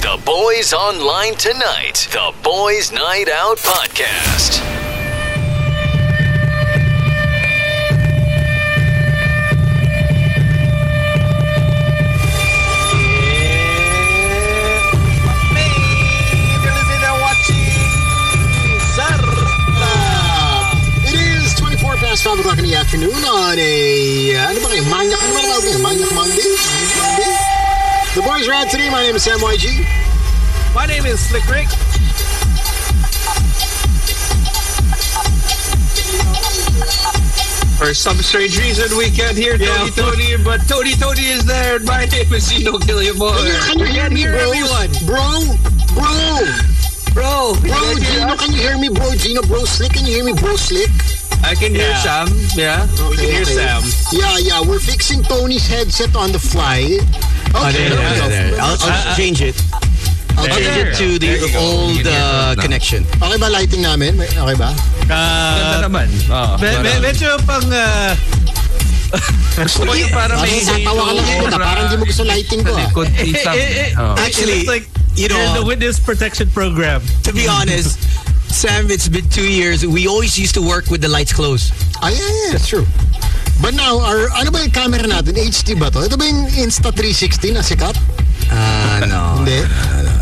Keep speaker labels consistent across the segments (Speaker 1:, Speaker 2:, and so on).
Speaker 1: the boys online tonight. The Boys Night Out Podcast.
Speaker 2: It is 24 past 5 o'clock in the afternoon on a, uh, ano ba kayo, manyak, ano ba tawag kayo? Manyak Monday? Manyak Monday? The boys are out today. My name is Sam YG.
Speaker 3: My name is Slick Rick. For some strange reason, we can't hear Tony Tony, but Tony Tony is there. and My name is Gino
Speaker 2: Can you, can
Speaker 3: Guillemore.
Speaker 2: you
Speaker 3: We
Speaker 2: hear
Speaker 3: can't
Speaker 2: me,
Speaker 3: hear
Speaker 2: bro?
Speaker 3: everyone,
Speaker 2: Bro, bro,
Speaker 3: bro. we
Speaker 2: bro,
Speaker 3: can't hear
Speaker 2: Gino,
Speaker 3: us.
Speaker 2: can you hear me, bro? Gino, bro, Slick, can you hear me, bro, Slick?
Speaker 3: I can hear Sam. Yeah, we can
Speaker 2: Okay,
Speaker 3: hear
Speaker 2: okay.
Speaker 3: Sam.
Speaker 2: Yeah, yeah, we're fixing Tony's headset on the fly.
Speaker 3: there,
Speaker 2: Okay, there we
Speaker 3: there,
Speaker 2: go.
Speaker 4: There. I'll, I'll change it. I'll
Speaker 3: There
Speaker 4: change
Speaker 3: you
Speaker 4: it
Speaker 3: go.
Speaker 4: to
Speaker 3: There you
Speaker 4: the
Speaker 3: go. You
Speaker 4: old
Speaker 3: can hear
Speaker 4: uh, connection.
Speaker 2: Okay ba lighting namin? May- Okay ba?
Speaker 3: Ganda naman. Oh,
Speaker 5: Me- me- medyo pang ah,
Speaker 3: Gusto ko yung parang
Speaker 2: Parang
Speaker 3: may
Speaker 2: tatawa ka lang ako na parang di mo gusto lighting ko ah.
Speaker 3: Kunti
Speaker 5: eh,
Speaker 3: lang.
Speaker 5: eh, eh,
Speaker 3: Oh.
Speaker 4: Actually,
Speaker 5: it's like
Speaker 4: you know,
Speaker 5: you're in the witness protection program.
Speaker 4: to be honest, Sam, it's been two years. We always used to work with the lights closed.
Speaker 2: Ah, yeah, yeah, that's true. But now, our, ano ba yung camera natin? HD ba to? Ito ba yung Insta360 na sikat?
Speaker 4: Ah, no.
Speaker 2: Hindi.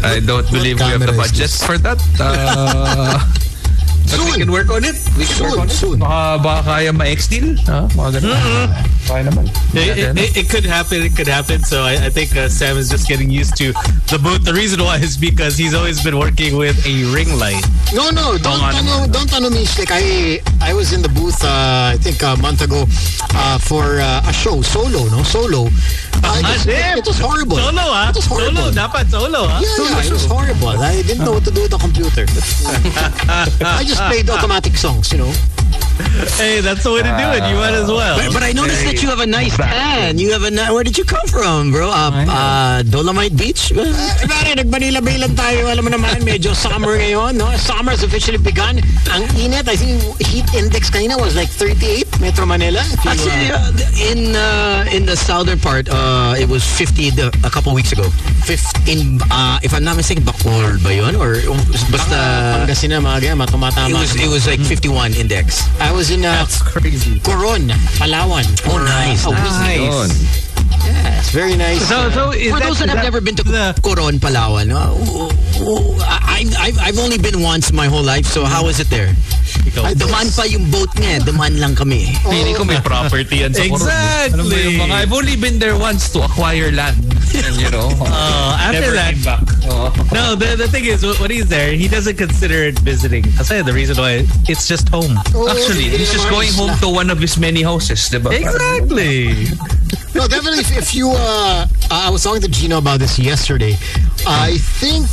Speaker 3: I don't believe we have the
Speaker 2: camera is
Speaker 3: budget for that. Uh, but we
Speaker 2: Soon.
Speaker 3: can work on it. We can work
Speaker 2: Soon,
Speaker 3: on it.
Speaker 2: soon.
Speaker 3: Baka, baka kaya ma-extil. Ha? Mga ganun. Kaya naman.
Speaker 5: It,
Speaker 3: eh,
Speaker 5: it- it- it could happen. It could happen. So I, I think uh, Sam is just getting used to the booth. The reason why is because he's always been working with a ring light.
Speaker 2: No, no, don't
Speaker 5: nga
Speaker 2: tanong, don't tanong me. Like I, I was in the booth, uh, I think a month ago, uh, for uh, a show solo, no solo. Uh, it, was,
Speaker 5: damn.
Speaker 2: it was horrible.
Speaker 5: Solo, ah?
Speaker 2: It was
Speaker 5: Solo,
Speaker 2: horrible.
Speaker 5: dapat solo, ah?
Speaker 2: Yeah, yeah, it was horrible. I didn't know what to do with the computer. I just played automatic songs, you know.
Speaker 5: Hey, that's the way to do it. You might as well.
Speaker 4: But, but I noticed that you have a nice tan. You have a ni- Where did you come from, bro? Uh, uh, Dolomite Beach?
Speaker 2: Pare, nagbanila-bilan tayo. Alam mo naman, medyo summer ngayon, no? Summer's officially begun. Ang init, I think heat index kanina was like 38, Metro Manila. If you, uh,
Speaker 4: Actually, uh, in uh, in the southern part, uh, it was 50 the, a couple weeks ago. 15, uh, if I'm not mistaken, Bacol ba yun? Or um, basta...
Speaker 2: Pangasinan, mga ganyan, matumatama.
Speaker 4: It was it was like 51 index.
Speaker 2: I was in uh,
Speaker 5: That's crazy.
Speaker 2: Coron, Palawan.
Speaker 4: Oh, nice,
Speaker 2: Uh, a week.
Speaker 3: Yun.
Speaker 2: It's very nice.
Speaker 5: So, so is
Speaker 4: For
Speaker 5: that,
Speaker 4: those that
Speaker 5: is
Speaker 4: have never been to
Speaker 5: the-
Speaker 4: Coron, Palawan, uh, w- w- I, I've, I've only been once my whole life. So how is it there?
Speaker 2: I-
Speaker 4: Duman pa yung boat niya. Duman lang kami.
Speaker 3: Feeling ko may property yan sa Coron.
Speaker 5: Exactly.
Speaker 3: Alam mo yung mga, I've only been there once to acquire land. And, you know.
Speaker 5: Uh, after that, Oh.
Speaker 3: Oo.
Speaker 5: no. The, the thing is, wh- when he's there, he doesn't consider it visiting. I say the reason why it's just home.
Speaker 2: Oh,
Speaker 3: Actually,
Speaker 2: hindi
Speaker 3: he's just
Speaker 2: naman.
Speaker 3: going home to one of his many houses, di ba?
Speaker 5: Exactly.
Speaker 2: No, definitely. If, if you, uh, I was talking to Gino about this yesterday. I think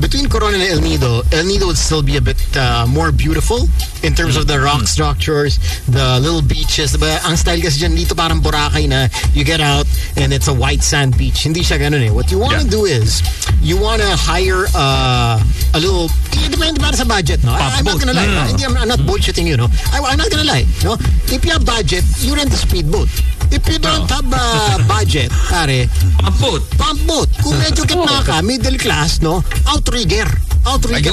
Speaker 2: between Corona and El Nido, El Nido would still be a bit uh, more beautiful in terms of the rock structures, the little beaches. But ang style kasi dyan dito parang Boracay na you get out and it's a white sand beach. Hindi siya ganun eh. What you want to do is you want to hire uh, a little. eh, It depends para sa budget, no? I, I'm not gonna lie. Hindi, I'm, I'm not bullshitting you, no? I, I'm not gonna lie, no? If you have budget, you rent a speedboat. If you don't have uh, budget, pare,
Speaker 3: Ang boat.
Speaker 2: pump boat. Kung medyo gitna ka, middle class, no? Outrigger. Outrigger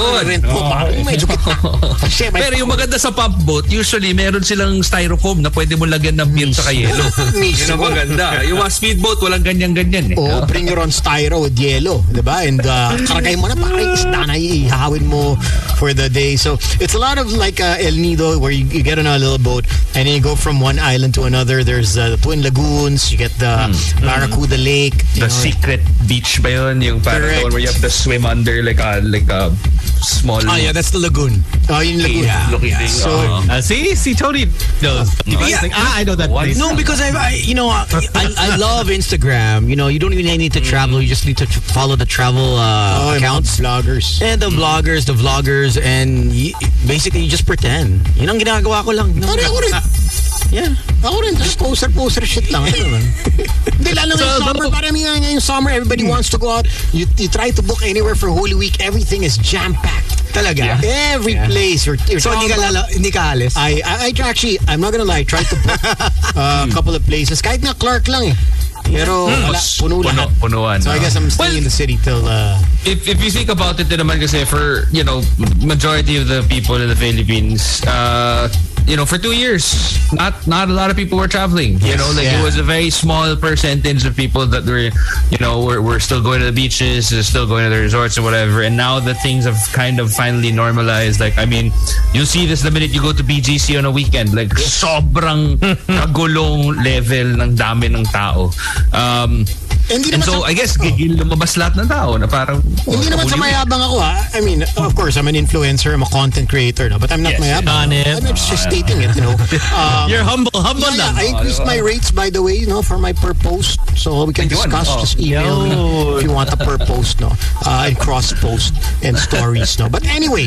Speaker 3: Ayun. Oh,
Speaker 2: ang rent mo. pare. Kung medyo gitna. Kasi may
Speaker 3: Pero yung maganda sa pump boat, usually meron silang styrofoam na pwede mo lagyan ng beer sa yelo. Yun
Speaker 2: mismo.
Speaker 3: ang maganda. Yung mga speedboat, walang ganyan-ganyan eh.
Speaker 2: Oh, bring your own styro with yellow, di ba? And uh, karakay mo na pare, isda na ihahawin mo for the day. So, it's a lot of like uh, El Nido where you, you get on a little boat and then you go from one island to another. There's uh, the Twin Lagoons, you get the Barracuda Lake.
Speaker 3: Mm. Mm-hmm. The
Speaker 2: you know.
Speaker 3: secret beach ba yun? Yung parang
Speaker 2: Correct.
Speaker 3: the one where you have to swim under like a, like a small
Speaker 2: Ah,
Speaker 4: Oh yeah, that's the lagoon.
Speaker 2: Oh, yun lagoon.
Speaker 3: looking thing.
Speaker 2: So,
Speaker 3: Uh-huh.
Speaker 5: Uh, see, see, Tony knows. He's like, ah, I know that
Speaker 3: What?
Speaker 5: place.
Speaker 4: No, because I, I you know, I, I, I love Instagram. You know, you don't even need to travel. You just need to tr- follow the travel
Speaker 2: Mm-hmm. oh,
Speaker 4: uh,
Speaker 2: yung mga
Speaker 4: accounts.
Speaker 2: vloggers.
Speaker 4: And the vloggers, the vloggers, and y- basically you just pretend. Yun ang ginagawa ko lang.
Speaker 2: Pare, ako rin.
Speaker 4: Yeah.
Speaker 2: Ako rin, just poster-poster shit lang. Ano naman? Hindi, lalo ngayong summer, parang yun nga yung summer, everybody wants to go out. You, you try to book anywhere for Holy Week, everything is jam-packed.
Speaker 4: Talaga.
Speaker 2: Every place. You're, you're
Speaker 4: So hindi
Speaker 2: talking
Speaker 4: ka,
Speaker 2: about-
Speaker 4: lala, hindi ka alis?
Speaker 2: I, I, I actually, I'm not gonna lie, I tried to book uh, a couple of places. Kahit na Clark lang eh.
Speaker 4: Hmm.
Speaker 2: Pero
Speaker 6: Hmm.
Speaker 2: wala, puno
Speaker 3: puno,
Speaker 2: lahat.
Speaker 3: punuan.
Speaker 2: So I guess I'm staying
Speaker 3: Well,
Speaker 2: in the city till uh,
Speaker 6: if, if you think about it din naman kasi for, you know, majority of the people in the Philippines, uh, you know, for two years, not not a lot of people were traveling. you
Speaker 2: Yes,
Speaker 6: know, like
Speaker 2: yeah.
Speaker 6: it was a very small percentage of people that were, you know, were, were still going to the beaches, they're still going to the resorts or whatever. And now that things have kind of finally normalized, like, I mean, you'll see this the minute you go to BGC on a weekend. Like, sobrang kagulong level ng dami ng tao. Um,
Speaker 2: Hindi
Speaker 6: and
Speaker 2: naman
Speaker 6: so,
Speaker 2: sa-
Speaker 6: I guess, gigil lumabas lahat ng tao na parang...
Speaker 2: Hindi naman sa mayabang ako ah. I mean, of course, I'm an influencer, I'm a content creator, no? but I'm not
Speaker 6: Yes,
Speaker 2: mayabang.
Speaker 5: Oh, yeah.
Speaker 2: I'm just stating it, you know. Um,
Speaker 5: You're humble, humble
Speaker 2: yeah, yeah, I
Speaker 5: lang.
Speaker 2: increased my rates, by the way, no, for my per post. So we can
Speaker 6: Ayun,
Speaker 2: discuss.
Speaker 6: oh.
Speaker 2: Just email me
Speaker 5: Yo.
Speaker 2: if you want a per post, no, uh, and cross post and stories, no. But anyway,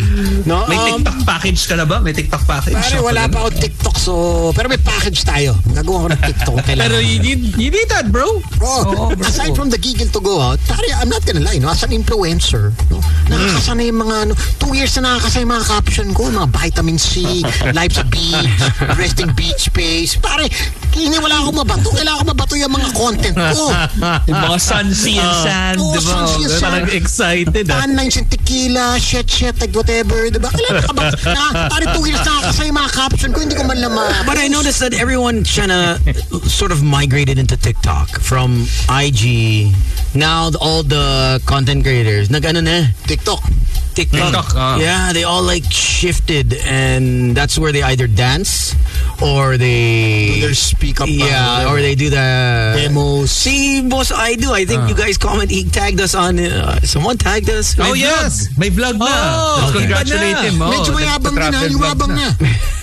Speaker 2: no.
Speaker 3: May
Speaker 2: Um,
Speaker 3: TikTok package ka na ba? May TikTok package?
Speaker 2: pare, wala pa ako TikTok, so pero may package tayo. Nagawa ko ng TikTok. Kailangan.
Speaker 5: Pero you need, you need that, bro.
Speaker 2: Oh, aside from the gigil to go out, pare, I'm not gonna lie, no, as an influencer, no, nakakasanay yung mga, ano, two years na nakakasanay yung mga caption ko, mga vitamin C, life sa beach, resting beach space, pare, hindi wala akong mabato, kailangan ko mabato yung mga content ko.
Speaker 3: Yung mga sun, sea, and
Speaker 2: Oh.
Speaker 3: sand.
Speaker 2: Oo,
Speaker 3: di ba?
Speaker 2: oh. sun, sea, and sand.
Speaker 5: Parang excited. ah.
Speaker 2: Panlines and tequila, shit, shit, like whatever, diba? Kailangan ka ba, na, pare, two years na nakakasanay yung mga caption ko, hindi ko man lama.
Speaker 4: But I noticed that everyone kinda sort of migrated into TikTok from IG. Now the- all the content creators, nag ano na,
Speaker 2: TikTok.
Speaker 4: TikTok.
Speaker 6: TikTok, ah.
Speaker 4: Yeah, they all like shifted, and that's where they either dance or they
Speaker 2: There's speak up. uh,
Speaker 4: yeah, or they do the
Speaker 2: Demos.
Speaker 4: See, boss, I do. I think
Speaker 3: Ah.
Speaker 4: you guys comment. He tagged us on. Uh, someone tagged us.
Speaker 3: Oh, yes. May vlog na.
Speaker 5: Oh,
Speaker 3: Let's
Speaker 5: okay.
Speaker 3: congratulate him. Oh,
Speaker 2: Medyo mayabang na na,
Speaker 3: nagpa-travel vlog
Speaker 2: liwabang na.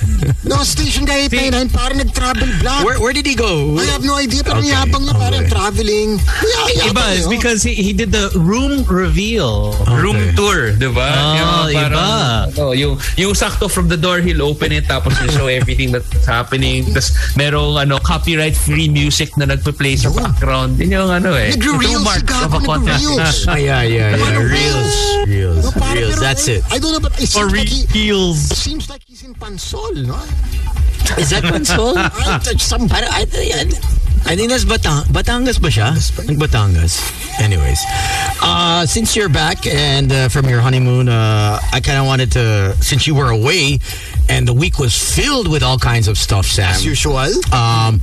Speaker 2: No, station guy 89, parang nag-travel vlog.
Speaker 4: Where, where did he go?
Speaker 2: I have no idea, pero yabang na parang traveling. Yeah,
Speaker 5: Iba,
Speaker 2: yabang
Speaker 5: it's
Speaker 2: yun.
Speaker 5: because he, he did the room reveal.
Speaker 6: room tour, di ba?
Speaker 5: Oh,
Speaker 6: mga Oh, yung, yung sakto from the door, he'll open it, tapos he'll show everything that's happening. Tapos merong ano, copyright-free music na nagpa-play sa background. Yun yung ano eh.
Speaker 2: Nagre-reels si
Speaker 6: Hallmark
Speaker 2: Gago,
Speaker 6: of a content.
Speaker 2: nagre-reels.
Speaker 4: Ah, yeah, yeah, yeah. Reels, reels,
Speaker 2: No, parang,
Speaker 4: reels.
Speaker 2: pero
Speaker 4: That's
Speaker 2: I-
Speaker 4: it.
Speaker 2: I don't know, but it
Speaker 5: Or
Speaker 2: seems, like he,
Speaker 5: reveals.
Speaker 2: seems like he's in Pansol, no?
Speaker 4: Is that Pansol?
Speaker 2: I touch some...
Speaker 4: Para, I, I, I think that's Batang Batangas ba siya? Batangas. Anyways, uh, since you're back and uh, from your honeymoon, uh, I kind of wanted to, since you were away and the week was filled with all kinds of stuff, Sam.
Speaker 2: As usual.
Speaker 4: Um,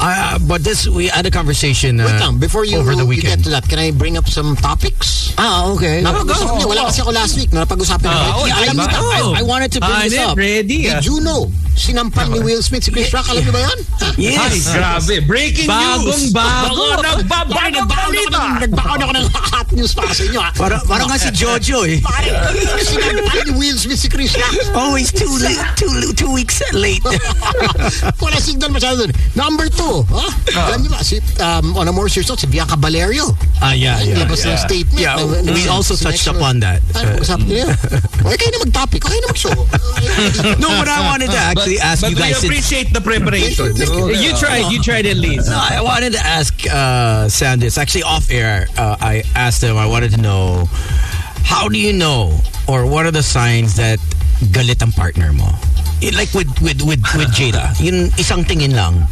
Speaker 4: uh, but this, we had a conversation uh,
Speaker 2: Wait lang, before you,
Speaker 4: over the
Speaker 2: you get
Speaker 4: weekend.
Speaker 2: to that, can I bring up some topics?
Speaker 4: ah, okay.
Speaker 2: Napag-usapan niya, wala kasi ako last week, no? napag-usapan niya.
Speaker 5: Ah, oh,
Speaker 2: Yeah, alam
Speaker 5: diba?
Speaker 2: niyo, ba?
Speaker 5: Oh.
Speaker 4: I wanted to bring
Speaker 5: Ah,
Speaker 4: this
Speaker 5: hindi,
Speaker 4: up.
Speaker 5: ready. ah.
Speaker 2: did you know, sinampal ni Will Smith si Chris Rock, alam niyo ba yan? Ha?
Speaker 6: Ay,
Speaker 4: Yes.
Speaker 6: grabe. Breaking
Speaker 5: Bagong
Speaker 6: news.
Speaker 5: bago.
Speaker 6: Nagbabago
Speaker 2: Parang nagbaon ako
Speaker 6: balita.
Speaker 2: ng, nagbaon ako ng hot news para sa inyo. Ha?
Speaker 4: Para, parang nga si Jojo eh.
Speaker 2: Pare, sinampal ni Will Smith si Chris Rock.
Speaker 4: Always two, li- two, li- two weeks late.
Speaker 2: Wala signal masyado dun. Number two, ha?
Speaker 5: Ah.
Speaker 2: Alam niyo ba, si, um, on a more serious note, si Bianca Valerio.
Speaker 4: Ah, yeah, yeah.
Speaker 2: Labas ng statement. uh,
Speaker 4: Yeah,
Speaker 2: Ng- ng-
Speaker 4: we also
Speaker 2: si
Speaker 4: touched
Speaker 2: National-
Speaker 4: upon that.
Speaker 2: Ay, pag-usapan niyo yun. Huwag kayo na mag-topic. Huwag kayo na mag-show.
Speaker 4: No, but I wanted to actually ask
Speaker 3: But
Speaker 4: you
Speaker 3: we
Speaker 4: guys. since-
Speaker 3: appreciate the preparation.
Speaker 5: You tried, you tried at least.
Speaker 4: No, I wanted to ask uh, Sam this. Actually, off air, uh, I asked him. I wanted to know how do you know, or what are the signs that galit ang partner mo? Eh, Like with with with with Jada, yun isang tingin lang.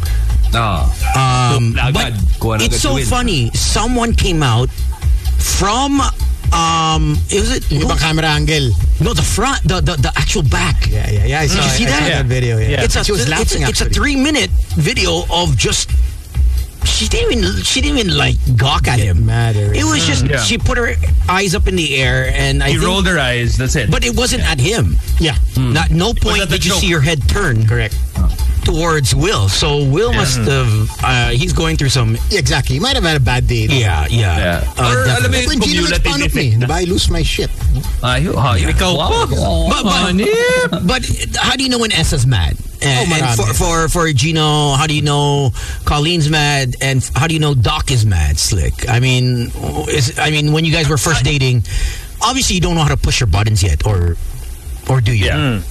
Speaker 6: Oh.
Speaker 4: Um,
Speaker 6: Agad,
Speaker 4: but
Speaker 6: kuha na
Speaker 4: it's
Speaker 6: agad
Speaker 4: so
Speaker 6: si Will.
Speaker 4: funny. Someone came out from um, is it
Speaker 2: Yung
Speaker 4: who-
Speaker 2: Ibang camera angle.
Speaker 4: no the front the the, the actual back.
Speaker 2: Yeah, yeah, Mm. yeah. I saw,
Speaker 4: Did you see
Speaker 2: I saw
Speaker 4: that?
Speaker 2: video, yeah.
Speaker 4: It's a
Speaker 2: She was
Speaker 4: it's a-
Speaker 2: laughing,
Speaker 4: it's, a
Speaker 2: actually.
Speaker 4: three minute video of just she didn't even she didn't even like gawk at him.
Speaker 2: mad or
Speaker 4: It was just
Speaker 6: Yeah.
Speaker 4: she put her eyes up in the air and I
Speaker 6: He
Speaker 4: think,
Speaker 6: rolled her eyes. That's it.
Speaker 4: but it wasn't at him. Hmm.
Speaker 2: Yeah.
Speaker 4: Not no point
Speaker 6: at the
Speaker 4: did you
Speaker 6: joke.
Speaker 4: see your head turn
Speaker 2: Correct.
Speaker 4: towards Will. So Will must have uh, he's going through some
Speaker 2: Yeah, exactly. He might have had a bad day. no?
Speaker 4: yeah, yeah.
Speaker 6: Yeah.
Speaker 4: Uh,
Speaker 6: Or alam mo
Speaker 4: definitely.
Speaker 6: yun,
Speaker 2: When Gino
Speaker 6: cumulative
Speaker 2: nagpanop
Speaker 6: effect
Speaker 2: me,
Speaker 6: na.
Speaker 2: diba? I lose my shit.
Speaker 6: Ay, oh, yeah.
Speaker 5: Ikaw pa.
Speaker 4: But, but, but how do you know when Essa's mad? And,
Speaker 2: Oh,
Speaker 4: and for,
Speaker 2: marami.
Speaker 4: for for Gino, how do you know Colleen's mad? And f- how do you know Doc is mad? Slick. I mean, is I mean when you guys were first dating, obviously you don't know how to push your buttons yet, or or do you?
Speaker 6: Yeah.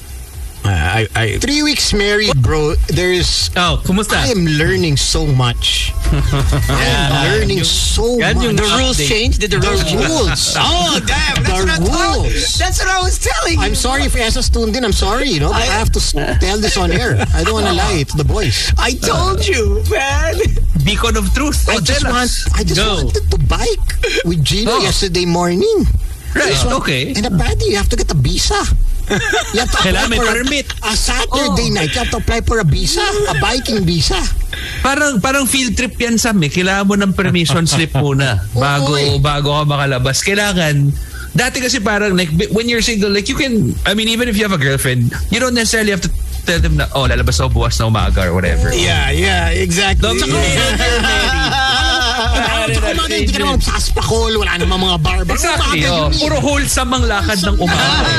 Speaker 4: I, I, I
Speaker 2: Hmm. Three weeks married, bro. There's.
Speaker 5: Oh, kumusta?
Speaker 2: I am learning so much. I am learning so
Speaker 5: yan
Speaker 2: much.
Speaker 5: yung-
Speaker 4: the rules
Speaker 5: Update.
Speaker 4: changed. Did the
Speaker 2: The
Speaker 4: rules? change?
Speaker 2: rules.
Speaker 4: Oh damn! That's
Speaker 2: The
Speaker 4: what, I thought.
Speaker 2: rules.
Speaker 4: that's what I was telling you.
Speaker 2: I'm sorry if Essa's tuned in. I'm sorry, you know, but I, have to s- tell this on air. I don't want to lie to the boys.
Speaker 4: I told you, man.
Speaker 6: Beacon of truth.
Speaker 2: I
Speaker 6: Oh,
Speaker 2: just
Speaker 6: tell
Speaker 2: want,
Speaker 6: us.
Speaker 2: I just
Speaker 5: Go.
Speaker 2: wanted to bike with Gino
Speaker 6: Oh.
Speaker 2: yesterday morning.
Speaker 6: Right,
Speaker 2: So,
Speaker 6: okay.
Speaker 2: And apparently, you have to get a visa. You have to apply
Speaker 5: Kailangan may
Speaker 2: for a,
Speaker 5: permit.
Speaker 2: a Saturday
Speaker 6: Oh.
Speaker 2: night. You have to apply for a visa, a biking visa.
Speaker 6: Parang parang field trip yan sa eh. Kailangan mo ng permission slip muna bago
Speaker 2: Oo, eh.
Speaker 6: bago ka makalabas. Kailangan dati kasi parang like when you're single like you can I mean even if you have a girlfriend, you don't necessarily have to tell them na oh lalabas ako bukas na umaga or whatever.
Speaker 4: Yeah, yeah, exactly.
Speaker 6: Don't
Speaker 2: Ano sa umaga, hindi ka naman saspakol, wala namang mga barber. Umaga
Speaker 6: Exactly. Oh,
Speaker 2: yun eh.
Speaker 6: puro wholesome ang lakad ng umaga. eh.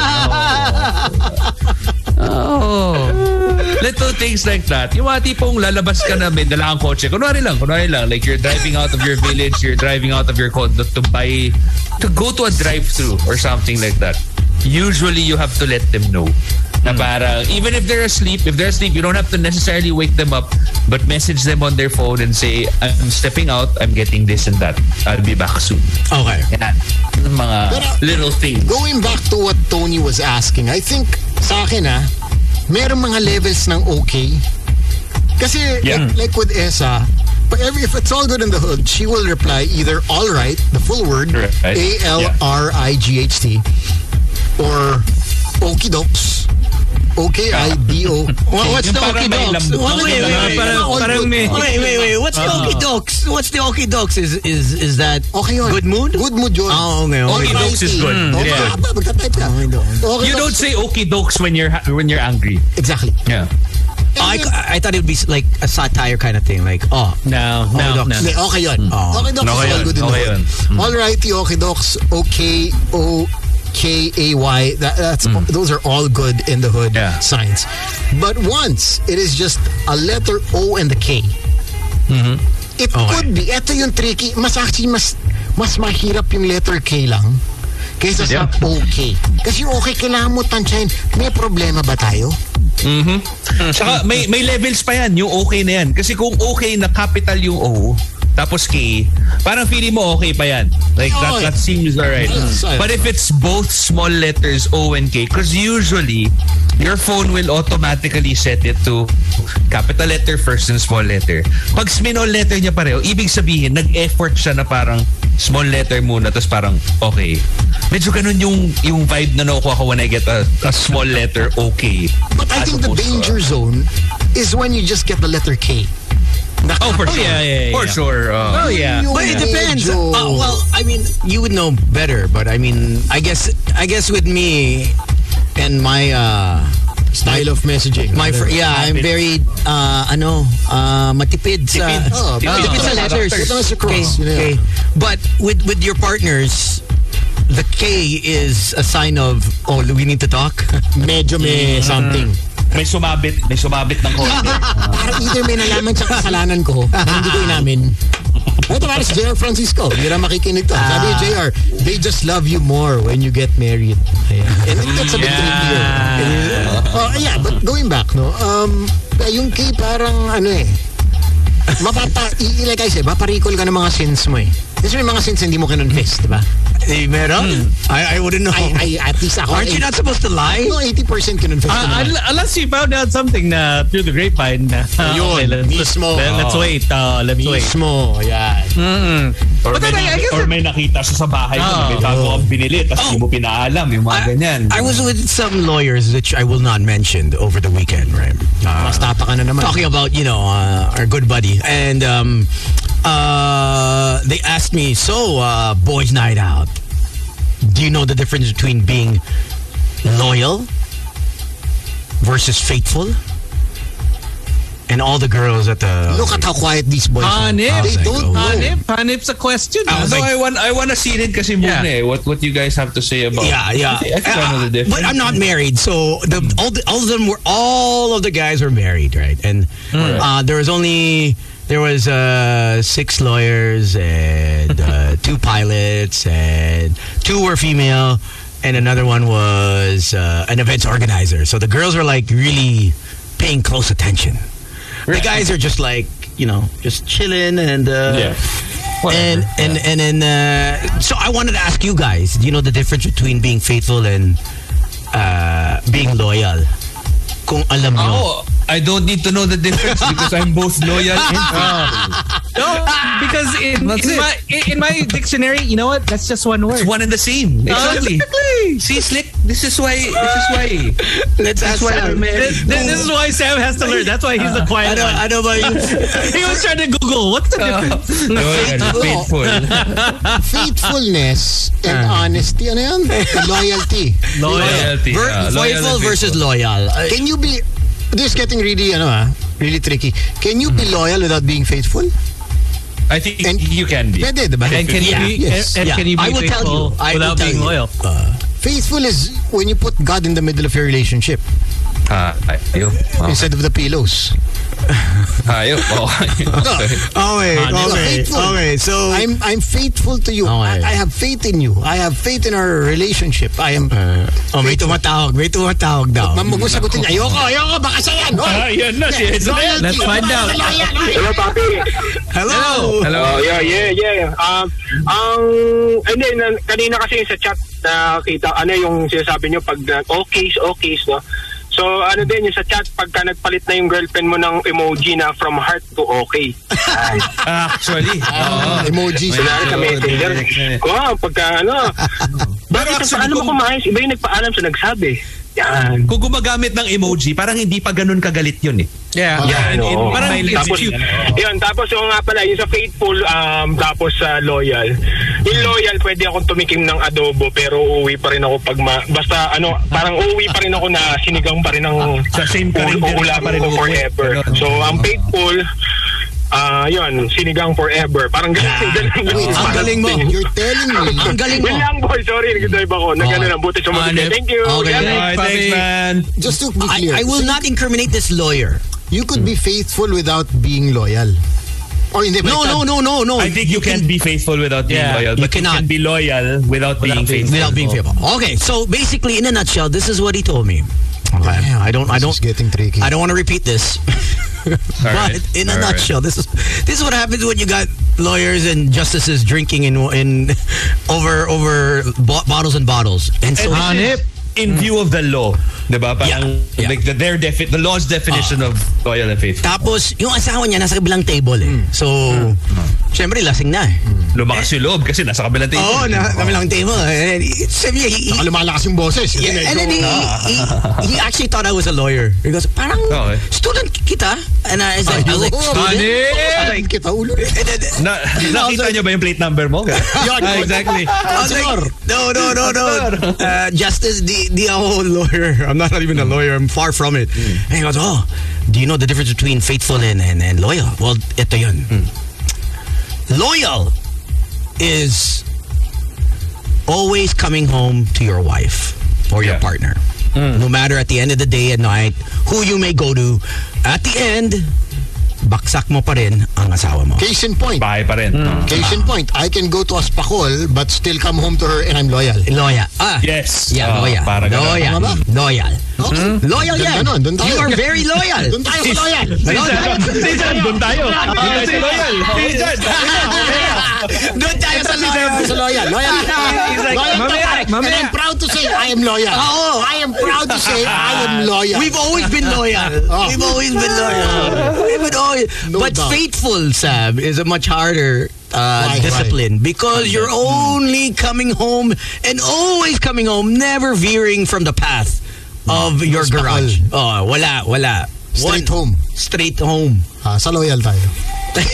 Speaker 6: Oh. Little things like that. Yung mga tipong lalabas ka na may dala kang kotse. Kunwari lang, kunwari lang. Like you're driving out of your village, you're driving out of your condo to buy, to go to a drive-thru or something like that. Usually you have to let them know. Na parang, even if they're asleep, if they're asleep, you don't have to necessarily wake them up, but message them on their phone and say, I'm stepping out, I'm getting this and that. I'll be back soon.
Speaker 4: Okay.
Speaker 6: Yan. Yung Mga
Speaker 2: Pero-
Speaker 6: little things.
Speaker 2: Going back to what Tony was asking, I think sa akin ah, merong mga levels ng okay. Kasi
Speaker 6: Yeah. Mm.
Speaker 2: like, like with Esa, but every, if it's all good in the hood, she will reply either all right, the full word,
Speaker 6: Right.
Speaker 2: A L R I G H T, or okie doks. Okay, I D O. What's the
Speaker 6: Yung parang
Speaker 2: okie
Speaker 6: may
Speaker 2: doks?
Speaker 6: lambot.
Speaker 2: Wait, wait, wait, wait.
Speaker 5: Parang-
Speaker 2: All
Speaker 5: parang
Speaker 2: good.
Speaker 5: may-
Speaker 4: Wait, wait, wait. What's the Okie Doks? What's the Okie Doks? Is is is that
Speaker 2: Okay yun.
Speaker 4: Good mood?
Speaker 2: Good mood yun.
Speaker 4: Ah, okay, okay.
Speaker 2: Alrighty.
Speaker 5: Okie dokes is good.
Speaker 2: Okay,
Speaker 5: Yeah.
Speaker 2: aba, Mm. magta-type ka. Okay
Speaker 6: You don't
Speaker 2: dokes.
Speaker 6: say okay dokes when you're ha- when you're angry.
Speaker 2: Exactly.
Speaker 6: Yeah.
Speaker 4: I, I thought it would be like a satire kind of thing. Like, oh,
Speaker 5: No,
Speaker 4: Okie
Speaker 5: no,
Speaker 4: doks.
Speaker 5: no.
Speaker 2: Hindi, okay yun.
Speaker 4: Oh.
Speaker 2: Okay, docs.
Speaker 6: Okay
Speaker 2: is all
Speaker 6: yun,
Speaker 2: good in the
Speaker 6: okay
Speaker 2: world.
Speaker 6: yun. Mm.
Speaker 2: Alrighty, okay, docs. Okay, O K A Y. That, that's those are all good in the hood
Speaker 6: Mm. Yeah.
Speaker 2: signs. But once it is just a letter O and the K.
Speaker 6: Mm-hmm.
Speaker 2: It could be. Ito yung tricky. Mas actually, mas, mas mahirap yung letter K lang kaysa sa
Speaker 6: Yeah.
Speaker 2: okay. Kasi yung okay, kailangan mo tansyahin, may problema ba tayo?
Speaker 6: Mm-hmm. Tsaka may, may levels pa yan, yung okay na yan. Kasi kung okay na capital yung O, tapos K, parang feeling mo okay pa yan. Like that, that seems alright.
Speaker 2: Mm.
Speaker 6: But if it's both small letters O and K, because usually your phone will automatically set it to capital letter first and small letter. Pag small letter niya pareho, ibig sabihin nag-effort siya na parang small letter muna tapos parang okay. Medyo ganun yung yung vibe na nakukuha ko when I get a, a small letter okay.
Speaker 2: But I
Speaker 6: As
Speaker 2: think the
Speaker 6: opposed to a-
Speaker 2: danger zone is when you just get the letter K.
Speaker 6: Oh,
Speaker 5: Oh,
Speaker 6: for sure.
Speaker 5: yeah, yeah, yeah.
Speaker 6: For sure. uh,
Speaker 5: Oh yeah.
Speaker 2: Yun
Speaker 4: But it
Speaker 2: yung
Speaker 4: depends.
Speaker 2: medyo-
Speaker 4: Uh, well, I mean, you would know better, but I mean, I guess, I guess with me and my uh,
Speaker 2: style of messaging.
Speaker 4: my fr- yeah, I'm very uh, ano, uh, matipid sa
Speaker 5: Tipid.
Speaker 2: Oh,
Speaker 4: matipid,
Speaker 2: matipid
Speaker 4: sa
Speaker 2: sa
Speaker 4: letters.
Speaker 2: letters. Cross,
Speaker 4: Okay,
Speaker 2: yeah.
Speaker 4: okay. But with with your partners, the K is a sign of oh, we need to talk. Eh,
Speaker 2: medyo may uh, something.
Speaker 6: May sumabit. May sumabit ng konti.
Speaker 2: Parang either may nalaman sa kasalanan ko, na hindi ko inamin. Ito para si JR Francisco. Hindi na makikinig to. Sabi ni JR, they just love you more when you get married. Ayan. And that's a bit trickier. Oh, yeah, but going back, no? Um, yung kay parang ano eh, mapapa, i- like I said, maparicol ka ng mga sins mo eh. Kasi may mga sins hindi mo kinonfess, di ba? Hmm.
Speaker 4: Eh, meron? I, I wouldn't know.
Speaker 2: I, I, at least ako. eh.
Speaker 4: Aren't you not supposed to lie?
Speaker 2: No, 80% kinonfess ko
Speaker 5: Uh,
Speaker 2: naman.
Speaker 5: un- unless you found out something na through the grapevine. na, Ah,
Speaker 2: Yun,
Speaker 5: let's,
Speaker 2: mismo.
Speaker 5: Let, us wait. Uh, let's wait.
Speaker 2: Mismo, yan.
Speaker 6: Or,
Speaker 5: But
Speaker 6: may,
Speaker 5: then I- I guess-
Speaker 6: or may nakita siya sa bahay mo.
Speaker 5: Oh.
Speaker 6: may bago kang binili. Tapos hindi mo pinaalam. Yung mga ganyan.
Speaker 4: Ah. I was with some lawyers, which I will not mention, over the weekend, right? Uh,
Speaker 2: Mas tapa ka na naman.
Speaker 4: talking about you know uh, our good buddy, and um, uh, they asked me, so uh, boys' night out. Do you know the difference between being loyal versus faithful? And all the girls at the
Speaker 2: Look at how quiet these boys are.
Speaker 5: Hanip.
Speaker 2: They don't know.
Speaker 5: Hanip. Hanip's a question. eh?
Speaker 4: I was
Speaker 6: so
Speaker 4: like-
Speaker 6: I want I want to see it kasi muna eh. What what you guys have to say about
Speaker 4: Yeah, yeah. Uh,
Speaker 6: I think I know the difference.
Speaker 4: But I'm not married, so the, all the, all of them were all of the guys were married, right? And
Speaker 6: Hmm.
Speaker 4: uh, there was only there was uh, six lawyers and uh, two pilots, and two were female. and another one was uh, an events organizer. So the girls were like really paying close attention. The guys are just like you know just chilling and uh, and and and then uh, so I wanted to ask you guys, do you know the difference between being faithful and uh, being loyal? Kung alam nyo.
Speaker 6: Oh, I don't need to know the difference because I'm both loyal and
Speaker 5: No, because in, in
Speaker 6: it.
Speaker 5: my in, in my dictionary, you know what? That's just one word. Oh,
Speaker 6: one and the same. Exactly.
Speaker 5: Exactly.
Speaker 6: See, slick. This is why. This is why.
Speaker 4: Let's ask Sam.
Speaker 5: This, this, this is why Sam has to learn. That's why he's the quiet
Speaker 4: Ano,
Speaker 5: one.
Speaker 4: ano ba yung
Speaker 5: He was trying to Google what's
Speaker 6: Uh,
Speaker 5: the difference.
Speaker 6: Loyal, faithful.
Speaker 2: Faithfulness and
Speaker 4: Hmm.
Speaker 2: honesty. Ano yan? Loyalty.
Speaker 6: Loyalty.
Speaker 4: Ver-
Speaker 6: yeah. Loyal and
Speaker 4: faithful versus loyal? Uh,
Speaker 2: Can you be... This is getting really, ano ah, really tricky. Can you be loyal without being faithful?
Speaker 6: I think
Speaker 2: And-
Speaker 6: you can be.
Speaker 2: Pwede, diba?
Speaker 5: And can
Speaker 4: Yeah.
Speaker 5: you be,
Speaker 2: Yes.
Speaker 5: and, and
Speaker 4: Yeah.
Speaker 5: can you be
Speaker 4: I will tell
Speaker 5: faithful
Speaker 4: you. I will
Speaker 5: without
Speaker 4: tell
Speaker 5: being
Speaker 4: you.
Speaker 5: loyal?
Speaker 6: Uh,
Speaker 2: Faithful is when you put God in the middle of your relationship
Speaker 6: Ah, ayaw. Ah,
Speaker 2: instead of the pillows.
Speaker 6: Ayaw. Oh, sorry.
Speaker 4: Oh wait,
Speaker 2: Honest. Ah, Faithful.
Speaker 4: So
Speaker 2: I'm I'm faithful to you.
Speaker 4: Oh,
Speaker 2: I,
Speaker 4: yeah.
Speaker 2: I have faith in you. I have faith in our relationship. I am...
Speaker 4: oh, may tumatawag, may tumatawag daw.
Speaker 2: Ma'am, huwag mo sagutin. Ayoko, ayoko, baka siya yan. Hoy!
Speaker 6: Ayan Ah, na siya.
Speaker 2: Loyalty.
Speaker 5: Let's find out.
Speaker 7: Hello, Papi.
Speaker 4: Hello.
Speaker 7: Oh,
Speaker 6: Hello.
Speaker 7: yeah, yeah, yeah. Um, ang, and then, uh, kanina kasi sa chat na kita, ano yung sinasabi nyo pag na- okays, okays, no? So, ano din yung sa chat, pagka nagpalit na yung girlfriend mo ng emoji na from heart to okay. Ay,
Speaker 6: Actually. oo.
Speaker 2: Emojis.
Speaker 7: Kunwari sa
Speaker 6: Oo,
Speaker 7: messenger.
Speaker 6: direct na eh.
Speaker 7: Wow, pagka ano. Bakit ang paano mo kumayos? Iba yung nagpaalam sa nagsabi. Yan.
Speaker 6: Kung gumagamit ng emoji, parang hindi pa ganun kagalit yun eh.
Speaker 5: Yeah.
Speaker 6: And- and
Speaker 7: Oo.
Speaker 6: parang it's
Speaker 7: Tapos,
Speaker 6: cute.
Speaker 7: Yun, tapos yung nga pala, yung sa faithful, um, tapos sa loyal. Yung loyal, pwede akong tumikim ng adobo, pero uuwi pa rin ako pag ma- basta, ano, parang uuwi pa rin ako na sinigang pa rin ng
Speaker 6: Ah, Sa same ka rin,
Speaker 7: u- uulamin
Speaker 6: pa rin
Speaker 7: ko
Speaker 6: uuwi.
Speaker 7: forever.
Speaker 6: Ganun.
Speaker 7: So, ang faithful, ah, yun, sinigang forever. Parang
Speaker 6: Ah.
Speaker 7: ganun. ganun yung-
Speaker 2: Ang galing mo. You're telling me.
Speaker 4: Ang galing mo.
Speaker 7: Yun lang, boy. Sorry, nag-dive ako. Nag-ano
Speaker 6: Oh.
Speaker 7: lang, buti sumunod.
Speaker 6: Hanip.
Speaker 7: Thank you.
Speaker 4: Okay.
Speaker 7: Yeah,
Speaker 6: Ah, Alright, thanks man.
Speaker 2: Just to be clear.
Speaker 4: I, I will not incriminate this lawyer.
Speaker 2: You could be faithful without being loyal. Or hindi.
Speaker 4: No,
Speaker 2: baliktad.
Speaker 4: no, no, no, no.
Speaker 6: I think you, can, be faithful without being
Speaker 5: Yeah,
Speaker 6: loyal,
Speaker 4: you
Speaker 6: but you,
Speaker 4: cannot.
Speaker 6: can be loyal without being faithful.
Speaker 4: Without being faithful. Okay, so basically, in a nutshell, this is what he told me. Okay. I don't, I
Speaker 2: This
Speaker 4: don't,
Speaker 2: is getting tricky.
Speaker 4: I don't want to repeat this.
Speaker 6: All right.
Speaker 4: But in a
Speaker 6: All right.
Speaker 4: nutshell, this is this is what happens when you got lawyers and justices drinking in in over over bo- bottles and bottles. And so
Speaker 6: And this is in view of the law, diba? Parang,
Speaker 4: Yeah, yeah.
Speaker 6: like the, their defi- the law's definition of loyal and faithful.
Speaker 4: tapos yung asawa niya nasa kabilang table
Speaker 6: Hmm.
Speaker 4: eh. So syempre lasing na eh.
Speaker 6: Lumakas yung loob kasi nasa kabilang table.
Speaker 4: Oo, na kabilang table. And he- sabi niya, he- he-
Speaker 2: Baka lumalakas yung boses.
Speaker 4: Yeah,
Speaker 2: Hindi,
Speaker 4: and then he,
Speaker 2: ikaw na.
Speaker 4: he, he actually thought I was a lawyer. He goes, parang
Speaker 6: Oh, eh.
Speaker 4: student kita. And I was like, I was like,
Speaker 2: Oo,
Speaker 4: student?
Speaker 2: Aray kita ulo.
Speaker 4: And then,
Speaker 6: Na, nakita niyo ba yung plate number mo? Yun. Ah, exactly.
Speaker 4: I was like, no, no, no, no. Uh, justice, di, di ako lawyer. I'm not even a lawyer. I'm far from it.
Speaker 6: Hmm.
Speaker 4: And he goes, oh, do you know the difference between faithful and, and, and loyal? Well, ito yun.
Speaker 6: Hmm.
Speaker 4: Loyal is always coming home to your wife or your
Speaker 6: Yeah. Hmm.
Speaker 4: partner. No matter at the end of the day at night, who you may go to, at the end, baksak mo pa rin ang asawa mo.
Speaker 2: Case in point.
Speaker 6: Bahay pa rin.
Speaker 4: Hmm.
Speaker 2: Case in point. I can go to Aspacol but still come home to her and I'm loyal.
Speaker 4: Loyal. Ah,
Speaker 6: Yes.
Speaker 4: Yeah,
Speaker 6: Ah,
Speaker 4: loyal.
Speaker 6: para ganun.
Speaker 4: loyal.
Speaker 2: Tama ba?
Speaker 4: Loyal. Loyal
Speaker 2: Doon
Speaker 4: yan.
Speaker 2: ganun, doon tayo.
Speaker 4: You are very loyal.
Speaker 2: Doon tayo sa loyal.
Speaker 6: Sisan, doon tayo. Doon tayo sa loyal. Sisan.
Speaker 4: doon tayo sa loyal.
Speaker 2: Sa loyal. Loyal. Loyal to God. And I'm proud to say I am loyal.
Speaker 4: Oo.
Speaker 2: I am proud to say I am loyal.
Speaker 4: We've always been loyal.
Speaker 2: Oh. Ah.
Speaker 4: We've always been loyal. We've been always.
Speaker 2: No
Speaker 4: but
Speaker 2: doubt.
Speaker 4: faithful, Sam, is a much harder uh,
Speaker 2: Why,
Speaker 4: discipline because you're
Speaker 2: Hmm.
Speaker 4: only coming home and always coming home, never veering from the path of your
Speaker 2: Mas bakal.
Speaker 4: garage. Oh, wala, wala.
Speaker 2: Hmm. Straight
Speaker 4: One-
Speaker 2: home.
Speaker 4: Straight home.
Speaker 2: Ah, sa loyal tayo.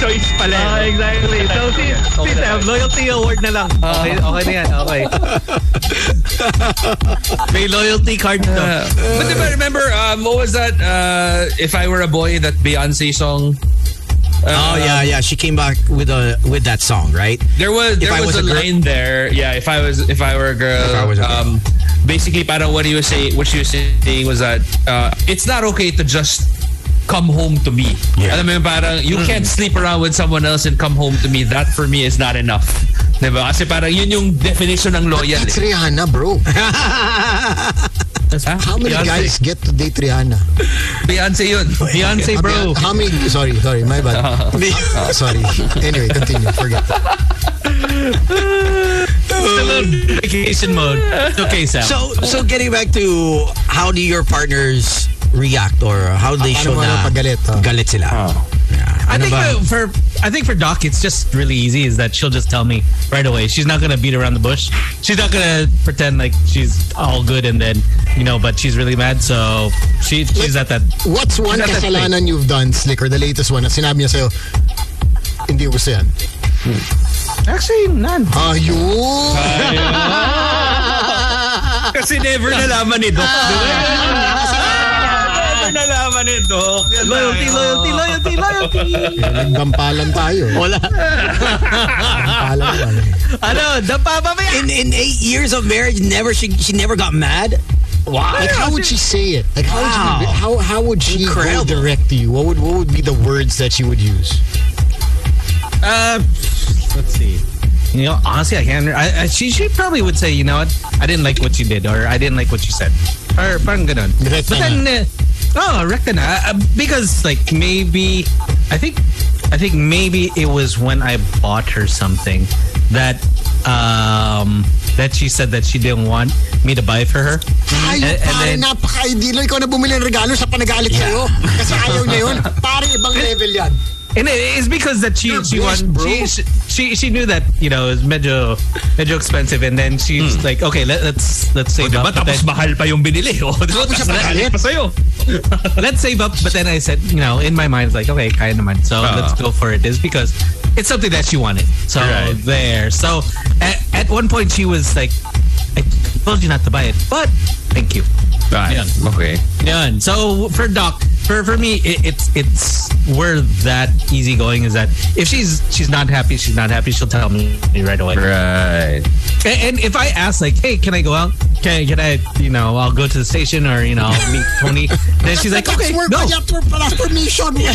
Speaker 6: Choice pala.
Speaker 5: Oh, exactly. So, si, si Sam, loyalty award na lang. Okay, okay na yan. Okay. May loyalty card na.
Speaker 6: But if I remember, um, what was that? Uh, if I were a boy, that Beyonce song. Um,
Speaker 4: oh yeah, yeah. She came back with a with that song, right?
Speaker 6: There was there
Speaker 4: I
Speaker 6: was,
Speaker 4: was
Speaker 6: a,
Speaker 4: a girl-
Speaker 6: line there. Yeah, if I was if I were a girl,
Speaker 4: I was a girl.
Speaker 6: um basically parang what he was saying what she was saying was that uh, it's not okay to just come home to me.
Speaker 4: Yeah. Mm-hmm.
Speaker 6: Alam mo yun, parang you can't sleep around with someone else and come home to me. That for me is not enough.
Speaker 3: Diba? Kasi parang yun yung definition ng loyal.
Speaker 2: It's
Speaker 3: Eh.
Speaker 2: Rihanna, bro.
Speaker 3: Ha?
Speaker 2: How many guys get to date Rihanna?
Speaker 3: Beyonce yun.
Speaker 5: Beyonce,
Speaker 2: Uh,
Speaker 5: bro.
Speaker 2: How many? Sorry, sorry, my bad. Uh, sorry. Anyway, continue. Forget that.
Speaker 5: Vacation mode. It's okay, Sam.
Speaker 4: So, so getting back to how do your partners react or how do they show
Speaker 2: Paano mo alam
Speaker 4: na
Speaker 2: pag galit? ah?
Speaker 4: galit sila?
Speaker 5: I
Speaker 4: Ano
Speaker 5: think
Speaker 4: ba?
Speaker 5: uh, for I think for Doc, it's just really easy. Is that she'll just tell me right away. She's not gonna beat around the bush. She's not gonna pretend like she's all good and then you know, but she's really mad. So she she's at that.
Speaker 2: What's one
Speaker 5: Is that that
Speaker 2: kasalanan you've done, Slick, or the latest one na sinabi niya sa'yo, hindi ko gusto yan.
Speaker 5: Actually, none.
Speaker 2: Ayun!
Speaker 3: Kasi never nalaman ni Doc.
Speaker 4: Ah.
Speaker 5: Uh,
Speaker 3: Never nalaman ni Doc.
Speaker 5: Loyalty, loyalty, loyalty, loyalty.
Speaker 2: Gampalan tayo.
Speaker 4: Wala.
Speaker 2: Gampalan tayo.
Speaker 5: Ano, dapa ba ba yan?
Speaker 4: In in eight years of marriage, never she she never got mad.
Speaker 2: Like, how would she say it? Like, how would
Speaker 4: Wow.
Speaker 2: she, how, how would she go
Speaker 4: Incredible.
Speaker 2: direct to you? What would, what would be the words that she would use?
Speaker 5: Uh, let's see. You know, honestly, I can't. I, I, she she probably would say, you know what, I didn't like what you did, or I didn't like what you said, or parang ganun.
Speaker 2: Direkta
Speaker 5: But then, uh, oh, rekta na. Uh, because like maybe, I think, I think maybe it was when I bought her something that um that she said that she didn't want me to buy for her.
Speaker 2: Ay,
Speaker 5: And- and
Speaker 2: pare,
Speaker 5: then-
Speaker 2: napaka-ideal. Ikaw na bumili ng regalo sa panagalit sa'yo. Kasi ayaw niya yun. Pare, ibang level yan.
Speaker 5: And it- it's because that she she
Speaker 2: blessed,
Speaker 5: wanted
Speaker 2: bro.
Speaker 5: she, she she knew that you know it was medyo medyo expensive, and then she's like, okay, let, let's let's save
Speaker 3: Hmm. Oh, Diba?
Speaker 5: up. But
Speaker 3: Tapos
Speaker 5: then-
Speaker 3: mahal pa yung binili. O, diba?
Speaker 2: Tapos siya
Speaker 3: Tapos nagalit pa sa'yo.
Speaker 5: let's save up. But then I said, you know, in my mind, it's like, okay, kaya naman. So
Speaker 3: Ah.
Speaker 5: let's go for it. Is because it's something that she wanted. So
Speaker 3: Right.
Speaker 5: there. So at, at one point, she was like, I told you not to buy it, but thank you.
Speaker 3: Right. Okay.
Speaker 5: Done. So for Doc, for for me, it, it's it's we're that easygoing. Is that if she's she's not happy, she's not happy. She'll tell me right away.
Speaker 3: Right.
Speaker 5: And, and if I ask like, hey, can I go out? Can I, can I, you know, I'll go to the station or, you know, I'll meet Tony. Then she's like, okay,
Speaker 2: That's where
Speaker 5: no.
Speaker 2: you have to ask permission.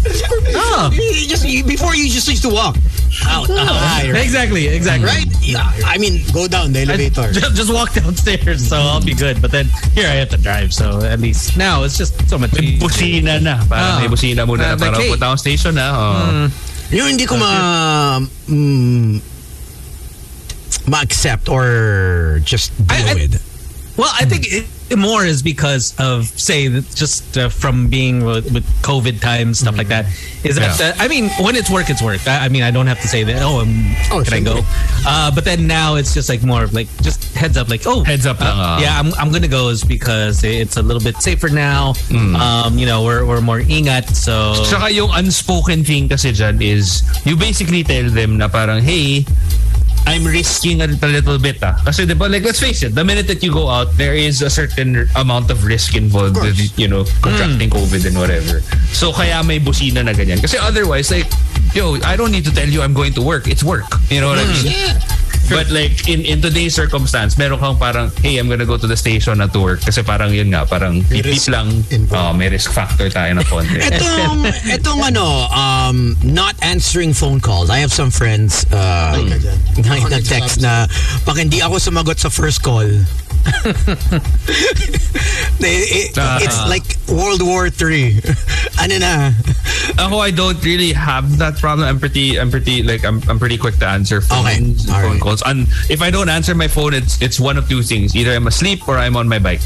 Speaker 2: Oh, excuse me, bro.
Speaker 5: Oh,
Speaker 4: You just you- before you just used to walk out. out.
Speaker 5: exactly, exactly.
Speaker 4: Right? Yeah, I mean,
Speaker 2: Go down the elevator.
Speaker 5: Just, just walk downstairs, so I'll be good. But then here I have to drive, so at least now it's just so much. easier.
Speaker 6: Busina na.
Speaker 5: Ah.
Speaker 6: Parang may busina
Speaker 5: Ah,
Speaker 6: muna. na parang
Speaker 5: okay.
Speaker 6: punta akong station Ah. na. Oh.
Speaker 4: yun hindi ko ma um, mm, ma-accept or just deal
Speaker 5: I- I-
Speaker 4: with.
Speaker 5: Well, I think it, it more is because of say that just uh, from being with, with COVID times stuff like that. Is that uh, I mean, when it's work, it's work. I, I mean, I don't have to say that. Oh, um,
Speaker 2: Oh,
Speaker 5: can I
Speaker 2: sure.
Speaker 5: go? Uh, but then now it's just like more of like just heads up, like oh,
Speaker 6: Heads up lang. ah.
Speaker 5: yeah, I'm, I'm gonna go is because it's a little bit safer now.
Speaker 6: Hmm.
Speaker 5: Um, you know, we're we're more ingat, so
Speaker 6: Tsaka yung unspoken thing kasi dyan is, you basically tell them na parang, hey, I'm risking a little, little bit ah. Kasi diba, like let's face it, the minute that you go out, there is a certain amount of risk involved with, you know, contracting COVID and whatever. So kaya may busina na ganyan. Kasi otherwise, like, yo, I don't need to tell you I'm going to work. It's work. You know what
Speaker 5: Hmm.
Speaker 6: I mean? But like in in today's circumstance, meron kang parang hey, I'm gonna go to the station at work kasi parang yun nga, parang
Speaker 2: May
Speaker 6: pipit
Speaker 2: risk
Speaker 6: lang.
Speaker 2: involved.
Speaker 6: Oh, may risk factor tayo na konti.
Speaker 4: Etong, etong ano, um, not answering phone calls. I have some friends uh,
Speaker 2: ka
Speaker 4: na,
Speaker 2: dyan. Ako
Speaker 4: na
Speaker 2: nagsasabi
Speaker 4: text
Speaker 2: sa'yo.
Speaker 4: na pag hindi ako sumagot sa first call, they- it- it's like World War III. ano na?
Speaker 6: Ako, I don't really have that problem. I'm pretty, I'm pretty, like, I'm, I'm pretty quick to answer
Speaker 4: Okay.
Speaker 6: phones,
Speaker 4: All
Speaker 6: phone
Speaker 4: right.
Speaker 6: calls. And if I don't answer my phone, it's it's one of two things: either I'm asleep or I'm on my bike.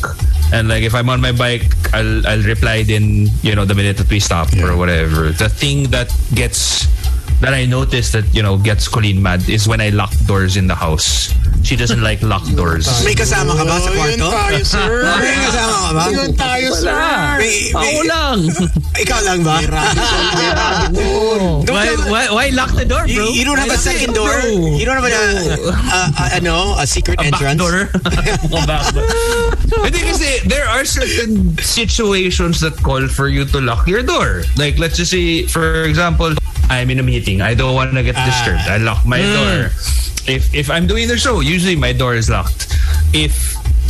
Speaker 6: And like, if I'm on my bike, I'll I'll reply then, you know, the minute that we stop or whatever. The thing that gets that I notice that you know gets Colleen mad is when I lock doors in the house. She doesn't like locked doors.
Speaker 4: May kasama ka ba sa kwarto?
Speaker 2: sir.
Speaker 4: May kasama ka ba?
Speaker 2: Yun tayo, sir.
Speaker 4: May, may,
Speaker 5: lang.
Speaker 4: ikaw lang ba? Don't
Speaker 5: Why,
Speaker 4: have-
Speaker 5: why why lock the door, bro?
Speaker 4: You, you don't have a second door. You don't have a, uh, uh, ano, a secret entrance.
Speaker 6: Hindi kasi there are certain situations that call for you to lock your door. Like let's just say for example, I'm in a meeting. I don't want to get
Speaker 4: Ah.
Speaker 6: disturbed. I lock
Speaker 4: Hmm.
Speaker 6: my door. If if I'm doing the show, usually my door is locked. If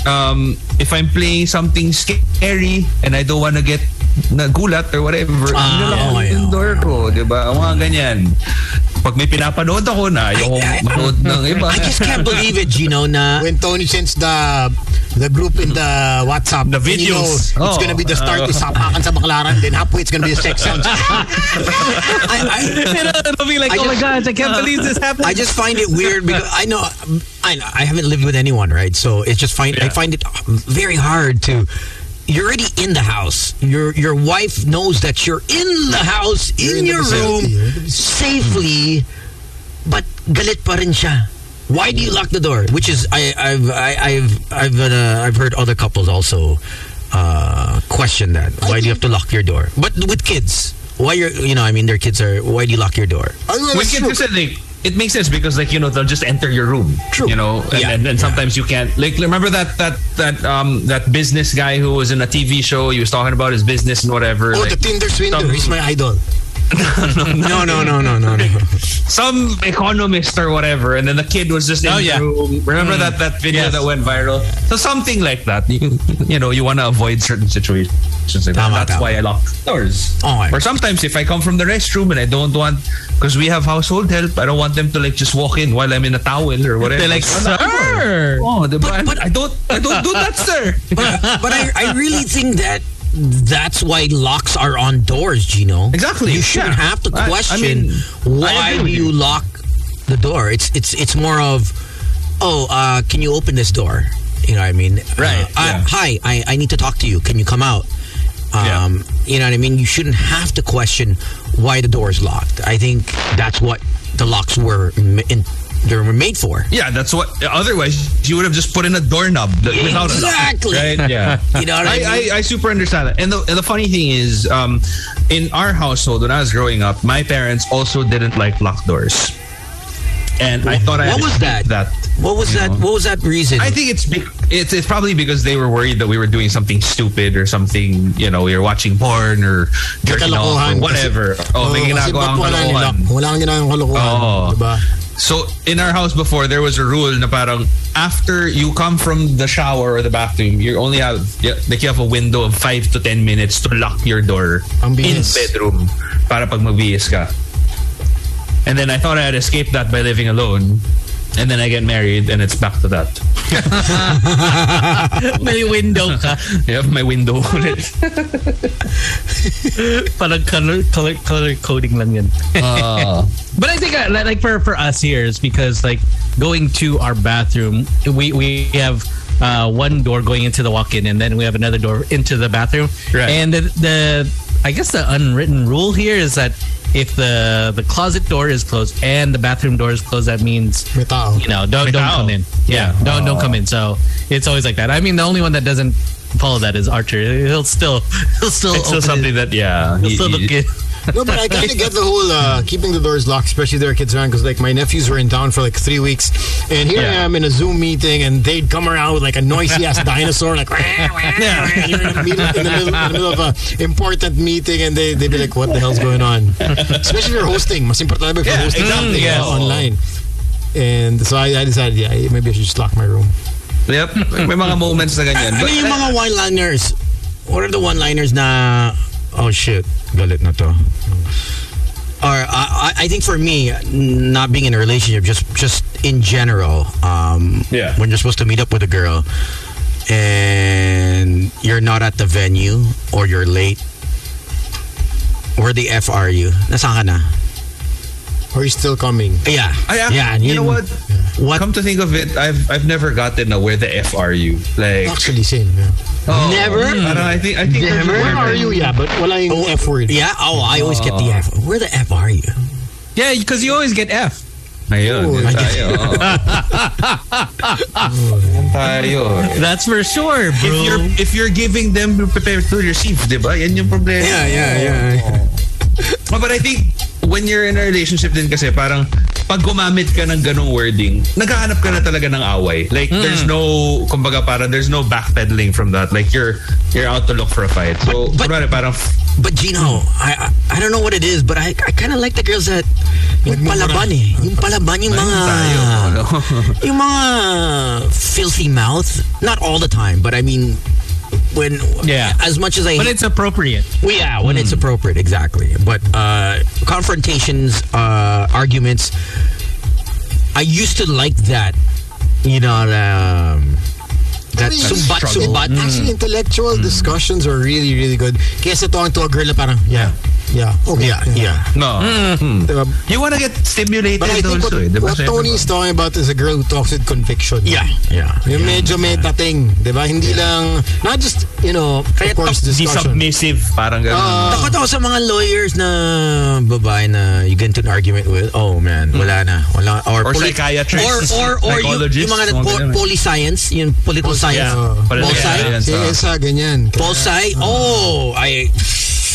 Speaker 6: um if I'm playing something scary and I don't want to get nagulat or whatever.
Speaker 4: Ah,
Speaker 6: Ah, ako
Speaker 4: okay,
Speaker 6: yung door ko, di ba? Ang Mga ganyan. Pag may pinapanood ako na, ayokong manood ng iba.
Speaker 4: I just can't believe it, Gino, na
Speaker 2: When Tony sends the the group in the WhatsApp,
Speaker 6: The
Speaker 2: then you know
Speaker 6: videos.
Speaker 2: it's
Speaker 6: Oh.
Speaker 2: gonna be the start is sapakan sa baklaran, then halfway it's gonna be the sex sounds.
Speaker 4: I,
Speaker 5: It'll be like,
Speaker 4: I
Speaker 5: oh my
Speaker 4: just-
Speaker 5: gosh, I can't believe this
Speaker 4: I,
Speaker 5: happened.
Speaker 4: I just find it weird because I know I know, I haven't lived with anyone, right? So it's just find I find it um, very hard to. You're already in the house. Your your wife knows that you're in the house,
Speaker 2: You're
Speaker 4: in
Speaker 2: in the
Speaker 4: your room,
Speaker 2: facility. You're in the
Speaker 4: safely, but galit pa rin siya. Why do you lock the door? Which is I, I've I, I've I've uh, I've heard other couples also uh, question that. Why do you have to lock your door? But with kids, why you're you know I mean their kids are. Why do you lock your door?
Speaker 2: I mean,
Speaker 6: With kids, kasi, like, it makes sense because like you know they'll just enter your room.
Speaker 4: True.
Speaker 6: You know, and,
Speaker 4: Yeah.
Speaker 6: and, and sometimes you can't. Like remember that that that um that business guy who was in a TV show. He was talking about his business and whatever.
Speaker 2: oh,
Speaker 6: like,
Speaker 2: the Tinder swindler
Speaker 6: Some-
Speaker 2: is my idol.
Speaker 4: No no no no no no.
Speaker 6: some economist or whatever, and then the kid was just in
Speaker 4: Oh,
Speaker 6: the
Speaker 4: yeah. Mm.
Speaker 6: room. Remember that that video that went viral? So something like that. You, you know, you want to avoid certain situations. Like that.
Speaker 4: Tama,
Speaker 6: That's
Speaker 4: tama.
Speaker 6: why I lock doors.
Speaker 5: Oh
Speaker 4: Okay.
Speaker 6: Or sometimes if I come from the restroom and I don't want, because we have household help, I don't want them to like just walk in while I'm in a towel or whatever.
Speaker 5: They're like,
Speaker 6: So, wala.
Speaker 5: sir.
Speaker 6: Oh, the
Speaker 4: But- but-
Speaker 6: I don't, I don't do that, sir.
Speaker 4: but but I, I really think that that's why locks are on doors, Gino.
Speaker 6: Exactly,
Speaker 4: You shouldn't
Speaker 6: yeah.
Speaker 4: have to
Speaker 6: I- I
Speaker 4: question
Speaker 6: mean, I
Speaker 4: why
Speaker 6: agree
Speaker 4: do you
Speaker 6: with
Speaker 4: lock the door. It's it's it's more of oh, uh, can you open this door? You know what I mean? Right.
Speaker 6: yeah.
Speaker 4: Hi, I, I need to talk to you. Can you come out? Um, You know what I mean? You shouldn't have to question why the door is locked. I think that's what the locks were m in, they were made for.
Speaker 6: Yeah, that's what. Otherwise, you would have just put in a doorknob that- without a lock.
Speaker 4: Exactly.
Speaker 6: Right? Yeah.
Speaker 4: You know what I, mean?
Speaker 6: I, I, I super understand that. And the, and the funny thing is, um, in our household, when I was growing up, my parents also didn't like locked doors. And I thought I
Speaker 4: What
Speaker 6: had
Speaker 4: was that?
Speaker 6: escaped
Speaker 4: What was
Speaker 6: you
Speaker 4: that?
Speaker 6: know?
Speaker 4: What was that reason?
Speaker 6: I think it's, bec- it's it's probably because they were worried that we were doing something stupid or something. You know, we were watching porn or jerking off
Speaker 2: Kalokohan kasi-
Speaker 6: or whatever. oh, may
Speaker 2: kasi
Speaker 6: ginagawa
Speaker 2: ba't
Speaker 6: kang
Speaker 2: wala
Speaker 6: kalokohan.
Speaker 2: nilang- Wala kang ginagawang kalokohan.
Speaker 6: Oo.
Speaker 2: Diba?
Speaker 6: So in our house before there was a rule na parang after you come from the shower or the bathroom, you only have yeah, like you have a window of 5 to 10 minutes to lock your door
Speaker 2: Ang
Speaker 6: in
Speaker 2: bilis.
Speaker 6: bedroom para pag mabihis ka. And then I thought I had escaped that by living alone. And then I get married and it's back to that.
Speaker 5: May window ka.
Speaker 6: You have my window ulit.
Speaker 5: Parang color, color, color coding lang yun.
Speaker 6: Uh,
Speaker 5: But I think uh, li- like for for us here is because like going to our bathroom, we we have uh, one door going into the walk-in, and then we have another door into the bathroom.
Speaker 6: Right.
Speaker 5: And the, the I guess the unwritten rule here is that if the the closet door is closed and the bathroom door is closed, that means
Speaker 2: May tao.
Speaker 5: you know don't don't
Speaker 6: Without.
Speaker 5: come in. Yeah, don't don't come in. So it's always like that. I mean, the only one that doesn't follow that is Archer. He'll still he'll still
Speaker 6: it's still
Speaker 5: open
Speaker 6: something
Speaker 5: his-
Speaker 6: that yeah.
Speaker 5: He'll
Speaker 6: you-
Speaker 5: still
Speaker 6: you-
Speaker 5: look in.
Speaker 2: No, but I kind of get the whole uh, keeping the doors locked, especially their kids around, because like my nephews were in town for like three weeks, and here I
Speaker 6: Yeah.
Speaker 2: am in a Zoom meeting, and they'd come around with like a noisy ass dinosaur, like and you're in the, middle, in, the middle, in the middle of an important meeting, and they they'd be like, "What the hell's going on?" especially if you're hosting, mas importante if you're
Speaker 6: Yeah,
Speaker 2: hosting
Speaker 6: exactly,
Speaker 2: something
Speaker 6: yes.
Speaker 2: uh, online. And so I, I decided, yeah, maybe I should just lock my room.
Speaker 6: Yep. May mga moments na ganyan.
Speaker 4: ano
Speaker 6: But-
Speaker 4: yung mga one-liners? What are the one-liners na oh shit, galit na to. Or I, I- I think for me, not being in a relationship, just just in general, um,
Speaker 6: Yeah.
Speaker 4: when you're supposed to meet up with a girl and you're not at the venue or you're late, where the f are you? Nasaan ka na?
Speaker 2: Or you still coming?
Speaker 4: Yeah,
Speaker 6: I actually,
Speaker 4: yeah.
Speaker 6: you know
Speaker 4: yun-
Speaker 6: what?
Speaker 4: What?
Speaker 6: Come to think of it, I've I've never gotten a where the f are you like
Speaker 2: Actually, same. Yeah.
Speaker 6: oh,
Speaker 4: Never?
Speaker 6: parang I think I think there's a
Speaker 2: Where
Speaker 6: word.
Speaker 2: are you? Yeah, but wala yung F word.
Speaker 4: Yeah. Oh, I always get the F. Where the F are you?
Speaker 5: Yeah, because you always get F.
Speaker 6: Ayun, yun
Speaker 2: Ay.
Speaker 6: tayo.
Speaker 2: Oh,
Speaker 6: Yun tayo.
Speaker 5: That's for sure, bro.
Speaker 6: If you're if you're giving them you're prepared to receive, di ba? Yan yung problema.
Speaker 4: Yeah, yeah, yeah.
Speaker 6: Oh, but I think when you're in a relationship din kasi parang pag gumamit ka ng ganong wording, naghahanap ka na talaga ng away. Like
Speaker 4: Hmm.
Speaker 6: there's no kumbaga parang there's no backpedaling from that. Like you're you're out to look for a fight. So
Speaker 4: But- but-
Speaker 6: kunwari, parang
Speaker 4: But Gino, I, I I don't know what it is, but I I kind of like the girls that yung palaban eh. Yung palaban yung mga
Speaker 6: tayo. ano?
Speaker 4: Ah. yung mga filthy mouth. Not all the time, but I mean when
Speaker 5: Yeah.
Speaker 4: as much as I
Speaker 5: But it's appropriate. Hmm.
Speaker 4: Well, yeah, when it's appropriate, exactly. But uh, confrontations, uh, arguments, I used to like that. You know, um, that
Speaker 2: Really,
Speaker 4: sumbat
Speaker 2: struggle. Hmm.
Speaker 4: sumbat.
Speaker 2: Actually, intellectual
Speaker 4: Mm.
Speaker 2: discussions are really, really good. Kesa talking to a girl na parang, yeah, yeah,
Speaker 4: Oh,
Speaker 2: okay,
Speaker 4: Yeah, Hmm. yeah.
Speaker 6: No. Hmm.
Speaker 2: Diba?
Speaker 6: You wanna get stimulated
Speaker 2: But I think
Speaker 6: also. eh.
Speaker 2: what,
Speaker 6: Diba,
Speaker 2: what
Speaker 6: syempre,
Speaker 2: Tony is talking about is a girl who talks with conviction.
Speaker 4: Yeah, yeah.
Speaker 2: Yung medyo may dating, di ba? Hindi lang, not just, you know, of course,
Speaker 6: Di
Speaker 2: discussion.
Speaker 6: submissive. Parang ganun.
Speaker 2: Uh,
Speaker 4: Takot ako sa mga lawyers na babae na you get into an argument with, oh man, wala na. Wala, or,
Speaker 6: Hmm. Or
Speaker 4: polit-
Speaker 6: psychiatrists,
Speaker 4: Or, or, or yung,
Speaker 6: psychologists,
Speaker 4: yung mga
Speaker 6: mga
Speaker 4: po-
Speaker 6: ganun.
Speaker 4: poli-science, yung political science.
Speaker 6: Political
Speaker 4: Bosai?
Speaker 6: science.
Speaker 2: si
Speaker 6: ah.
Speaker 2: Esa, ganyan.
Speaker 4: Bosai? Oh, I...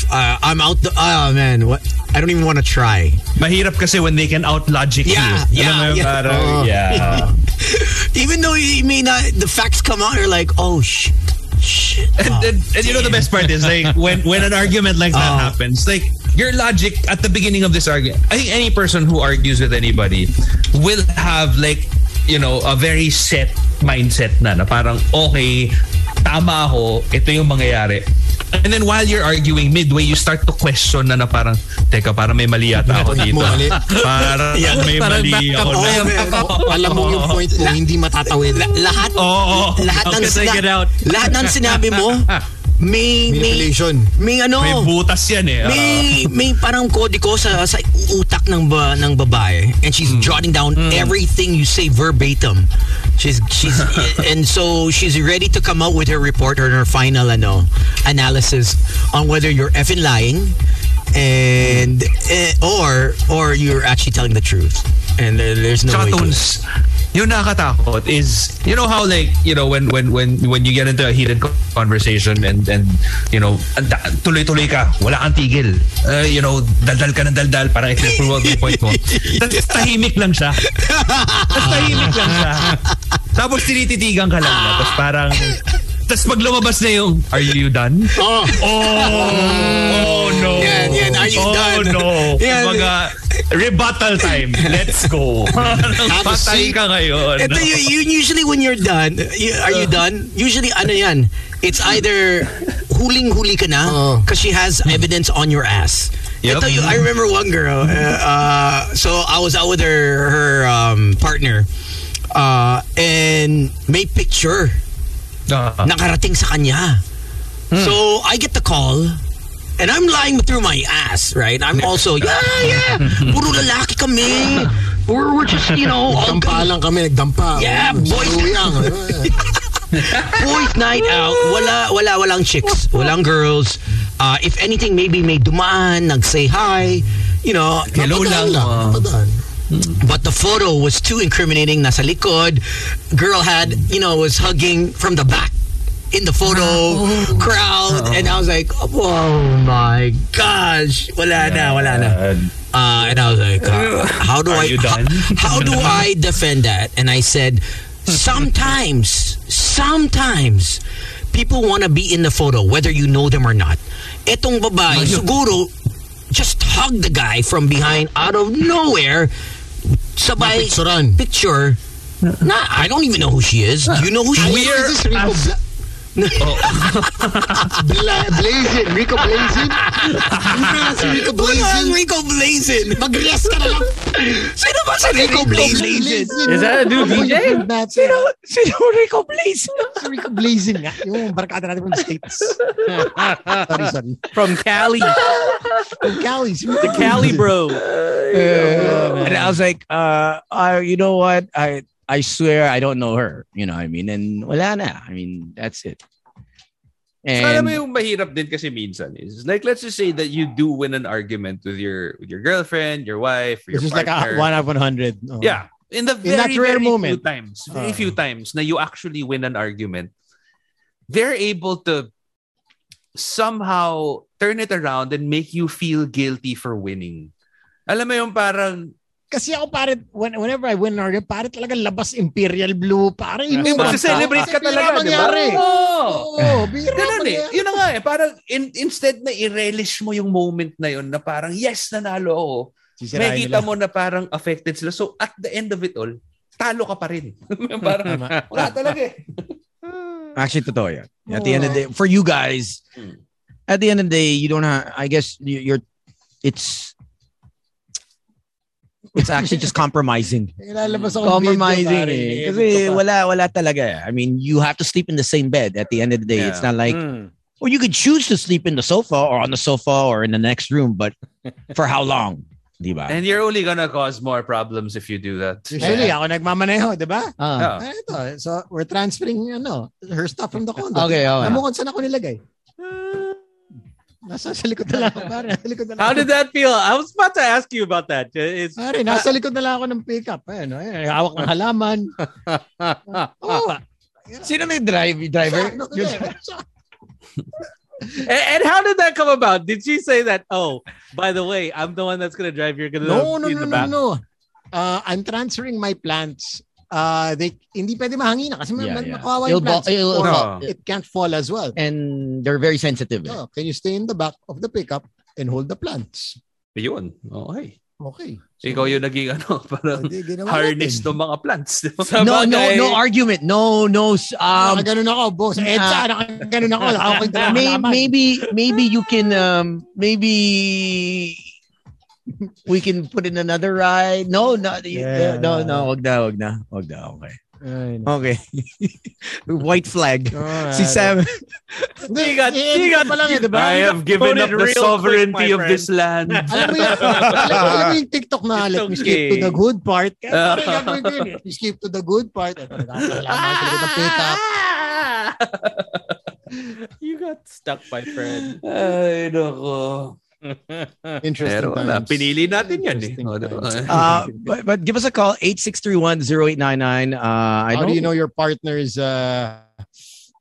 Speaker 4: Uh, I'm out the... Oh, man. What? I don't even want to try.
Speaker 6: Mahirap kasi when they can out-logic
Speaker 4: Yeah,
Speaker 6: you.
Speaker 4: yeah,
Speaker 6: Alam mo yung
Speaker 4: yeah.
Speaker 6: parang,
Speaker 2: Oh.
Speaker 6: yeah.
Speaker 4: Even though you may not... The facts come out, you're like, oh, shit. Shit.
Speaker 6: and, and, and you know the best part is like when when an argument like that
Speaker 5: Uh-huh.
Speaker 6: happens, like your logic at the beginning of this argument. I think any person who argues with anybody will have like you know a very set mindset na na parang okay, tama ako, ito yung mangyayari. And then while you're arguing midway, you start to question na na parang, teka, parang may mali yata ako dito.
Speaker 2: Mali.
Speaker 6: parang may
Speaker 5: Parang
Speaker 6: mali
Speaker 5: back up
Speaker 6: ako.
Speaker 2: Oh,
Speaker 6: na-
Speaker 2: man. Alam mo yung point mo, hindi matatawid.
Speaker 4: Lahat...
Speaker 6: Oo.
Speaker 4: lahat
Speaker 5: How
Speaker 4: ng
Speaker 5: can I
Speaker 4: sina-
Speaker 5: get out?
Speaker 4: Lahat ng sinabi mo, may...
Speaker 2: May
Speaker 4: May,
Speaker 2: relation.
Speaker 4: may ano...
Speaker 6: May butas yan eh. Ah.
Speaker 4: may may parang kodiko sa sa utak ng ba, ng babae and she's
Speaker 6: Mm.
Speaker 4: jotting down everything you say verbatim. She's she's and so she's ready to come out with her report or her final ano analysis on whether you're effing lying and eh, or or you're actually telling the truth. And there- there's no
Speaker 6: Tsaka
Speaker 4: way to it.
Speaker 6: tunes, yung nakakatakot is, you know how like, you know, when when when when you get into a heated conversation and and you know, and- tuloy-tuloy ka, wala kang tigil. Uh, you know, daldal ka ng daldal para i-prove out yung point mo. Tapos tahimik lang siya. Tapos tahimik lang siya. Tapos tinititigan ka lang na. Tapos parang, tapos pag lumabas na yung, are you done?
Speaker 2: Oh,
Speaker 6: Oh, no.
Speaker 4: Yan, yan. Are you
Speaker 6: oh,
Speaker 4: done?
Speaker 6: no.
Speaker 4: Yan.
Speaker 6: Kumbaga, rebuttal time. Let's go. Patay ka ngayon.
Speaker 4: Ito, you, you usually when you're done, you- are you done? Usually ano yan, it's either huling-huli ka na
Speaker 2: Oo.
Speaker 4: because she has evidence on your ass.
Speaker 6: Yep.
Speaker 4: Ito, you, I remember one girl. Uh, uh, so I was out with her her um, partner uh, and may picture
Speaker 6: Ah.
Speaker 4: nakarating sa kanya. So I get the call and I'm lying through my ass, right? I'm also, yeah, yeah, puro lalaki kami. We're, we're just, you know, all
Speaker 2: dampa lang kami, nagdampa.
Speaker 4: Yeah,
Speaker 2: Oh,
Speaker 4: boys.
Speaker 2: Luyang.
Speaker 4: boys night out, wala, wala, walang chicks, walang girls. Uh, if anything, maybe may dumaan, nag-say hi, you know.
Speaker 2: Hello lang. Napadaan.
Speaker 4: But the photo was too incriminating. Nasa likod, girl had, you know, was hugging from the back in the photo crowd. And I was like, oh my gosh, wala na, wala na. Uh, and I was like, uh, how do I
Speaker 6: you
Speaker 4: ho-
Speaker 6: done?
Speaker 4: how do I defend that? And I said, sometimes, sometimes people want to be in the photo whether you know them or not. Etong babae siguro just hug the guy from behind out of nowhere. Sabay
Speaker 2: Napicturan.
Speaker 4: picture. Nah, I don't even know who she is. Do you know who she
Speaker 2: Is
Speaker 4: is?
Speaker 2: this Rico Bla-
Speaker 6: Oh.
Speaker 2: Bla- Blazin. Rico Blazin? Ano na si Rico
Speaker 4: Wala
Speaker 2: Blazin?
Speaker 4: ang Rico Blazin.
Speaker 2: Mag-rest ka na lang.
Speaker 4: Sino ba si Rico Blazin?
Speaker 2: Is that a new DJ?
Speaker 4: Sino, sino Rico Blazin?
Speaker 2: Si Rico Blazin nga. Yung barkada natin from the States. sorry, sorry.
Speaker 8: From Cali,
Speaker 2: From Cali. Si Rico
Speaker 8: the Cali
Speaker 2: Blazin.
Speaker 8: bro. and I was like, uh, uh, you know what? I I swear I don't know her. You know, what I mean, and wala na. I mean, that's it.
Speaker 3: So, alam mo
Speaker 8: And
Speaker 3: yung mahirap din kasi minsan is like let's just say that you do win an argument with your with your girlfriend, your wife, or your
Speaker 9: It's just like
Speaker 3: partner.
Speaker 9: a one out of 100. Oh.
Speaker 3: Yeah. In the very,
Speaker 9: that
Speaker 3: very
Speaker 9: rare
Speaker 3: few
Speaker 9: moment.
Speaker 3: times, very
Speaker 9: Ah.
Speaker 3: few times na you actually win an argument, they're able to somehow turn it around and make you feel guilty for winning. Alam mo yung parang
Speaker 9: Kasi ako pare, when, whenever I win an argument, pare talaga labas Imperial Blue. Pare,
Speaker 3: eh,
Speaker 9: inuman.
Speaker 3: magse-celebrate ka
Speaker 9: Kasi
Speaker 3: talaga, di
Speaker 9: bira
Speaker 3: ba?
Speaker 9: mangyari.
Speaker 3: Oo.
Speaker 9: Oo, bira
Speaker 3: Ganun eh.
Speaker 9: mangyari.
Speaker 3: Yun na nga eh. Parang in- instead na i-relish mo yung moment na yun na parang yes, nanalo ako.
Speaker 9: Sisirain
Speaker 3: May kita
Speaker 9: nila.
Speaker 3: mo na parang affected sila. So at the end of it all, talo ka pa rin. parang wala talaga eh.
Speaker 4: Actually, totoo yan. At the end of the day, for you guys, at the end of the day, you don't have, I guess you- you're, it's, it's actually just compromising.
Speaker 2: Ilalabas ako
Speaker 4: Compromising eh. Kasi wala, wala talaga. I mean, you have to sleep in the same bed at the end of the day. It's not like, or you could choose to sleep in the sofa or on the sofa or in the next room, but for how long? Di ba?
Speaker 6: And you're only gonna cause more problems if you do that.
Speaker 2: Usually, ako nagmamaneho, di ba?
Speaker 4: Ah.
Speaker 2: Ah, ito. So, we're transferring ano, her stuff from the condo.
Speaker 4: okay, okay.
Speaker 2: Alam mo kung saan ako nilagay? Nasa sa likod na lang ako, pare. Nasa likod na lang
Speaker 5: How
Speaker 2: ako.
Speaker 5: did that feel? I was about to ask you about that. It's
Speaker 2: Pare, nasa
Speaker 5: Ah.
Speaker 2: likod na lang ako ng pickup. Ayun, ayun, ayun, hawak ng halaman. Oo. Oh,
Speaker 4: Sino may drive, driver?
Speaker 5: and, and how did that come about? Did she say that? Oh, by the way, I'm the one that's gonna drive. You're gonna
Speaker 2: No, no,
Speaker 5: be
Speaker 2: no,
Speaker 5: in the
Speaker 2: no,
Speaker 5: back.
Speaker 2: no. Uh, I'm transferring my plants. Uh, they hindi pwede mahangin na kasi may
Speaker 4: Yeah,
Speaker 2: yeah,
Speaker 4: yeah.
Speaker 2: makawawa
Speaker 4: It'll
Speaker 2: yung
Speaker 4: fall-
Speaker 2: plants.
Speaker 4: it'll
Speaker 2: or
Speaker 4: fall.
Speaker 2: It can't fall as well.
Speaker 4: And they're very sensitive. eh.
Speaker 2: So, can you stay in the back of the pickup and hold the plants?
Speaker 6: Yun. Okay.
Speaker 2: Okay.
Speaker 6: Ikaw yung naging ano, parang
Speaker 2: Hindi, ginawa
Speaker 6: harness
Speaker 2: natin.
Speaker 6: ng mga plants. di ba?
Speaker 4: No, no,
Speaker 5: Sabagay.
Speaker 4: no argument. No, no. s- Um,
Speaker 2: Nakaganon ako, boss. Edsa, nakaganon ako. Ako yung dalawa
Speaker 4: may,
Speaker 2: naman.
Speaker 4: maybe, maybe you can, um, maybe we can put in another ride. No, no,
Speaker 2: Yeah.
Speaker 4: no, no. Wag na, wag na, wag na. Okay.
Speaker 2: Ay, no.
Speaker 4: Okay. White flag.
Speaker 2: Alright.
Speaker 4: Si Sam.
Speaker 2: Hindi, hindi pa lang eh, di ba?
Speaker 6: I have given
Speaker 5: Put
Speaker 6: up
Speaker 5: it
Speaker 6: the
Speaker 5: real quick,
Speaker 6: sovereignty
Speaker 5: my
Speaker 6: of this land.
Speaker 2: Alam mo yung, alam mo- alam mo yung Uh, TikTok na
Speaker 5: It's
Speaker 2: let me skip
Speaker 5: okay.
Speaker 2: to the good part. Kaya
Speaker 6: Ah.
Speaker 2: parang gagawin ko yun eh. Let me skip to the good part. Ito, nakakalaman ko ng pick-up.
Speaker 5: You got stuck, my friend.
Speaker 6: Ay, nako.
Speaker 2: Interesting
Speaker 6: Pero wala,
Speaker 2: times.
Speaker 6: pinili natin yan eh.
Speaker 2: Interesting
Speaker 6: O, diba?
Speaker 2: times.
Speaker 4: Uh, but, but give us a call 8631-0899. Uh, I
Speaker 2: How
Speaker 4: don't
Speaker 2: do you know your partner's uh,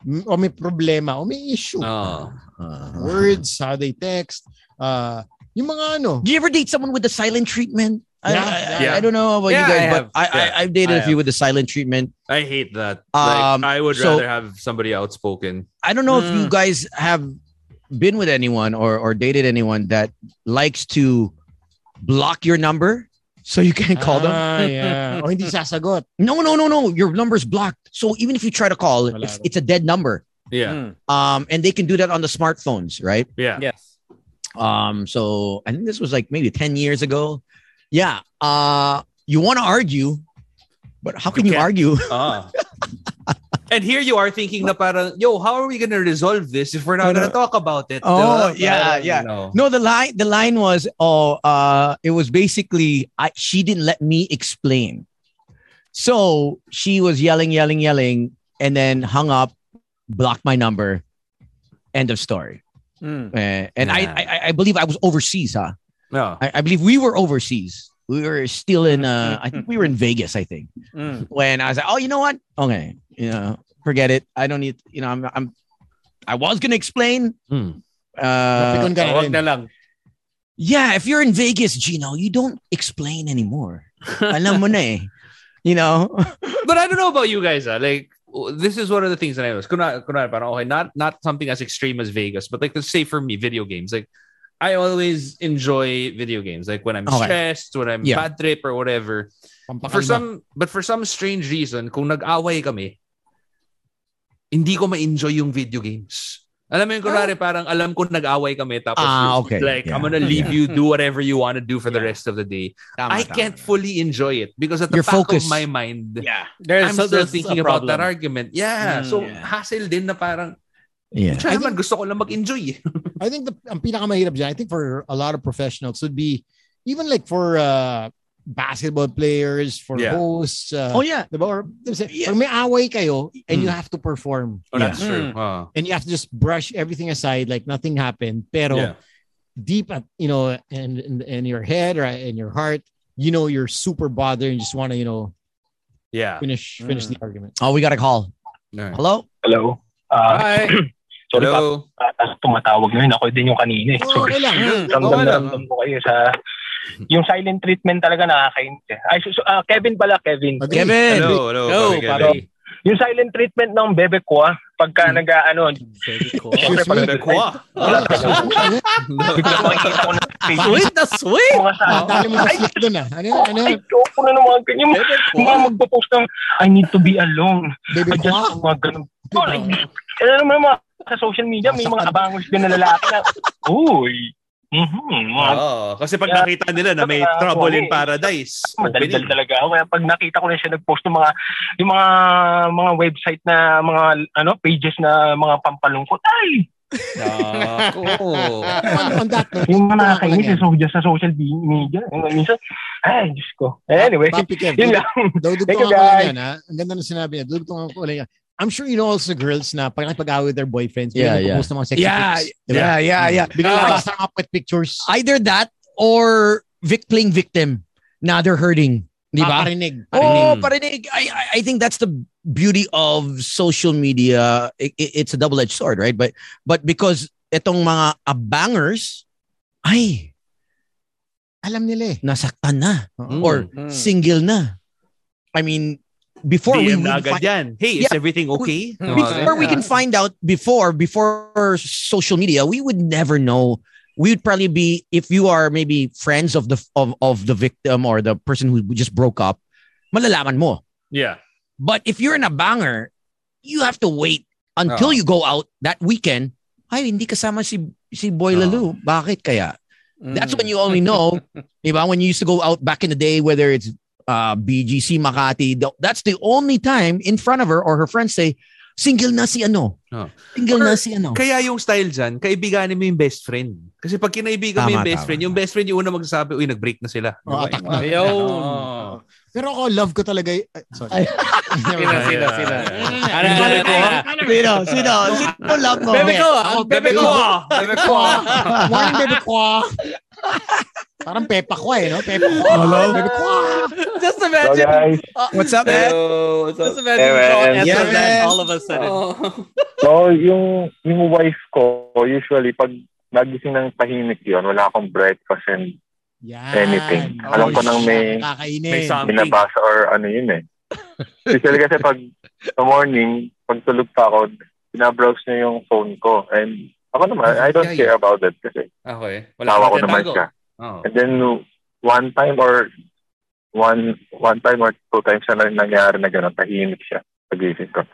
Speaker 2: m- o may problema o may issue? Uh,
Speaker 6: Oo.
Speaker 2: Words, how they text, uh, yung mga ano.
Speaker 4: Do you ever date someone with the silent treatment? I- I,
Speaker 2: Yeah,
Speaker 4: I,
Speaker 6: yeah.
Speaker 4: I don't know about
Speaker 6: Yeah,
Speaker 4: you guys,
Speaker 6: I
Speaker 4: but
Speaker 6: have.
Speaker 4: I,
Speaker 6: Yeah,
Speaker 4: I, I've dated
Speaker 6: I
Speaker 4: a few with the silent treatment.
Speaker 6: I hate that.
Speaker 4: Um,
Speaker 6: like, I would
Speaker 4: so-
Speaker 6: rather have somebody outspoken.
Speaker 4: I don't know if you
Speaker 6: Hmm.
Speaker 5: Mm.
Speaker 4: guys have been with anyone or, or dated anyone that likes to block your number so you can't call them.
Speaker 2: Ah, yeah. o hindi sasagot.
Speaker 4: No, no, no, no. Your number's blocked. So even if you try to call,
Speaker 2: Wala
Speaker 4: it's,
Speaker 2: rin.
Speaker 4: it's a dead number.
Speaker 6: Yeah.
Speaker 2: Hmm.
Speaker 5: Mm,
Speaker 4: Um, and they can do that on the smartphones, right?
Speaker 6: Yeah.
Speaker 5: yes.
Speaker 4: Um, so I think this was like maybe 10 years ago. Yeah. Uh, you want to argue, but how can you
Speaker 6: can't.
Speaker 4: argue?
Speaker 6: Ah. And here you are thinking na parang, yo, how are we gonna resolve this if we're not gonna talk about it?
Speaker 4: Oh,
Speaker 6: Diba?
Speaker 4: yeah,
Speaker 6: Parang,
Speaker 4: yeah.
Speaker 6: you know.
Speaker 4: No, the line the line was oh uh it was basically I she didn't let me explain. So she was yelling, yelling, yelling, and then hung up, blocked my number. End of story.
Speaker 5: Mm.
Speaker 4: Eh, and I
Speaker 6: Yeah.
Speaker 4: I, I I believe I was overseas, huh?
Speaker 6: Yeah.
Speaker 4: I, I believe we were overseas. We were still in uh I think we were in Vegas, I think.
Speaker 5: Mm.
Speaker 4: When I was like, Oh, you know what? Okay, you know, forget it. I don't need you know, I'm I'm I was gonna explain.
Speaker 2: Hmm.
Speaker 6: Mm.
Speaker 4: Uh,
Speaker 2: Pikon ka na
Speaker 5: Wag
Speaker 2: rin.
Speaker 5: na lang.
Speaker 4: Yeah, if you're in Vegas, Gino, you don't explain anymore. Alam mo na eh. You know?
Speaker 6: but I don't know about you guys. ah. Like w- this is one of the things that I was. Kunwari, kunwari, parang, okay, not not something as extreme as Vegas, but like let's say for me, video games. Like I always enjoy video games. Like when I'm
Speaker 4: Okay.
Speaker 6: stressed, when I'm
Speaker 4: Yeah.
Speaker 6: bad trip or whatever.
Speaker 2: Pampakalma.
Speaker 6: For some, but for some strange reason, kung nag-away kami, hindi ko ma-enjoy yung video games. Alam mo yung kunwari, parang alam ko nag-away kami tapos
Speaker 4: Ah, okay.
Speaker 6: like,
Speaker 4: Yeah.
Speaker 6: I'm gonna leave you, do whatever you want to do for the rest of the day. I can't fully enjoy it because at the
Speaker 4: You're
Speaker 6: back
Speaker 4: focused.
Speaker 6: of my mind,
Speaker 4: Yeah.
Speaker 5: There's,
Speaker 6: I'm
Speaker 5: so,
Speaker 6: still
Speaker 5: there's
Speaker 6: thinking
Speaker 5: a
Speaker 6: about that
Speaker 5: problem.
Speaker 6: argument. Hmm,
Speaker 2: Hmm.
Speaker 6: Yeah.
Speaker 5: Mm.
Speaker 6: so,
Speaker 4: Yeah.
Speaker 6: hassle din na parang,
Speaker 4: Yeah.
Speaker 6: try man, gusto ko lang mag-enjoy. eh."
Speaker 2: I think the ang pinakamahirap dyan, I think for a lot of professionals would be even like for uh, basketball players, for
Speaker 6: Yeah.
Speaker 2: hosts, uh,
Speaker 4: Oh yeah.
Speaker 2: diba? Or, kasi
Speaker 4: Yeah.
Speaker 2: pag may away kayo and you
Speaker 6: Mm.
Speaker 2: have to perform
Speaker 6: Oh, that's
Speaker 5: Yeah.
Speaker 6: true.
Speaker 5: Mm.
Speaker 6: Ah.
Speaker 2: and you have to just brush everything aside like nothing happened. Pero
Speaker 6: Yeah.
Speaker 2: deep at you know and in, in your head or in your heart, you know you're super bothered and just want to you know
Speaker 6: Yeah.
Speaker 2: finish finish the argument.
Speaker 4: Oh, we got a call.
Speaker 6: Alright.
Speaker 4: Hello?
Speaker 7: Hello. Ah,
Speaker 6: Hi.
Speaker 7: sorry pa,
Speaker 6: Hello. Hmm.
Speaker 7: ah, tumatawag na yun. Ako din yung kanina. eh.
Speaker 2: Oh, okay
Speaker 7: Sorry.
Speaker 2: lang.
Speaker 7: Ramdam
Speaker 6: Okay
Speaker 7: na
Speaker 6: lang.
Speaker 7: ramdam ko kayo sa... Yung silent treatment talaga nakakainis. eh. Ay, so, so, ah, Kevin pala, Kevin.
Speaker 2: Agree.
Speaker 4: Kevin.
Speaker 6: Hello. Hello.
Speaker 5: Hello,
Speaker 6: Pare Kevin.
Speaker 5: pare.
Speaker 7: Yung silent treatment ng bebe ko, ah, pagka
Speaker 2: Hmm.
Speaker 7: nag ano,
Speaker 2: Excuse me.
Speaker 6: Pare ko, ah.
Speaker 7: bigla makikita ko na sa Facebook
Speaker 5: Sweet, that's sweet.
Speaker 7: mga sa
Speaker 2: Ah, dali mo sa slip dun ah. Ano yun? Ano
Speaker 7: Ay,
Speaker 2: yun?
Speaker 7: ko na ng mga ganyan. Mga magpo-post ng, I need to be alone.
Speaker 2: Baby
Speaker 7: I
Speaker 2: ko.
Speaker 7: just, mga ganun.
Speaker 10: Sorry. Kaya naman yung mga sa social media, may mga abangos din na lalaki na, uy,
Speaker 7: Mm-hmm.
Speaker 10: mhm, mga
Speaker 6: Oo. Kasi pag nakita nila na may trouble in paradise,
Speaker 10: madaldal
Speaker 6: opening.
Speaker 10: talaga ako. Kaya pag nakita ko na siya nagpost ng mga yung mga mga website na mga ano pages na mga pampalungkot. Ay,
Speaker 6: Nako.
Speaker 2: on, on that note,
Speaker 10: yung mga
Speaker 2: Ito lang
Speaker 10: nakakainis
Speaker 2: yan.
Speaker 10: sa social sa social media. Yung minsan, ay, Diyos ko. Anyway,
Speaker 2: Papi Kev,
Speaker 10: yun lang. Thank
Speaker 2: Dudugtungan
Speaker 10: you,
Speaker 2: ko lang
Speaker 10: guys.
Speaker 2: yan, ha? Ang ganda ng sinabi niya. Dudugtungan ko lang yan. I'm sure you know also girls na pag nakipag-away with their boyfriends,
Speaker 4: Yeah,
Speaker 2: yeah,
Speaker 4: yeah.
Speaker 2: yeah. post ng mga sexy
Speaker 4: Yeah,
Speaker 2: pics. Diba?
Speaker 4: yeah, yeah, yeah.
Speaker 2: Bigla
Speaker 4: Ah.
Speaker 2: nabasa ng pet pictures.
Speaker 4: Either that or vic- playing victim. Now they're hurting. Di ba?
Speaker 2: Paparinig.
Speaker 4: Oh, parinig. I, I- I think that's the beauty of social media. I- i- it's a double-edged sword, right? But but because itong mga abangers, ay,
Speaker 2: Alam nila eh.
Speaker 4: nasaktan na.
Speaker 2: Oo.
Speaker 4: Or single na. I mean, before we
Speaker 6: DM
Speaker 4: would
Speaker 6: na agad
Speaker 4: find-
Speaker 6: yan. Hmm. Hey, is everything okay?
Speaker 4: before we can find out before before social media we would never know we would probably be if you are maybe friends of the of, of the victim or the person who just broke up malalaman mo
Speaker 6: Yeah.
Speaker 4: but if you're in a banger you have to wait
Speaker 6: Oh.
Speaker 4: until you go out that weekend ay hindi kasama si si Boy Lalu
Speaker 6: Oh.
Speaker 4: bakit kaya that's when you only know diba when you used to go out back in the day whether it's uh, BGC Makati th- that's the only time in front of her or her friends say single na si ano
Speaker 6: Oh.
Speaker 4: single na
Speaker 6: Or-
Speaker 4: si ano
Speaker 6: Kaya yung style dyan, kaibiganin mo yung best friend. Kasi pag kinaibigan mo
Speaker 4: Tama,
Speaker 6: yung best
Speaker 4: tama.
Speaker 6: friend, yung best friend yung una magsasabi, uy, nag-break na sila. Diba?
Speaker 2: Oh, attack na.
Speaker 5: Yo.
Speaker 6: Oh.
Speaker 2: Pero ako, love ko talaga. y- Ay, sorry. Never
Speaker 5: Sila,
Speaker 2: mind.
Speaker 5: sila, sila. Ano, ano,
Speaker 2: Bebe
Speaker 5: ano,
Speaker 2: ko,
Speaker 5: ano?
Speaker 4: sino sino sino love mo
Speaker 5: Bebe ko, ah, bebe ko, ah, bebe ko. ah.
Speaker 2: Morning, baby kwa. Parang pepa kwa eh, no? Pepa kwa.
Speaker 5: Hello?
Speaker 2: Baby kwa.
Speaker 5: Just
Speaker 10: So,
Speaker 5: imagine,
Speaker 10: guys,
Speaker 5: Oh.
Speaker 4: what's up
Speaker 2: Uh,
Speaker 4: man
Speaker 6: Hello.
Speaker 5: just imagine
Speaker 10: Yeah,
Speaker 5: John
Speaker 10: man. Oh.
Speaker 5: Ethel
Speaker 4: Yeah,
Speaker 5: then
Speaker 4: man.
Speaker 5: Oh, all of a sudden.
Speaker 6: Oh.
Speaker 10: so yung yung wife ko usually pag nagising ng tahimik yun, wala akong breakfast and
Speaker 2: Yan.
Speaker 10: Anything.
Speaker 4: Oh,
Speaker 10: Alam ko nang may-
Speaker 2: Kakainin.
Speaker 6: May something.
Speaker 10: binabasa or ano yun eh. Usually kasi pag sa morning, pag tulog pa ako, binabrowse niya yung phone ko. And ako naman, I don't care about it kasi
Speaker 6: Okay.
Speaker 10: tawa
Speaker 6: kang
Speaker 10: ko
Speaker 6: Oh.
Speaker 10: naman
Speaker 6: tatago.
Speaker 10: siya.
Speaker 6: Oo.
Speaker 10: And then one time or one one time or two times na lang nangyari na gano'n, tahimik siya. Pag-isip ko.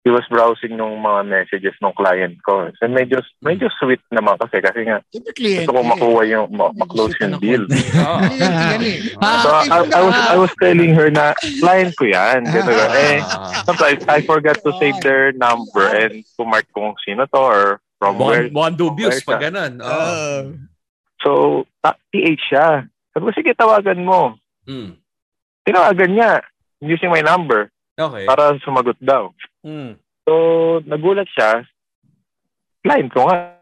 Speaker 10: He was browsing nung mga messages ng client ko. So medyo, medyo sweet naman kasi kasi nga
Speaker 2: Siyempre, kliyente.
Speaker 10: gusto ko makuha eh. yung, ma- ma-close
Speaker 2: Sweet na
Speaker 10: yung
Speaker 2: naku-
Speaker 10: deal.
Speaker 6: Oo. Ah,
Speaker 2: Kliyente yan eh.
Speaker 10: So I, I was I was telling her na client ko yan. Ganun, ganun. eh,
Speaker 6: Ah.
Speaker 10: sometimes I forgot to save their number and kumark kung sino to or from where.
Speaker 6: Bond, bond abuse, pag
Speaker 10: Where siya?
Speaker 6: ganun. Ah, Oo.
Speaker 10: So, ta- TH siya. Sabi ko, sige, tawagan mo.
Speaker 6: Mm.
Speaker 10: Tinawagan niya using my number
Speaker 6: Okay. Hmm.
Speaker 10: para sumagot daw.
Speaker 5: Mm.
Speaker 10: So, nagulat siya. Client ko nga.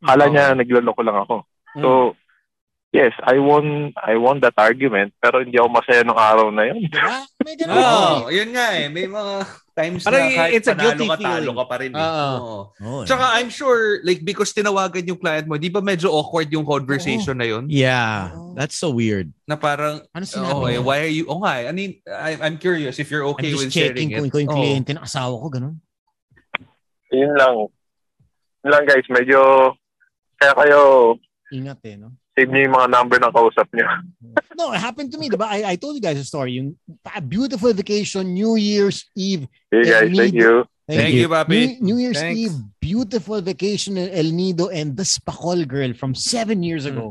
Speaker 10: Kala niya naglaloko lang ako. So, yes, I won I won that argument pero hindi ako masaya nung araw na yun.
Speaker 2: Diba? May ganun.
Speaker 6: Oo, yun nga eh. May mga times
Speaker 5: Parang
Speaker 6: na kahit
Speaker 5: it's a
Speaker 6: panalo
Speaker 5: guilty
Speaker 6: ka, talo
Speaker 5: feeling.
Speaker 6: ka pa rin. Eh.
Speaker 5: Oo.
Speaker 6: Oo.
Speaker 9: Oh,
Speaker 6: Tsaka I'm sure, like, because tinawagan yung client mo, di ba medyo awkward yung conversation na yun?
Speaker 9: yeah.
Speaker 6: Oh.
Speaker 4: that's so weird
Speaker 6: Na parang,
Speaker 2: Ano sinabi
Speaker 6: oh, eh,
Speaker 2: niya?
Speaker 6: why are you, oh nga, I mean, I, I'm curious if you're
Speaker 2: I'm
Speaker 6: okay
Speaker 2: just
Speaker 6: with
Speaker 2: checking
Speaker 6: sharing
Speaker 2: kung
Speaker 6: it. Oh.
Speaker 2: ikaw yung
Speaker 6: Oo.
Speaker 2: kliyente ng asawa ko, ganun.
Speaker 10: Yun lang. Yun lang guys, medyo kaya kayo
Speaker 2: Ingat eh, no?
Speaker 10: save niyo yung mga number ng kausap niyo.
Speaker 2: No, it happened to me, diba? I, I told you guys a story. Yung a beautiful vacation, New Year's Eve.
Speaker 10: Hey
Speaker 2: Yeah,
Speaker 10: guys,
Speaker 2: me
Speaker 10: thank
Speaker 2: too.
Speaker 10: you.
Speaker 6: Thank you, papi.
Speaker 2: New, New Year's
Speaker 5: Thanks.
Speaker 2: Eve, beautiful vacation in El Nido and this Pacol girl from seven years ago.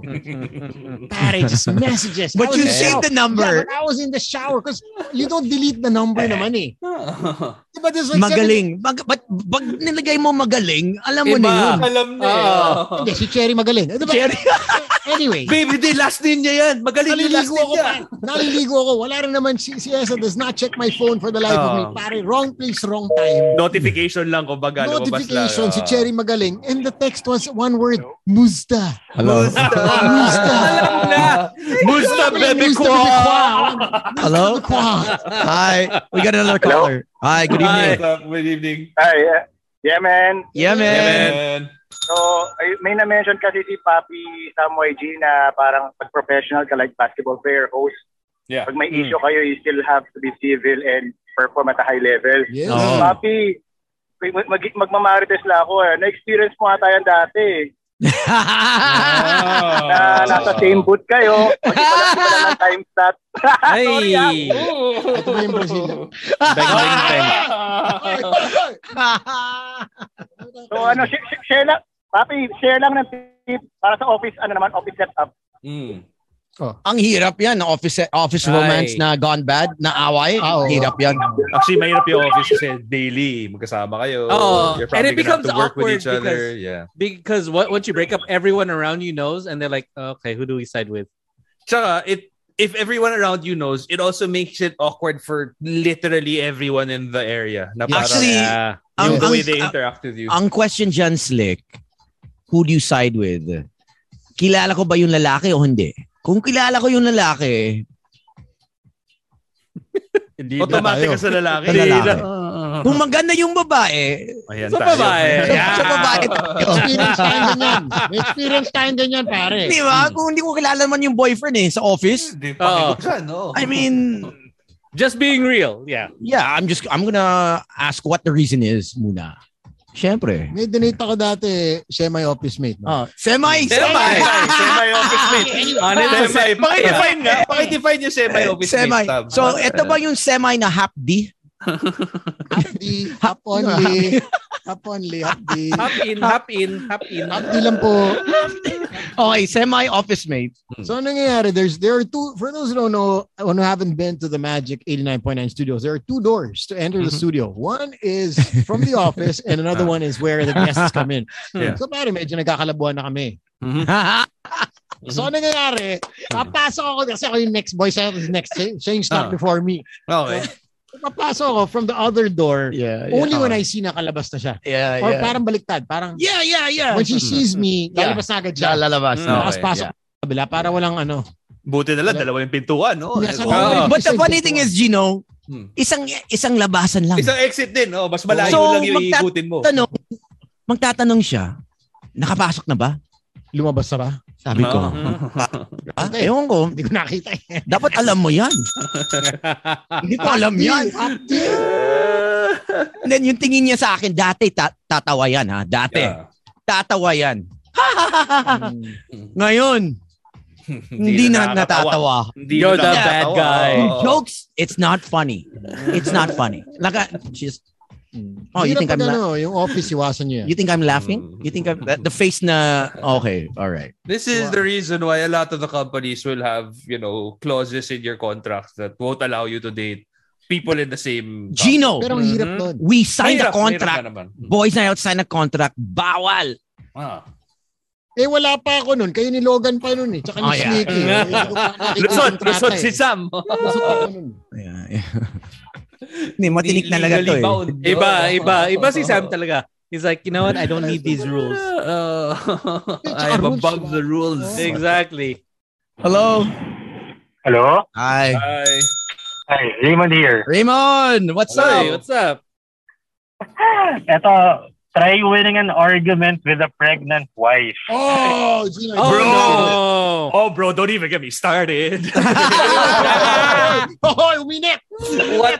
Speaker 2: Pare, just messages. I
Speaker 4: but
Speaker 2: was
Speaker 4: you
Speaker 2: in the
Speaker 4: saved the
Speaker 2: Yeah,
Speaker 4: number
Speaker 2: but I was in the shower because you don't delete the number naman eh. Diba, this was like
Speaker 4: magaling Mag, but pag nilagay mo magaling alam mo na
Speaker 5: Iba.
Speaker 4: yun
Speaker 6: Alam niya.
Speaker 5: Oo.
Speaker 6: eh.
Speaker 2: Seven, hindi, si Cherry magaling. Diba?
Speaker 4: Cherry.
Speaker 2: anyway,
Speaker 6: Baby, di last name niya yan. Magaling yung last
Speaker 2: naliligo
Speaker 6: name
Speaker 2: ako
Speaker 6: niya.
Speaker 2: pa. Naliligo ako. Wala rin naman si, si Esa does not check my phone for the life of me.
Speaker 6: Oh.
Speaker 2: Pare, wrong place, wrong time.
Speaker 6: Notification lang, kumbaga. lumabas lang.
Speaker 2: Notification, si
Speaker 6: Ah.
Speaker 2: Cherry magaling. And the text was one word, musta.
Speaker 9: Hello.
Speaker 2: Musta.
Speaker 5: Alam na.
Speaker 6: Musta, bebe ko.
Speaker 2: Hello?
Speaker 9: Hi. We got another
Speaker 10: Hello?
Speaker 9: caller. Hi. Good
Speaker 6: Hi.
Speaker 9: evening.
Speaker 6: Good evening.
Speaker 10: Hi, yeah. Yeah, man.
Speaker 4: yeah man
Speaker 10: So, ay- may na-mention kasi si Papi Samoy G na parang pag professional ka like basketball player, host.
Speaker 6: Yeah.
Speaker 10: Pag may issue kayo, you still have to be civil and perform at a high level.
Speaker 2: Yes.
Speaker 10: ah. Papi, mag- mag- magmamarites na ako eh. Na-experience mo nga tayo dati eh.
Speaker 11: na nasa same booth kayo. Magkipalapit ka lang ng time slot.
Speaker 5: Ay!
Speaker 11: Sorry, ah.
Speaker 2: Ito ba yung Brazil?
Speaker 11: So ano, sh- sh- share lang. Papi, share lang ng tip para sa office, ano naman, office setup.
Speaker 6: Mm.
Speaker 4: Oh. Ang hirap yan. Office, office
Speaker 5: Ay.
Speaker 4: romance na gone bad, na away.
Speaker 6: Oh.
Speaker 2: Ah, oo.
Speaker 4: Hirap yan.
Speaker 6: Actually, mahirap yung office kasi daily, magkasama kayo.
Speaker 5: Oo.
Speaker 6: Oh, You're probably
Speaker 5: Oh, And it
Speaker 6: gonna have
Speaker 5: becomes
Speaker 6: to work with
Speaker 5: awkward
Speaker 6: each other.
Speaker 5: because-
Speaker 6: Yeah.
Speaker 5: Because what once you break up, everyone around you knows, and they're like, "Oh, okay, who do we side with?
Speaker 6: Tsaka, it, if everyone around you knows, it also makes it awkward for literally everyone in the area. Na parang,
Speaker 4: Actually,
Speaker 6: yeah,
Speaker 4: ang-
Speaker 6: yung the way
Speaker 4: ang-
Speaker 6: they interact with you.
Speaker 4: Ang question dyan, Slick, who do you side with? Kilala ko ba yung lalaki o hindi? Kung kilala ko yung lalaki,
Speaker 2: Hindi
Speaker 6: Automatic ka sa lalaki.
Speaker 4: Sa lalaki.
Speaker 6: Ah.
Speaker 4: kung maganda yung babae,
Speaker 6: Ayan
Speaker 5: Sa
Speaker 6: tayo.
Speaker 5: babae.
Speaker 6: Yeah.
Speaker 4: sa babae
Speaker 2: Experience time din yan. May Experience time din yan, pare.
Speaker 4: Di ba? Kung hindi ko kilala man yung boyfriend eh, sa office.
Speaker 5: Oh,
Speaker 4: I mean,
Speaker 5: just being real. Yeah.
Speaker 4: yeah, I'm just, I'm gonna ask what the reason is muna. Siyempre.
Speaker 2: May donate ako dati, siya may office mate. No?
Speaker 4: Oh, semi,
Speaker 6: Semi.
Speaker 4: semi.
Speaker 6: Semi office mate. Semi. Pakidefine nga. Pakidefine yung semi office
Speaker 4: Eh,
Speaker 6: mate.
Speaker 4: Semi.
Speaker 6: Tab.
Speaker 4: So, ito ba yung semi na half D?
Speaker 2: Hapdi, hap only, hap only, hapdi.
Speaker 5: Hop in, hop in, hop in.
Speaker 2: Hapdi lang po.
Speaker 4: Okay, semi office mate.
Speaker 2: So ano nangyayari, there's there are two for those who don't know who haven't been to the Magic 89.9 Studios, there are two doors to enter
Speaker 4: Mm-hmm.
Speaker 2: the studio. One is from the office and another
Speaker 4: Ah.
Speaker 2: one is where the guests come in.
Speaker 6: Yeah.
Speaker 2: So pare medyo nagkakalabuan na kami.
Speaker 4: Mm-hmm.
Speaker 2: So ano nangyayari, papasok ako kasi ako yung next boy siya yung next siya siya yung stop
Speaker 6: Ah.
Speaker 2: before me.
Speaker 6: Okay.
Speaker 2: So, Papasok ako from the other door.
Speaker 4: Yeah,
Speaker 2: Only when I see nakalabas na siya.
Speaker 4: Yeah,
Speaker 2: Or parang baliktad, parang
Speaker 4: Yeah, yeah, Ah, yeah.
Speaker 2: when she sees me,
Speaker 4: Yeah.
Speaker 2: lalabas na agad siya.
Speaker 4: Siya lalabas.
Speaker 6: Mm.
Speaker 2: Tapos pasok sa kabila para walang ano.
Speaker 6: Buti na lang, dalawa yung pintuan. No?
Speaker 2: Yes,
Speaker 6: Oh.
Speaker 2: ako.
Speaker 4: But the funny thing is, Gino,
Speaker 6: Hmm.
Speaker 4: isang isang labasan lang.
Speaker 6: Isang exit din. Oh, mas malayo
Speaker 4: So,
Speaker 6: lang yung
Speaker 4: magta-
Speaker 6: iikutin mo.
Speaker 4: Tanong, magtatanong siya, nakapasok na ba?
Speaker 2: Lumabas na ba?
Speaker 4: Sabi ko, ah, ewan ko,
Speaker 2: Hindi ko nakita eh.
Speaker 4: dapat alam mo yan. Hindi ko alam yan. And then yung tingin niya sa akin, dati ta- tatawa yan ha, dati.
Speaker 6: Yeah.
Speaker 4: Tatawa yan. Ngayon, hindi na natatawa.
Speaker 6: Hindi
Speaker 5: You're
Speaker 6: na
Speaker 5: the
Speaker 6: nakakatawa.
Speaker 5: bad guy.
Speaker 4: Yung
Speaker 6: Oo.
Speaker 4: Jokes, it's not funny. It's not funny. Like, I- she's, oh, you
Speaker 2: Hirap
Speaker 4: think
Speaker 2: pag
Speaker 4: I'm la-
Speaker 2: ano, yung office, iwasan niyo yan.
Speaker 4: You think I'm
Speaker 6: Hmm.
Speaker 4: laughing? You think I'm that- the face na okay, all right.
Speaker 6: This is the reason why a lot of the companies will have, you know, clauses in your contracts that won't allow you to date people in the same. company. Mm-hmm.
Speaker 4: Gino,
Speaker 2: Pero ang hirap nun.
Speaker 4: we signed a
Speaker 6: Hmm. Mahirap,
Speaker 4: contract.
Speaker 6: mahirap na naman. Hmm.
Speaker 4: Boys na out signed a contract. Bawal.
Speaker 6: Ah.
Speaker 2: Eh, wala pa ako nun. Kayo ni Logan pa nun eh. Tsaka ni
Speaker 4: Oh, yeah.
Speaker 2: Sneaky. Eh, hindi ko pa nakita
Speaker 6: Lusot,
Speaker 2: yung kontrata
Speaker 6: lusot
Speaker 2: eh.
Speaker 6: si Sam.
Speaker 2: Lusot ako nun.
Speaker 4: Yeah, yeah. Hindi, matinik talaga to
Speaker 6: Legally
Speaker 4: eh.
Speaker 6: bound.
Speaker 5: Iba, iba, iba si Sam talaga. He's like, you know what? I don't need these rules.
Speaker 6: Uh, I
Speaker 2: Tsaka
Speaker 6: am
Speaker 2: rules,
Speaker 6: above
Speaker 2: diba?
Speaker 6: the rules.
Speaker 5: Oh. Exactly.
Speaker 4: Hello.
Speaker 11: Hello?
Speaker 4: Hi.
Speaker 6: Hi.
Speaker 11: Hi, Raymond here.
Speaker 4: Raymond, what's
Speaker 5: Hey,
Speaker 4: up?
Speaker 5: what's up?
Speaker 11: Eto, try winning an argument with a pregnant wife.
Speaker 2: Oh, Gino.
Speaker 5: Oh,
Speaker 2: Bro!
Speaker 5: no.
Speaker 6: Oh, bro, don't even get me started.
Speaker 2: Oh, uminik!
Speaker 6: what?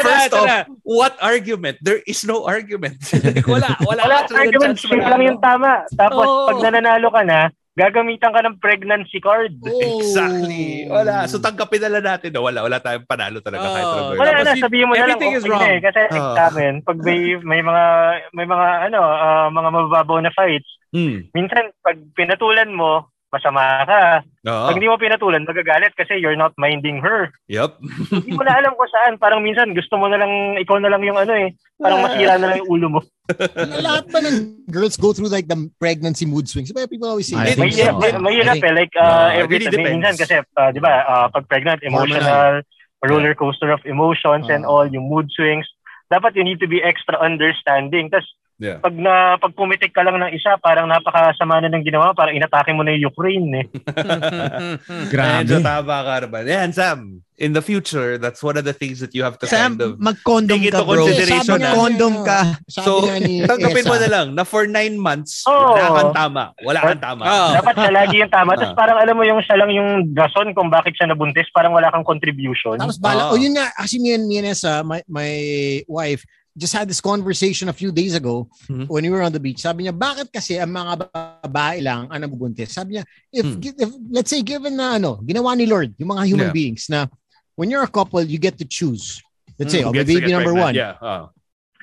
Speaker 6: First off, what argument? There is no argument. like, wala, wala. Oh.
Speaker 11: Wala, argument, safe lang yung tama. Tapos,
Speaker 6: Oo.
Speaker 11: pag nananalo ka na, gagamitan ka ng pregnancy card.
Speaker 6: Oh. Exactly. Wala. So tanggapin na lang natin. No, wala, wala tayong panalo talaga kahit
Speaker 5: Oh.
Speaker 6: Robert.
Speaker 11: Wala
Speaker 5: Tapos
Speaker 11: na,
Speaker 5: you-
Speaker 11: sabihin mo na lang.
Speaker 5: everything is
Speaker 11: okay na
Speaker 5: wrong. Ah.
Speaker 11: eh, kasi
Speaker 6: Oo.
Speaker 11: sa amin, pag may, may mga, may mga, ano, ah, mga mabababaw na fights,
Speaker 6: Hmm.
Speaker 11: minsan, pag pinatulan mo, masama ka.
Speaker 6: Oo.
Speaker 11: Pag hindi mo pinatulan, magagalit kasi you're not minding her.
Speaker 6: Yup.
Speaker 11: Hindi ko na alam kung saan. Parang minsan, gusto mo na lang, ikaw na lang yung ano eh. Parang masira na lang yung ulo mo.
Speaker 2: Lahat pa ng girls go through like the pregnancy mood swings. Diba people always say,
Speaker 4: I
Speaker 11: May
Speaker 4: think so.
Speaker 11: hirap, may, may hirap eh. Like, uh,
Speaker 6: Ah, it
Speaker 11: every
Speaker 6: really
Speaker 11: time,
Speaker 6: depends.
Speaker 11: minsan kasi, uh, di ba, uh, pag pregnant, emotional, roller coaster of emotions and
Speaker 2: Ah.
Speaker 11: all, yung mood swings. Dapat you need to be extra understanding. Tapos,
Speaker 6: Yeah.
Speaker 11: pag na pag pumitik ka lang ng isa, parang napakasama na ng ginawa, parang inatake mo na yung Ukraine eh.
Speaker 6: Grabe. Medyo tama ka naman. Yan, Sam. In the future, that's one of the things that you have to
Speaker 4: Sam,
Speaker 6: kind of...
Speaker 4: mag-condom
Speaker 6: Take into
Speaker 4: ka bro. Sam,
Speaker 6: consideration ah.
Speaker 4: Mag-condom ka.
Speaker 2: Sabi
Speaker 6: So,
Speaker 2: nga ni
Speaker 6: Tanggapin mo
Speaker 2: Esa,
Speaker 6: na lang na for nine months,
Speaker 11: Oo.
Speaker 6: wala kang tama. Wala kang tama.
Speaker 5: Oh.
Speaker 11: Dapat siya lagi yung tama.
Speaker 6: Ah.
Speaker 11: Tapos parang alam mo yung siya lang yung rason kung bakit siya
Speaker 6: Ah.
Speaker 11: nabuntis, parang wala kang contribution.
Speaker 2: Tapos bala, oh
Speaker 6: Oo.
Speaker 2: yun nga, actually me and, me and Esa, my, my wife, just had this conversation a few days ago
Speaker 6: Hmm.
Speaker 5: Mhm.
Speaker 2: when we were on the beach. Sabi niya, bakit kasi ang mga babae lang ang nabubuntis? Sabi niya, if, gi- if let's say given na ano, ginawa ni Lord, yung mga human
Speaker 6: Hmm. Yeah.
Speaker 2: beings na when you're a couple, you get to choose. Let's say, oh,
Speaker 6: Who Hmm. gets to
Speaker 2: baby
Speaker 6: get
Speaker 2: number one.
Speaker 6: pregnant? Yeah. oh.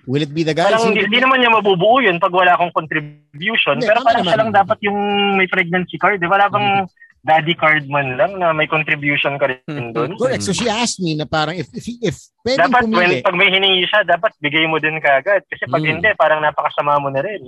Speaker 2: Will it be the guy?
Speaker 11: Parang hindi naman niya mabubuo yun pag wala akong contribution.
Speaker 2: Hindi,
Speaker 11: Pero
Speaker 2: tama
Speaker 11: parang siya
Speaker 2: naman. Mm-hmm.
Speaker 11: lang dapat yung may pregnancy card. Di ba? Wala bang daddy card man lang na may contribution ka rin doon?
Speaker 2: Correct. Mm-hmm. So she asked me na parang if if if pwedeng
Speaker 11: Dapat
Speaker 2: pumili. Mm.
Speaker 11: when, pag may hiningi siya, dapat bigay mo din kaagad. Kasi pag hindi, parang napakasama mo na rin.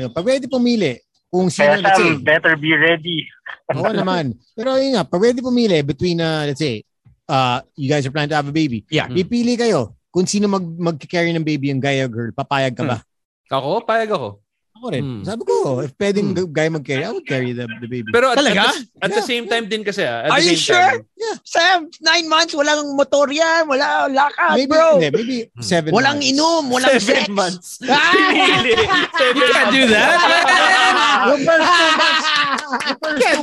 Speaker 2: Ayun, pag pwede pumili kung sino,
Speaker 11: Kaya
Speaker 2: let's say,
Speaker 11: Sam, better be ready.
Speaker 2: Oo naman. Pero yun nga, pag pwede pumili between, uh, let's say, uh, you guys are planning to have a baby.
Speaker 5: Yeah.
Speaker 2: Ipili kayo kung sino mag mag-carry ng baby, yung guy or girl. Papayag ka ba?
Speaker 6: Hmm. Ako, payag ako.
Speaker 2: Ako rin.
Speaker 5: Hmm.
Speaker 2: Sabi ko, if pwedeng guy mag-carry, I would carry the, the baby.
Speaker 6: Pero at,
Speaker 4: Talaga?
Speaker 6: at, the, at the same time din kasi ah.
Speaker 4: Are
Speaker 6: At the
Speaker 4: you
Speaker 6: same
Speaker 4: sure?
Speaker 6: time.
Speaker 4: Sam, nine months, walang motor yan, wala, lakad,
Speaker 2: maybe,
Speaker 4: bro.
Speaker 2: hindi, maybe seven
Speaker 4: Walang
Speaker 2: months.
Speaker 4: inom, walang sex.
Speaker 6: You can't do that.
Speaker 2: Yung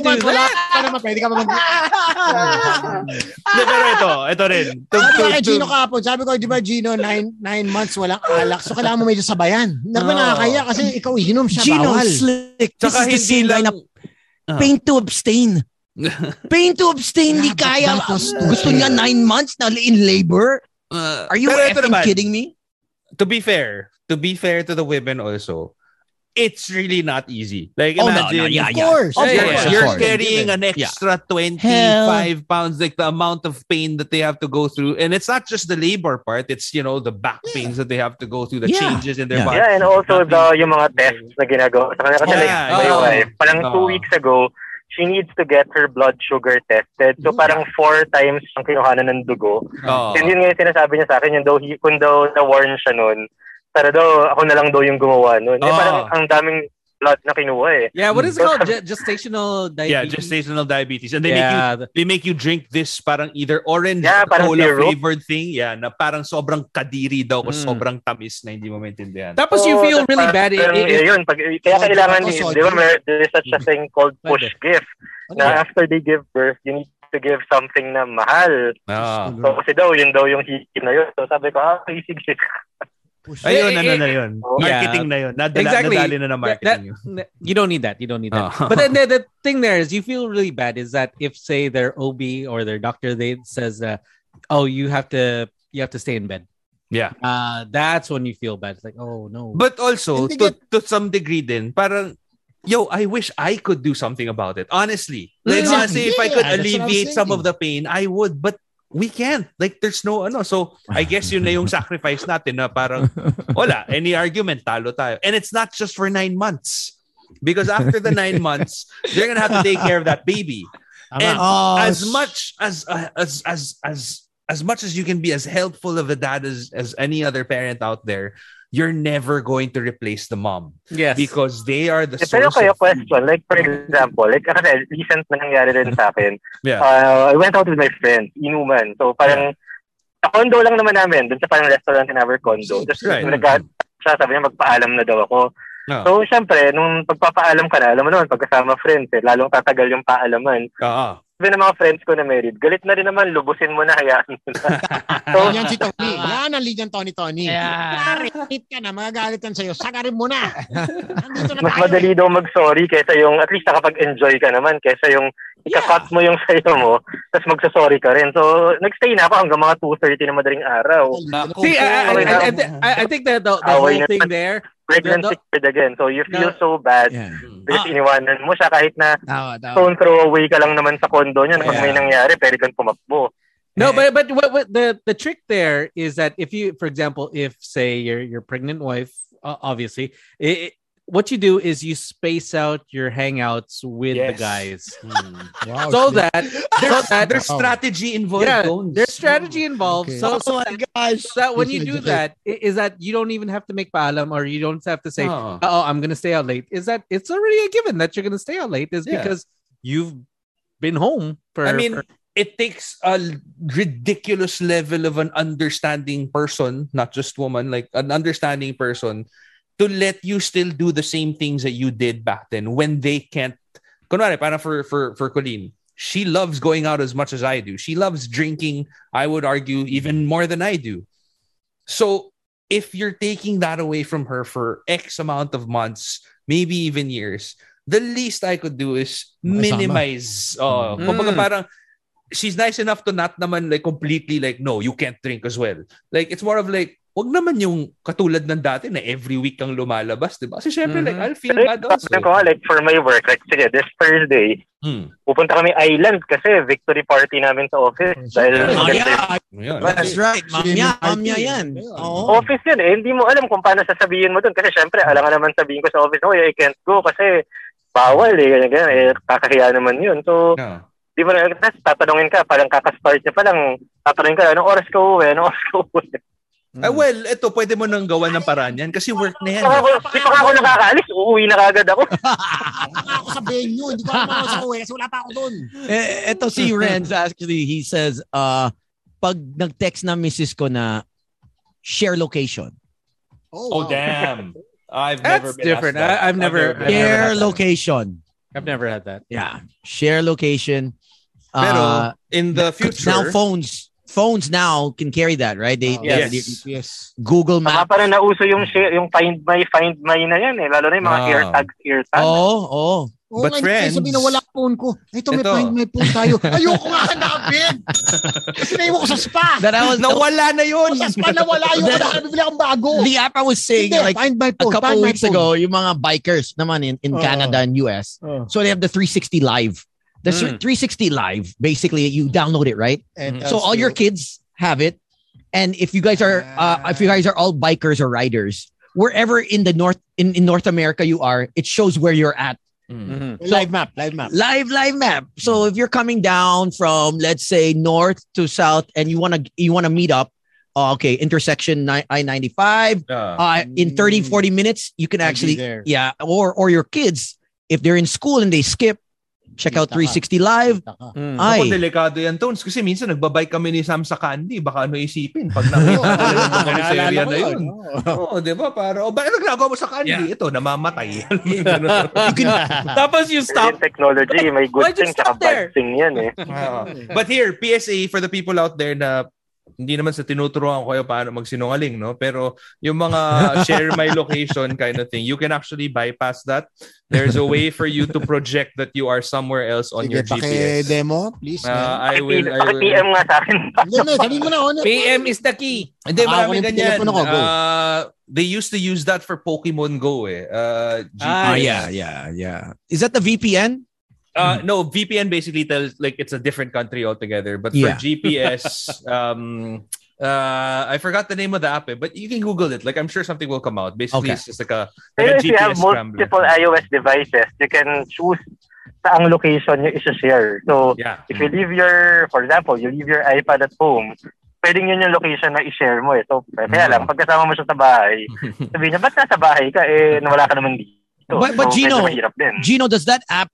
Speaker 2: first two months, yung first two months, wala ka naman, pwede ka mag-
Speaker 6: Ah. Hindi, pero ito, ito rin. To,
Speaker 2: Sabi
Speaker 6: to,
Speaker 2: ko kay
Speaker 6: to,
Speaker 2: Gino kahapon, sabi ko, di ba Gino, nine, nine months walang alak, so kailangan mo medyo sabayan. Naku, nakakaya kasi ikaw eh. inom siya,
Speaker 4: Gino
Speaker 2: bawal.
Speaker 4: Slick. This is the
Speaker 6: Tsaka hindi
Speaker 4: same guy
Speaker 6: lang,
Speaker 4: na pain to abstain. pain to abstain, di kaya.
Speaker 2: Datos to
Speaker 4: Gusto niya nine months na in labor? Are you
Speaker 6: Uh, Pero ito
Speaker 4: effing
Speaker 6: naman.
Speaker 4: kidding me?
Speaker 6: to be fair, to be fair to the women also, it's really not easy. Like
Speaker 4: Oh, no, no,
Speaker 6: imagine,
Speaker 4: yeah,
Speaker 2: Of course.
Speaker 6: Yeah,
Speaker 2: of
Speaker 6: yeah,
Speaker 2: course,
Speaker 6: yeah.
Speaker 2: of
Speaker 6: You're
Speaker 2: course.
Speaker 6: carrying an extra 25 pounds, like the amount of pain that they have to go through. And it's not just the labor part, it's, you know, the back pains that they have to go through, the
Speaker 4: Yeah.
Speaker 6: changes in their
Speaker 12: Yeah.
Speaker 6: body.
Speaker 11: Yeah, and also the yung mga tests na ginagawa sa kanya. Kasi
Speaker 6: Yeah,
Speaker 11: like, my
Speaker 6: yeah.
Speaker 11: wife, parang two
Speaker 6: Ah.
Speaker 11: weeks ago, she needs to get her blood sugar tested.
Speaker 2: Mm.
Speaker 11: So parang four times ang kinuhanan ng dugo.
Speaker 6: Oh.
Speaker 11: And yun nga yung sinasabi niya sa akin, yun daw, he- kung daw na-warn siya nun, para daw, ako na lang daw yung gumawa nun. Eh,
Speaker 6: Ah.
Speaker 11: parang ang daming blood na kinuha eh.
Speaker 5: Yeah, what is it
Speaker 11: Mm.
Speaker 5: called? Ge- gestational
Speaker 6: Yeah,
Speaker 5: diabetes.
Speaker 6: gestational diabetes. And they make you
Speaker 5: Yeah,
Speaker 6: they make you drink this parang either orange
Speaker 11: Yeah, parang
Speaker 6: cola
Speaker 11: syrup.
Speaker 6: flavored thing. Yeah, na parang sobrang kadiri daw o
Speaker 5: Mm.
Speaker 6: sobrang tamis na hindi mo maintindihan.
Speaker 5: Tapos you
Speaker 11: Oo,
Speaker 5: feel
Speaker 11: tapos
Speaker 5: really
Speaker 11: parang-
Speaker 5: bad. eh, It,
Speaker 11: parang,
Speaker 5: it, it-
Speaker 11: yun, pag,
Speaker 5: oh,
Speaker 11: kaya
Speaker 2: Sobrang
Speaker 11: kailangan,
Speaker 2: tapos,
Speaker 11: yun,
Speaker 2: sobrang-
Speaker 11: di ba, may- there's such
Speaker 5: Mm.
Speaker 11: a thing called push gift. Na after they give birth, you need to give something na mahal.
Speaker 6: Ah.
Speaker 11: So, kasi daw, yun daw yung hihip na yun. So, sabi ko, ah, okay, sige.
Speaker 6: Ayun,
Speaker 5: Eh, eh,
Speaker 6: ano
Speaker 5: eh,
Speaker 6: na yun.
Speaker 11: oh,
Speaker 5: yeah.
Speaker 6: Marketing na yun. Nadala,
Speaker 5: Exactly.
Speaker 6: Nadali na na marketing yun.
Speaker 5: N- you don't need that. You don't need that.
Speaker 6: Ah.
Speaker 5: But then the, the thing there is, you feel really bad. Is that if say their OB or their doctor they says, uh, "Oh, you have to, you have to stay in bed."
Speaker 6: Yeah.
Speaker 5: Uh, that's when you feel bad. It's like, oh no.
Speaker 6: But also,
Speaker 2: And they
Speaker 6: to, to some degree din, parang, yo, I wish I could do something about it. Honestly. Like,
Speaker 2: Exactly.
Speaker 6: honestly, if
Speaker 2: Mm-hmm. Yeah,
Speaker 6: I
Speaker 2: that's what
Speaker 6: could
Speaker 2: I was
Speaker 6: alleviate some
Speaker 2: thinking.
Speaker 6: of the pain, I would. But we can't. Like, there's no ano. So, I guess yun na yung sacrifice natin na parang, wala, any argument, talo tayo. And it's not just for nine months. Because after the nine months, they're gonna have to take care of that baby. And
Speaker 2: Oh,
Speaker 6: as much as uh, as as as as much as you can be as helpful of a dad as as any other parent out there, you're never going to replace the mom
Speaker 5: yes.
Speaker 6: because they are the
Speaker 11: Eh, pero
Speaker 6: source.
Speaker 11: kayo
Speaker 6: of-
Speaker 11: question, like for example, like kasi recent na nangyari rin sa akin.
Speaker 6: Yeah.
Speaker 11: Uh, I went out with my friends, inuman. So parang sa condo lang naman namin, dun sa parang restaurant in our condo. Just
Speaker 6: Right.
Speaker 11: right. nag siya, sabi niya magpaalam na daw ako.
Speaker 6: Ah.
Speaker 11: So syempre, nung pagpapaalam ka na, alam mo naman, pagkasama friends, eh, lalong tatagal yung paalaman.
Speaker 6: Ah, ah.
Speaker 11: Sabi ng mga friends ko na married, galit na rin naman, lubusin mo na, hayaan mo na. so,
Speaker 2: Yan yan si Tony. Yan ang lead yan, Tony Tony. Galit ka na, magagalit yan sa'yo. Sagarin mo na. Nandito na
Speaker 11: mas
Speaker 2: tayo.
Speaker 11: madali daw mag-sorry kaysa yung, at least nakapag-enjoy ka naman, kaysa yung ikakat mo yung sayo mo, tapos magsasorry ka rin. So, nagstay na ako hanggang mga 2.30 na madaling araw.
Speaker 5: See, I, I, I, I, thi- I, I think that the, the
Speaker 11: Ah, wait,
Speaker 5: whole thing
Speaker 11: but-
Speaker 5: there.
Speaker 11: Pregnancy period again. So, you feel
Speaker 5: No.
Speaker 11: so bad
Speaker 12: Yeah.
Speaker 2: Ah.
Speaker 11: because iniwanan mo siya kahit na stone throw away ka lang naman sa kondo niya. na Pag may nangyari, pwede kang pumakbo.
Speaker 5: No, but but what, what the the trick there is that if you, for example, if say your your pregnant wife, uh, obviously, i i- what you do is you space out your hangouts with the
Speaker 6: Yes.
Speaker 5: guys
Speaker 2: Wow,
Speaker 5: so
Speaker 2: shit.
Speaker 5: that so that
Speaker 6: There's
Speaker 2: Oh.
Speaker 6: strategy involved.
Speaker 5: yeah,
Speaker 6: Bones.
Speaker 5: there's strategy involved.
Speaker 2: Okay.
Speaker 6: Oh
Speaker 5: So, so, that,
Speaker 12: gosh.
Speaker 5: so that when
Speaker 2: This is
Speaker 5: you do
Speaker 2: legit.
Speaker 5: that, i- is that you don't even have to make paalam or you don't have to say,
Speaker 6: Ah.
Speaker 5: oh, I'm going to stay out late. Is that it's already a given that you're going to stay out late is
Speaker 6: Yeah.
Speaker 5: because you've been home for.
Speaker 6: I mean,
Speaker 5: for-
Speaker 6: it takes a l- ridiculous level of an understanding person, not just woman, like an understanding person, to let you still do the same things that you did back then when they can't. Kunwari, para for, for, for Colleen, she loves going out as much as I do. She loves drinking, I would argue, even more than I do. So if you're taking that away from her for X amount of months, maybe even years, the least I could do is
Speaker 2: Masama.
Speaker 6: minimize. Oh,
Speaker 5: Mm.
Speaker 6: kumbaga parang she's nice enough to not naman like completely like no, you can't drink as well. Like it's more of like wag naman yung katulad ng dati na every week kang lumalabas, 'di ba? Kasi syempre
Speaker 5: Mhm.
Speaker 6: like I'll feel
Speaker 11: Pero
Speaker 6: bad
Speaker 11: yung
Speaker 6: also.
Speaker 11: sabi ko, like, for my work, like, sige, this Thursday,
Speaker 6: Hmm.
Speaker 11: pupunta kami island kasi victory party namin sa office.
Speaker 6: Mm-hmm.
Speaker 11: Dahil
Speaker 7: Oh,
Speaker 11: maganda yung
Speaker 7: yeah.
Speaker 6: Ayun.
Speaker 7: That's right. Mamya, mamya yan. Oo.
Speaker 11: office yun eh. Hindi mo alam kung paano sasabihin mo dun. Kasi syempre, alam ka naman sabihin ko sa office, oh, I can't go kasi bawal eh. Ganyan, ganyan. Eh, kakahiya naman yun. So,
Speaker 6: Yeah.
Speaker 11: di mo na, tapos tatanungin ka, parang kakastart niya pa lang, tatanungin ka, anong oras ka uwi? Anong oras ka uwi?
Speaker 6: Ah, well, ito pwede mo nang gawan ng paraan yan kasi work na yan.
Speaker 11: Baka ako, di pa ako nakakaalis, uuwi na kagad ako.
Speaker 2: ako sa venue. Hindi ko alam ako sa uwi kasi wala pa ako ano doon.
Speaker 4: Eh, eto si Renz actually, he says, uh, pag nag-text na misis ko na share location.
Speaker 2: Oh, wow.
Speaker 6: damn. I've
Speaker 5: That's different. I, I've never, I've never,
Speaker 4: Share
Speaker 5: had that.
Speaker 4: location.
Speaker 5: I've never had that.
Speaker 4: Yeah. Share location. Uh,
Speaker 6: Pero in the future, Oh,
Speaker 4: now phones, phones now can carry that, right? They,
Speaker 6: Yes.
Speaker 4: they-
Speaker 2: Yes.
Speaker 4: Google
Speaker 11: Baka
Speaker 4: Map.
Speaker 11: parang nauso yung, share, yung find my, find my na yan eh. Lalo na yung mga
Speaker 6: Ah.
Speaker 11: eartags, eartags.
Speaker 4: Oh, oh.
Speaker 2: Oo nga,
Speaker 6: But
Speaker 2: hindi
Speaker 6: friends-
Speaker 2: kayo sabihin na wala phone ko. Ito, may
Speaker 6: Ito.
Speaker 2: find my phone tayo. Ayoko nga, nakabig. Kasi naiwan ko sa spa.
Speaker 4: That I was
Speaker 6: nawala na yun.
Speaker 2: Sa spa na wala. Ayoko na, bibili akong bago.
Speaker 4: the app I was saying
Speaker 2: Hindi,
Speaker 4: like
Speaker 2: find
Speaker 4: a
Speaker 2: my phone.
Speaker 4: couple
Speaker 2: find my
Speaker 4: weeks
Speaker 2: phone.
Speaker 4: ago, yung mga bikers naman in, in
Speaker 2: Oh.
Speaker 4: Canada and US.
Speaker 2: Oh.
Speaker 4: So they have the 360 live. The
Speaker 5: Mm.
Speaker 4: 360 live, basically you download it, right?
Speaker 2: And
Speaker 4: so all
Speaker 2: also-
Speaker 4: your kids have it and if you guys are uh, if you guys are all bikers or riders wherever in the north in, in north america you are it shows where you're at
Speaker 5: Mhm.
Speaker 2: Mm-hmm. Live map, live map.
Speaker 4: live live map so if you're coming down from let's say north to south and you want to you want to meet up uh, okay intersection ni- i-95
Speaker 6: Yeah.
Speaker 4: uh, in 30
Speaker 2: Mm.
Speaker 4: 40 minutes you can
Speaker 2: I'll be
Speaker 4: actually
Speaker 2: there.
Speaker 4: yeah or or your kids if they're in school and they skip check out
Speaker 2: Kita ka.
Speaker 4: 360 live
Speaker 2: Taka.
Speaker 5: Mm.
Speaker 4: Ay.
Speaker 6: Ako, delikado yan, Tones. Kasi minsan nagbabike kami ni Sam sa candy. Baka ano isipin pag nakita ko talaga kami sa
Speaker 2: Naalala ko
Speaker 6: area ano na yun.
Speaker 2: Oo.
Speaker 6: Oo, di ba? Para, oh, bakit nagagawa mo sa candy? Ito, namamatay.
Speaker 5: Tapos you stop.
Speaker 11: Yung technology, may
Speaker 5: Why'd
Speaker 11: good
Speaker 5: you
Speaker 11: thing
Speaker 5: stop
Speaker 11: at
Speaker 5: there?
Speaker 11: bad thing yan eh.
Speaker 6: Oo. But here, PSA for the people out there na hindi naman sa tinuturuan ko kayo paano magsinungaling, no? Pero yung mga share my location kind of thing, you can actually bypass that. There's a way for you to project that you are somewhere else on
Speaker 2: Sige,
Speaker 6: your GPS.
Speaker 2: paki-demo, please.
Speaker 6: Uh, I will, I will.
Speaker 11: Paki-PM nga sa akin.
Speaker 2: Hindi, hindi, sabihin mo na. ano?
Speaker 5: PM is the key.
Speaker 6: oh, Hindi,
Speaker 2: Ah,
Speaker 6: marami
Speaker 2: walang
Speaker 6: ganyan.
Speaker 2: telepono ko, go.
Speaker 6: Ah, they used to use that for Pokemon Go eh. Uh,
Speaker 4: oh
Speaker 5: Ah,
Speaker 6: GPS.
Speaker 4: yeah yeah yeah Hmm. is that the vpn
Speaker 6: Uh, no, VPN basically tells like it's a different country altogether. But
Speaker 4: Yeah.
Speaker 6: for GPS, um, uh, I forgot the name of the app, eh, but you can Google it. Like I'm sure something will come out.
Speaker 4: Okay.
Speaker 6: Basically, it's just like a, like a
Speaker 11: Pero if you have
Speaker 6: GPS scrambler.
Speaker 11: multiple iOS devices, you can choose saang location yung isa-share. So,
Speaker 6: Yeah.
Speaker 11: if you leave your, for example, you leave your iPad at home, pwedeng yun yung location na i-share mo eh. So,
Speaker 6: Mm-hmm.
Speaker 11: kaya lang, pagkasama mo siya sa bahay, sabihin niya, ba't nasa bahay ka? Eh, nawala ka naman dito.
Speaker 4: But- but
Speaker 11: so,
Speaker 4: Gino,
Speaker 11: medyo mahirap din.
Speaker 4: Gino, does that app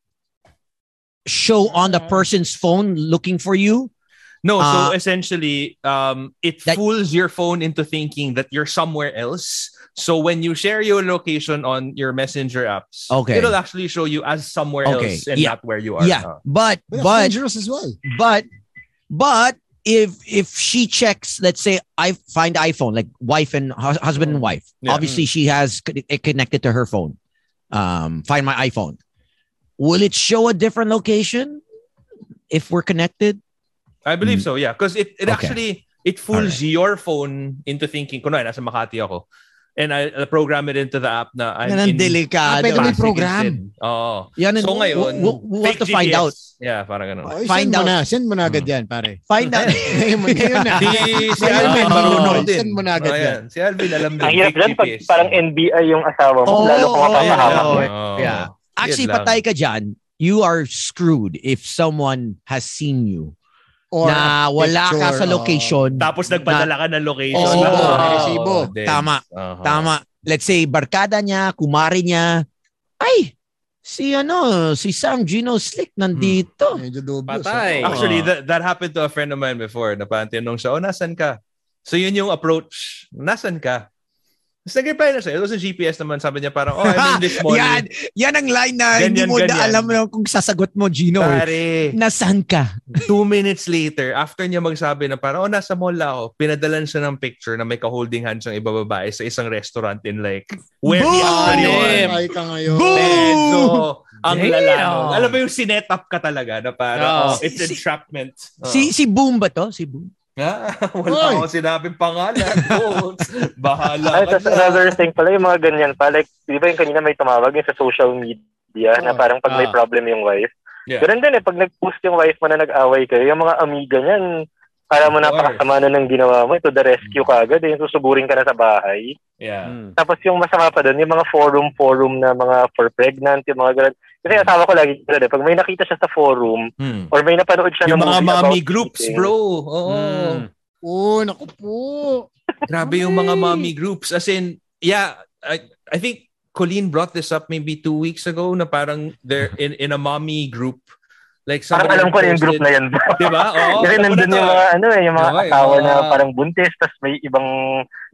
Speaker 4: show on the person's phone looking for you?
Speaker 6: Mm. No,
Speaker 4: Uh,
Speaker 6: so essentially, um, it
Speaker 4: that-
Speaker 6: fools your phone into thinking that you're somewhere else. So when you share your location on your messenger apps,
Speaker 4: Okay.
Speaker 6: it'll actually show you as somewhere
Speaker 4: Okay,
Speaker 6: else and
Speaker 4: yeah.
Speaker 6: not where you are.
Speaker 4: yeah,
Speaker 6: Uh,
Speaker 4: but
Speaker 2: But, that's
Speaker 4: but
Speaker 2: dangerous as well.
Speaker 4: but but if if she checks, let's say I find iPhone, like wife and hus- husband and wife.
Speaker 6: Mm. Yeah.
Speaker 4: Obviously, she has con- it connected to her phone. Um, find my iPhone. Will it show a different location if we're connected?
Speaker 6: I believe so, yeah. Because it, it
Speaker 4: Mm. Okay.
Speaker 6: actually it fools your phone into thinking, kunwari, nasa Makati ako. And I, I'll program it into the app na I'm
Speaker 4: Yan ang
Speaker 6: in
Speaker 4: delikado.
Speaker 2: Ah, pwede may
Speaker 6: Pasig
Speaker 2: program.
Speaker 6: instead. Oo.
Speaker 4: Yan ang-
Speaker 6: So ngayon,
Speaker 4: we'll, we'll have
Speaker 6: fake
Speaker 4: to find
Speaker 6: GPS.
Speaker 4: out.
Speaker 6: Yeah, parang ganun.
Speaker 2: Ay,
Speaker 4: Find
Speaker 2: send mo
Speaker 4: out. Mm.
Speaker 2: na. Send mo na agad yan, pare.
Speaker 4: Find out.
Speaker 2: Ngayon ngayon na.
Speaker 6: Si, si
Speaker 2: Ngayon
Speaker 6: Alvin,
Speaker 2: na,
Speaker 6: marunong
Speaker 2: marunong.
Speaker 6: din.
Speaker 2: Send mo na agad
Speaker 6: Ayan,
Speaker 2: yan.
Speaker 6: Oh, Si Alvin, alam din.
Speaker 11: Ang hirap
Speaker 6: fake
Speaker 11: dyan pag
Speaker 6: GPS.
Speaker 11: parang NBI yung asawa mo,
Speaker 4: Oh,
Speaker 11: lalo kung
Speaker 4: oh,
Speaker 6: Ayan,
Speaker 11: mapapahamak.
Speaker 6: oo,
Speaker 4: oh,
Speaker 6: oo.
Speaker 4: yeah. Actually,
Speaker 6: Yun lang.
Speaker 4: patay ka dyan, you are screwed if someone has seen you
Speaker 2: Or
Speaker 4: na
Speaker 2: a
Speaker 4: wala ka
Speaker 2: picture
Speaker 4: sa
Speaker 2: of-
Speaker 4: location.
Speaker 6: Tapos nagpadala ka ng location. Oh,
Speaker 4: Oo,
Speaker 6: Uh-huh. Oo,
Speaker 2: resibo.
Speaker 6: then,
Speaker 4: Tama.
Speaker 6: aha.
Speaker 4: Tama. Let's say, barkada niya, kumari niya, ay, si ano, si Sam Gino Slick nandito.
Speaker 2: Mm. Medyo dubious.
Speaker 5: Patay.
Speaker 2: ah.
Speaker 6: Actually, that, that happened to a friend of mine before. Napantinong siya, oh, nasan ka? So yun yung approach. Nasan ka? Tapos nag-reply na siya. It was a GPS naman. Sabi niya parang, oh, I'm in this morning.
Speaker 13: yan, yan ang line na hindi
Speaker 6: Ganyan,
Speaker 13: mo na
Speaker 6: ganyan.
Speaker 13: alam na kung sasagot mo, Gino. eh.
Speaker 6: Pare,
Speaker 7: Nasaan ka?
Speaker 6: two minutes later, after niya magsabi na parang, oh, nasa mall ako, pinadalan siya ng picture na may ka-holding hands ng iba babae sa isang restaurant in like, where he actually was.
Speaker 2: Ay ka ngayon.
Speaker 6: Then, so, ang
Speaker 5: Damn!
Speaker 6: lala. nun. Alam mo yung sinet up ka talaga na
Speaker 5: Oh.
Speaker 6: parang, oh, it's entrapment. Oh.
Speaker 7: Si si Boom ba to? Si Boom.
Speaker 6: Ah,
Speaker 2: Oy!
Speaker 6: Wala akong sinabing pangalan. Bones. Bahala
Speaker 11: Ay,
Speaker 6: ka
Speaker 11: that's
Speaker 6: na.
Speaker 11: another thing pala, yung mga ganyan pa. Like, di ba yung kanina may tumawag yung sa social media na parang pag may
Speaker 5: Ah.
Speaker 11: problem yung wife.
Speaker 6: Oh, Yeah.
Speaker 11: Ganun din eh, pag nag-post yung wife mo na nag-away kayo, yung mga amiga niyan, alam mo
Speaker 6: Of course.
Speaker 11: napakasama na ng ginawa mo, ito the rescue ka agad, eh, susuburin ka na sa bahay.
Speaker 6: Yeah.
Speaker 11: Tapos yung masama pa doon, yung mga forum-forum na mga for pregnant, yung mga ganun. Kasi asawa ko lagi ganun eh, pag may nakita siya sa forum,
Speaker 6: Hmm.
Speaker 11: or may napanood siya
Speaker 6: Yung mga
Speaker 11: na movie about
Speaker 6: mommy groups,
Speaker 11: cheating.
Speaker 6: bro. Oo.
Speaker 13: Hmm.
Speaker 2: Oo, Oh, naku po.
Speaker 6: Grabe yung mga mommy groups. As in, yeah, I, I think Colleen brought this up maybe two weeks ago na parang they're in, in a mommy group. Like
Speaker 11: Parang
Speaker 6: somebody
Speaker 11: alam ko na yung
Speaker 6: posted-
Speaker 11: group na yan. bro.
Speaker 6: Diba? Oo.
Speaker 11: Kasi
Speaker 6: alam ko na
Speaker 11: nandun
Speaker 6: to.
Speaker 11: yung mga ano eh, yung mga
Speaker 6: Diba, yung
Speaker 11: asawa na
Speaker 6: mga-
Speaker 11: parang buntis, tapos may ibang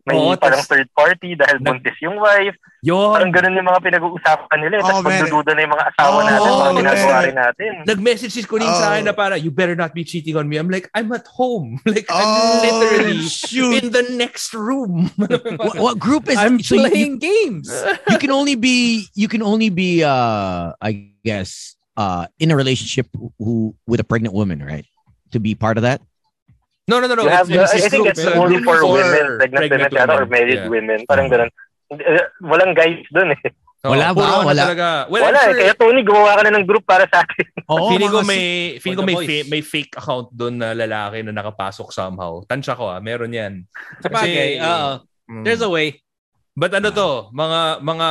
Speaker 11: may
Speaker 6: Oo,
Speaker 11: parang
Speaker 6: tas-
Speaker 11: third party dahil
Speaker 6: Nag-
Speaker 11: buntis yung wife.
Speaker 6: Yun.
Speaker 11: Parang ganun yung mga pinag-uusapan nila. eh. Tapos
Speaker 13: Oh, man.
Speaker 11: pagdududa na yung mga asawa
Speaker 13: Oh,
Speaker 11: natin, parang
Speaker 13: man.
Speaker 11: ginagawa rin natin.
Speaker 6: Nag-message si Colleen
Speaker 13: Oh.
Speaker 6: sa akin na parang, you better not be cheating on me. I'm like, I'm at home. Like,
Speaker 13: Oh,
Speaker 6: I'm literally
Speaker 13: shoot.
Speaker 6: in the next room.
Speaker 7: What, what group is
Speaker 5: I'm
Speaker 7: so you- you,
Speaker 5: playing games.
Speaker 7: you can only be you can only be uh I guess uh in a relationship who with a pregnant woman, right? To be part of that.
Speaker 6: No, no, no, no.
Speaker 11: you have,
Speaker 6: It's-
Speaker 11: I
Speaker 6: it's
Speaker 11: think
Speaker 6: group,
Speaker 11: it's
Speaker 6: uh,
Speaker 11: only
Speaker 6: group
Speaker 11: for women, pregnant,
Speaker 6: pregnant
Speaker 11: women yata, or
Speaker 6: women.
Speaker 11: married
Speaker 6: Yeah.
Speaker 11: women. Parang ganun. Eh, Walang guys dun eh.
Speaker 6: Oo,
Speaker 7: Wala ba?
Speaker 6: puro ano
Speaker 7: Wala.
Speaker 6: talaga. Well,
Speaker 11: Wala
Speaker 6: I'm
Speaker 11: eh.
Speaker 6: sure-
Speaker 11: Kaya Tony, gumawa ka na ng group para sa akin.
Speaker 7: Oh,
Speaker 6: feeling ko may
Speaker 5: For
Speaker 6: feeling ko
Speaker 5: the
Speaker 6: may
Speaker 5: boys.
Speaker 6: fa- may fake account doon na lalaki na nakapasok somehow. Tansya ko ah, meron 'yan.
Speaker 5: Sabagay, oo.
Speaker 6: Mm.
Speaker 5: There's a way.
Speaker 6: But ano to, mga mga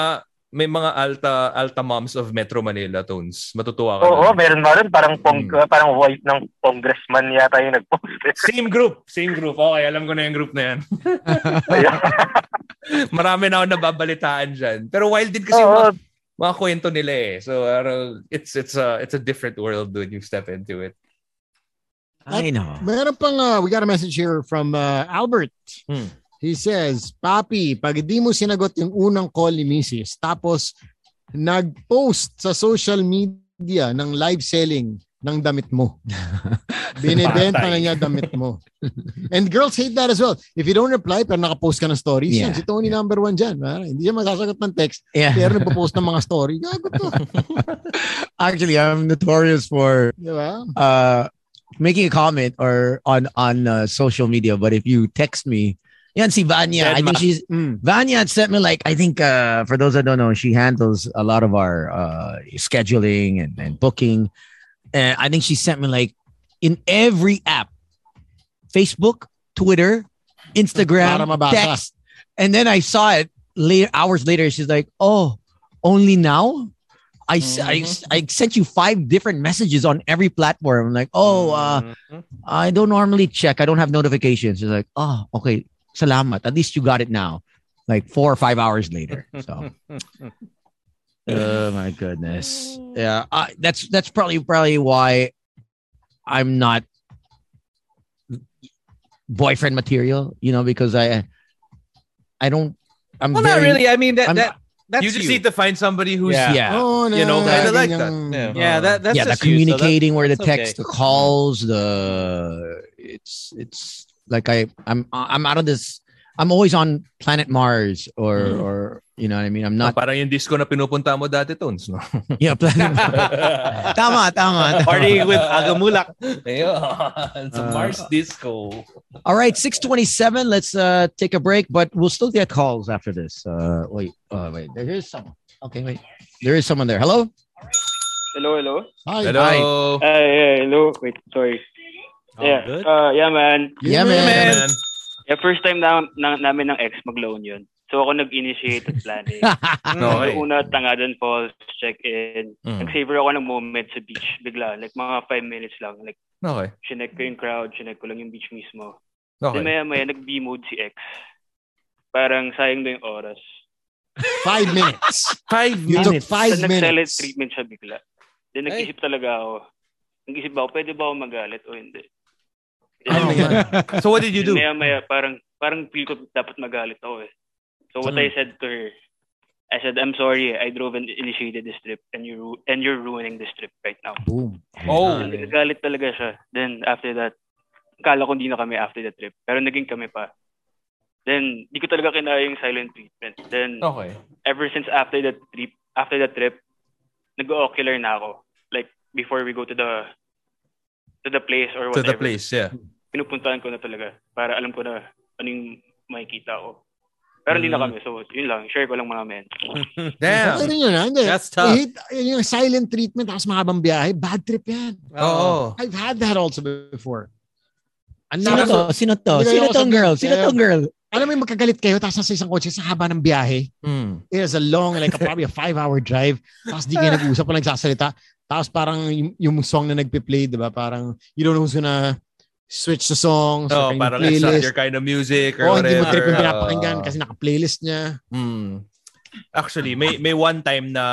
Speaker 6: may mga alta alta moms of Metro Manila tones. Matutuwa ka.
Speaker 11: Oo,
Speaker 6: doon.
Speaker 11: meron ba rin? Parang, pong, parang wife ng congressman yata yung nag-post.
Speaker 6: Same group, same group. Okay, alam ko na yung group na 'yan.
Speaker 11: Ayun.
Speaker 6: Marami na ako nababalitaan diyan. Pero wild din kasi yung mga,
Speaker 11: Oo,
Speaker 6: mga kwento nila eh. So ano, it's it's a it's a different world when you step into it.
Speaker 7: I know.
Speaker 2: Meron pang, uh, we got a message here from uh, Albert.
Speaker 6: Hmm.
Speaker 2: He says, Papi, pag di mo sinagot yung unang call ni Mrs. Tapos, nag-post sa social media ng live selling ng damit mo. Binibenta na niya damit mo. And girls hate that as well. If you don't reply, pero nakapost ka ng stories,
Speaker 7: Yeah.
Speaker 2: yan, si Tony number one dyan. ha? Hindi siya masasagot ng text,
Speaker 7: Yeah.
Speaker 2: pero nagpo-post ng mga story. Gago to.
Speaker 4: Actually, I'm notorious for
Speaker 2: Di ba?
Speaker 4: uh, making a comment or on on uh, social media, but if you text me, yan si Vanya. I think she's
Speaker 2: Mm.
Speaker 4: Vanya had sent me like I think uh, for those that don't know, she handles a lot of our uh, scheduling and, and booking. And I think she sent me like in every app, Facebook, Twitter,
Speaker 2: Para
Speaker 4: Instagram,
Speaker 2: mabasa.
Speaker 4: text. And then I saw it later hours later. She's like, "Oh, only now." I, s-
Speaker 2: Mm-hmm.
Speaker 4: I s- I sent you five different messages on every platform. I'm like, oh, uh,
Speaker 5: Mm-hmm.
Speaker 4: I don't normally check. I don't have notifications. She's like, oh, okay, salamat. At least you got it now. Like four or five hours later. So,
Speaker 6: Uh,
Speaker 4: oh my goodness. Yeah, I, that's that's probably probably why I'm not boyfriend material. You know, because I I don't. I'm
Speaker 5: Well,
Speaker 4: very
Speaker 5: not really. I mean, that,
Speaker 4: I'm-
Speaker 5: that that's
Speaker 6: you just
Speaker 5: you.
Speaker 6: need to find somebody who's
Speaker 5: Yeah.
Speaker 4: yeah.
Speaker 2: Oh,
Speaker 6: You know,
Speaker 2: na-
Speaker 6: I like that.
Speaker 2: ganyang-
Speaker 6: Yeah.
Speaker 5: yeah, that, that's
Speaker 4: yeah, the
Speaker 5: just you, so that-
Speaker 4: communicating where the
Speaker 5: that's
Speaker 4: text,
Speaker 5: okay.
Speaker 4: the calls, the it's it's like I I'm I'm out of this. I'm always on planet Mars or
Speaker 5: Mm-hmm.
Speaker 4: or you know what I mean. I'm not
Speaker 6: parang yung disco na pinupunta mo dati tones, no?
Speaker 4: yeah planet. tama, tama, tama.
Speaker 5: partying Ah, with Agamulak.
Speaker 6: Ayun.
Speaker 5: Uh,
Speaker 6: Sa Mars Disco.
Speaker 4: All right, six twenty seven. Let's uh take a break, but we'll still get calls after this. Uh wait, uh, wait. There is someone. Okay, wait. There is someone there. Hello.
Speaker 14: Hello, hello.
Speaker 2: Hi.
Speaker 6: Hello.
Speaker 14: Hey, hey, hello. Wait, sorry. yeah,
Speaker 5: good.
Speaker 14: uh, yeah, man.
Speaker 4: Yeah, man.
Speaker 6: Man.
Speaker 14: Yeah, first time na, na namin ng ex mag-loan yun. So ako nag-initiate at planning.
Speaker 6: Okay. Mm.
Speaker 14: So una, Tangadan Falls, check-in. Nag-savor ako ng moment sa beach bigla. Like mga five minutes lang. Like,
Speaker 6: Okay.
Speaker 14: chinek ko yung crowd, chinek ko lang yung beach mismo.
Speaker 6: Okay.
Speaker 14: Then maya-maya, nag-B mode si ex. Parang sayang na yung oras.
Speaker 2: Five minutes.
Speaker 6: Five
Speaker 2: You took five
Speaker 14: Then nag-silent
Speaker 2: minutes.
Speaker 14: treatment siya bigla. Then nag-isip talaga ako. Nag-isip ako, pwede ba ako magalit o hindi? Then,
Speaker 6: Ano So what did you do?
Speaker 14: Maya maya parang parang feel ko dapat magalit ako eh. So what
Speaker 6: Hmm.
Speaker 14: I said to her, I said, I'm sorry, I drove and initiated this trip and you ru- and you're ruining this trip right now.
Speaker 2: Boom.
Speaker 5: Ah,
Speaker 14: Oh. Nagagalit talaga siya. Then after that, akala ko hindi na kami after the trip. Pero naging kami pa. Then, di ko talaga kinaya yung silent treatment. Then,
Speaker 6: Okay.
Speaker 14: ever since after the trip, after the trip, nag-ocular na ako. Like, before we go to the to the place or
Speaker 6: To
Speaker 14: whatever.
Speaker 6: the place, yeah.
Speaker 14: Pinupuntahan ko na talaga para alam ko na anong makikita ko. Pero hindi na kami. So, yun lang. Share ko lang mga men.
Speaker 2: Damn. Okay rin yun, ha? Hindi.
Speaker 14: That's tough.
Speaker 2: I hate- yun yung silent treatment tapos mahabang biyahe, bad trip yan.
Speaker 15: Oo.
Speaker 2: I've had that also before.
Speaker 16: Oh. Sino to? Sino to? Sino tong girl? Sino
Speaker 4: eh.
Speaker 16: tong girl?
Speaker 2: Alam mo yung magkagalit kayo tapos nasa isang kotse sa haba ng biyahe. It is a long, like a, probably a five-hour drive. Tapos di kayo nag-uusap o nagsasalita. Tapos parang yung, yung song na nagpe-play, di ba? Parang you don't know who's gonna switch the songs. or
Speaker 6: Oh,
Speaker 2: yung
Speaker 6: parang it's not
Speaker 2: playlist.
Speaker 6: your kind of music or
Speaker 2: Oh, hindi
Speaker 6: whatever.
Speaker 2: mo trip yung pinapakinggan
Speaker 6: Ah.
Speaker 2: kasi naka-playlist niya.
Speaker 6: Hmm. Actually, may may one time na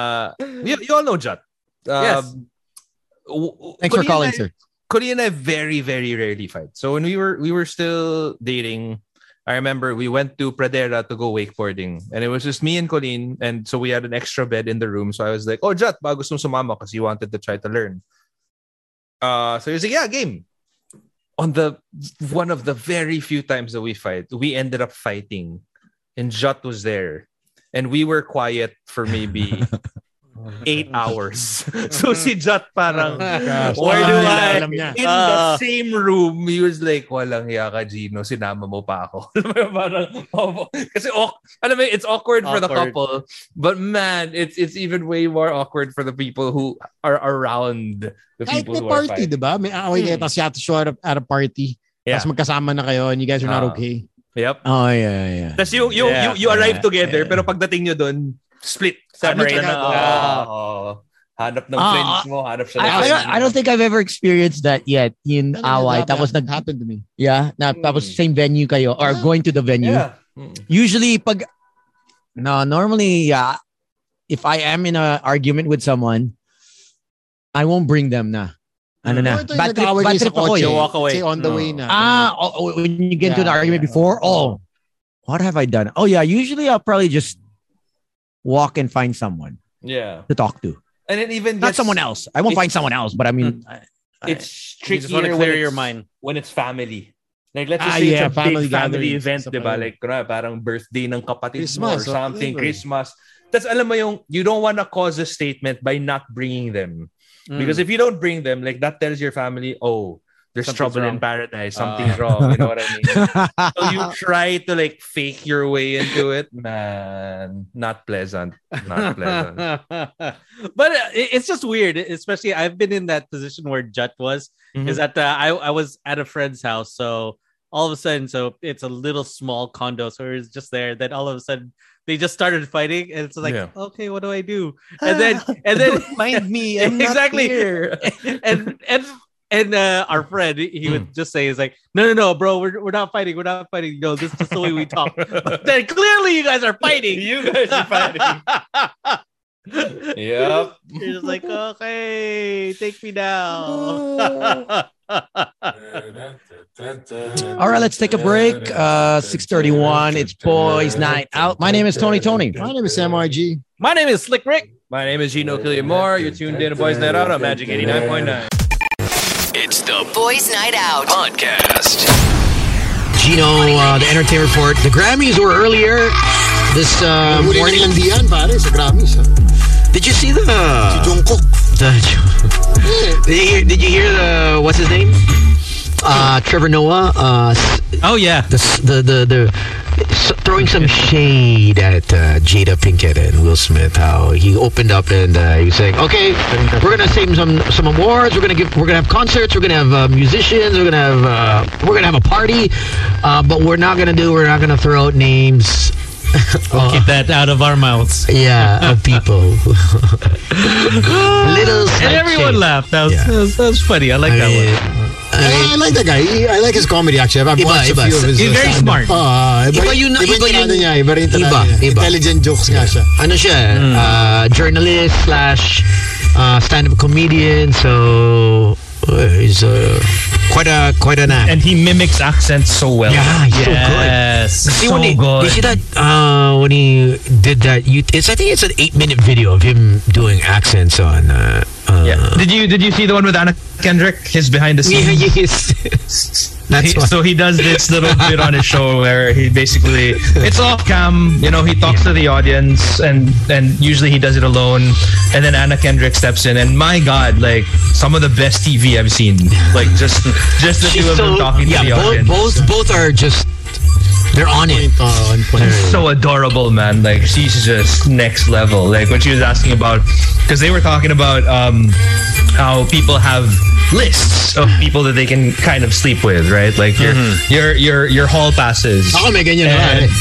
Speaker 6: you, you all know Uh, Jot. Um,
Speaker 2: Yes.
Speaker 4: Thanks for calling, sir.
Speaker 6: Cody and I very very rarely fight. So when we were we were still dating, I remember we went to Pradera to go wakeboarding, and it was just me and Colleen, and so we had an extra bed in the room. So I was like, "Oh, Jot, ba gusto mo sumama?" Because he wanted to try to learn. Uh, so he was like, "Yeah, game." On the one of the very few times that we fight, we ended up fighting, and Jot was there, and we were quiet for maybe eight hours. so si Jot
Speaker 5: Oh,
Speaker 6: parang,
Speaker 17: gosh.
Speaker 6: where do
Speaker 17: Alam niya,
Speaker 6: I?
Speaker 17: alam niya.
Speaker 6: In the
Speaker 17: Ah.
Speaker 6: same room, he was like, walang hiya ka, Gino. Sinama mo pa ako. parang, oh, kasi, awk- alam mo, it's awkward, for the
Speaker 17: Awkward.
Speaker 6: couple. But man, it's it's even way more awkward for the people who are around the
Speaker 2: Kahit
Speaker 6: people
Speaker 2: may
Speaker 6: who are
Speaker 2: party,
Speaker 6: fighting.
Speaker 2: di ba? May away kayo,
Speaker 6: Hmm.
Speaker 2: tapos you have to show up at a party.
Speaker 6: Yeah.
Speaker 2: Tapos magkasama na kayo and you guys are not
Speaker 6: Ah.
Speaker 2: okay.
Speaker 6: Yep.
Speaker 16: Oh, yeah, yeah.
Speaker 6: Tapos you, you,
Speaker 2: Yeah,
Speaker 6: you, you
Speaker 2: yeah,
Speaker 6: arrive together, pero pagdating nyo doon, split. Separate
Speaker 16: Ano
Speaker 6: na. Ah,
Speaker 16: talaga?
Speaker 6: Oo. Hanap ng
Speaker 16: Ah,
Speaker 6: friends
Speaker 16: ah,
Speaker 6: mo, hanap siya
Speaker 16: I,
Speaker 6: ng
Speaker 16: I,
Speaker 6: friends
Speaker 16: don't, I don't think I've ever experienced that yet in away. Tapos nag
Speaker 2: happened to me. Ah.
Speaker 16: Yeah, na tapos same venue kayo or going to the venue.
Speaker 2: Yeah.
Speaker 6: Hmm.
Speaker 16: Usually pag No, normally yeah, if I am in an argument with someone, I won't bring them na. Ano na?
Speaker 2: Ito Mm. yung
Speaker 16: Bad trip,
Speaker 2: nag-away
Speaker 16: bad
Speaker 2: kayo sa
Speaker 16: trip ako
Speaker 2: kotse.
Speaker 16: eh.
Speaker 2: Walk away. Say on the way na.
Speaker 16: Ah, oh, oh, when you get into the
Speaker 2: Yeah,
Speaker 16: argument before, oh, what have I done? Oh yeah, usually I'll probably just walk and find someone
Speaker 6: Yeah.
Speaker 16: to talk to.
Speaker 6: And it even
Speaker 16: Not someone else. I won't find someone else, but I mean,
Speaker 2: Hmm.
Speaker 6: It's
Speaker 16: You
Speaker 6: trickier
Speaker 16: just wanna
Speaker 6: when
Speaker 16: clear your
Speaker 6: it's- when it's family. Like let's just
Speaker 16: Ah,
Speaker 6: say
Speaker 16: yeah,
Speaker 6: it's a family
Speaker 16: family
Speaker 6: big family
Speaker 16: gathering.
Speaker 6: event,
Speaker 16: Sa
Speaker 6: 'di ba?
Speaker 16: family.
Speaker 6: Like kunwari, parang birthday ng kapatid
Speaker 2: Christmas,
Speaker 6: mo or something,
Speaker 2: whatever.
Speaker 6: Christmas. That's alam mo yung you don't want to cause a statement by not bringing them.
Speaker 17: Mm.
Speaker 6: Because if you don't bring them, like that tells your family, "Oh, there's
Speaker 17: Something's
Speaker 6: trouble in
Speaker 17: wrong.
Speaker 6: paradise.
Speaker 17: Ah.
Speaker 6: Something's wrong." You know what I mean? so you try to like fake your way into it, man. Not pleasant. Not pleasant.
Speaker 5: but uh, it- it's just weird, especially I've been in that position where Jut was.
Speaker 6: Mhm.
Speaker 5: Is that uh, I I was at a friend's house, so all of a sudden, so it's a little small condo, so it was just there. Then all of a sudden, they just started fighting, and it's like,
Speaker 6: Yeah.
Speaker 5: okay, what do I do? And then and then
Speaker 6: mind me,
Speaker 17: I'm not
Speaker 5: exactly.
Speaker 17: here.
Speaker 5: and and and uh, our friend, he he
Speaker 6: Hmm.
Speaker 5: would just say, "Is like, no, no, no, bro, we're, we're not fighting, we're not fighting. No, this is just the way we talk." But then clearly, you guys are fighting.
Speaker 6: you guys are fighting. Yep.
Speaker 5: You're just like, okay, take me down.
Speaker 16: All right, let's take a break. Uh, 631. It's Boys Night Out. My name is Tony Tony. My
Speaker 2: name is MRG.
Speaker 5: My name is Slick Rick.
Speaker 6: My name is Gino Killiamore. You're tuned in to Boys Night Out on Magic 89.9.
Speaker 7: It's the Boys Night Out podcast.
Speaker 4: Gino, uh, the entertainment report. The Grammys were earlier this uh,
Speaker 18: Huli na
Speaker 4: morning.
Speaker 18: nilang Um, diyan, pare, sa Grammys. ah.
Speaker 4: Did you see the
Speaker 18: Si Jungkook.
Speaker 4: the? Did you hear, did you hear the what's his name? Uh, Trevor Noah. Uh,
Speaker 5: oh yeah,
Speaker 4: the s- the the, the s- throwing some shade at uh, Jada Pinkett and Will Smith. How he opened up and uh, he was saying, "Okay, we're gonna save some some awards. We're gonna give we're gonna have concerts. We're gonna have uh, musicians. We're gonna have uh, we're gonna have a party, uh, but we're not gonna do. We're not gonna throw out names." Uh,
Speaker 15: Keep that out of our mouths.
Speaker 4: Yeah, of people. Little
Speaker 15: and everyone laughed. That was, that, was, that was funny. I like that one.
Speaker 18: I, I like that guy. He- I like his comedy actually. I've
Speaker 15: Iba,
Speaker 18: watched a
Speaker 15: iba.
Speaker 18: few of his.
Speaker 15: He's very
Speaker 18: stand-up.
Speaker 15: smart.
Speaker 18: Ah,
Speaker 4: Iba yun-
Speaker 18: iba
Speaker 4: iba
Speaker 18: yung
Speaker 4: yun-
Speaker 18: ano niya, iba rin talaga
Speaker 4: iba,
Speaker 18: niya. eh.
Speaker 4: iba.
Speaker 18: Intelligent jokes nga siya.
Speaker 4: ano siya, uh, journalist slash uh, stand-up comedian. So uh, he's uh, quite a quite an act.
Speaker 15: And he mimics accents so well.
Speaker 4: Yeah, he's so good.
Speaker 15: so
Speaker 5: Yes.
Speaker 4: See,
Speaker 5: So
Speaker 4: when he,
Speaker 5: good.
Speaker 4: You see that uh, when he did that? You, it's I think it's an eight-minute video of him doing accents on. Uh, uh, yeah.
Speaker 6: Did you did you see the one with Anna Kendrick? His behind the scenes.
Speaker 4: Yeah, yes. That's
Speaker 6: He-
Speaker 4: why.
Speaker 6: so he does this little bit on his show where he basically it's off cam. You know, he talks to the audience and and usually he does it alone. And then Anna Kendrick steps in, and my God, like some of the best TV I've seen. Like just just the
Speaker 4: She's
Speaker 6: two of them
Speaker 4: so-
Speaker 6: talking
Speaker 4: yeah,
Speaker 6: to the
Speaker 4: both,
Speaker 6: audience.
Speaker 4: both both are just they're on it.
Speaker 18: uh,
Speaker 6: She's so adorable, man. Like she's just next level. Like what she was asking about, because they were talking about um, how people have lists of people that they can kind of sleep with, right? Like your your your your hall passes.
Speaker 2: Ako may ganyan na,
Speaker 6: And-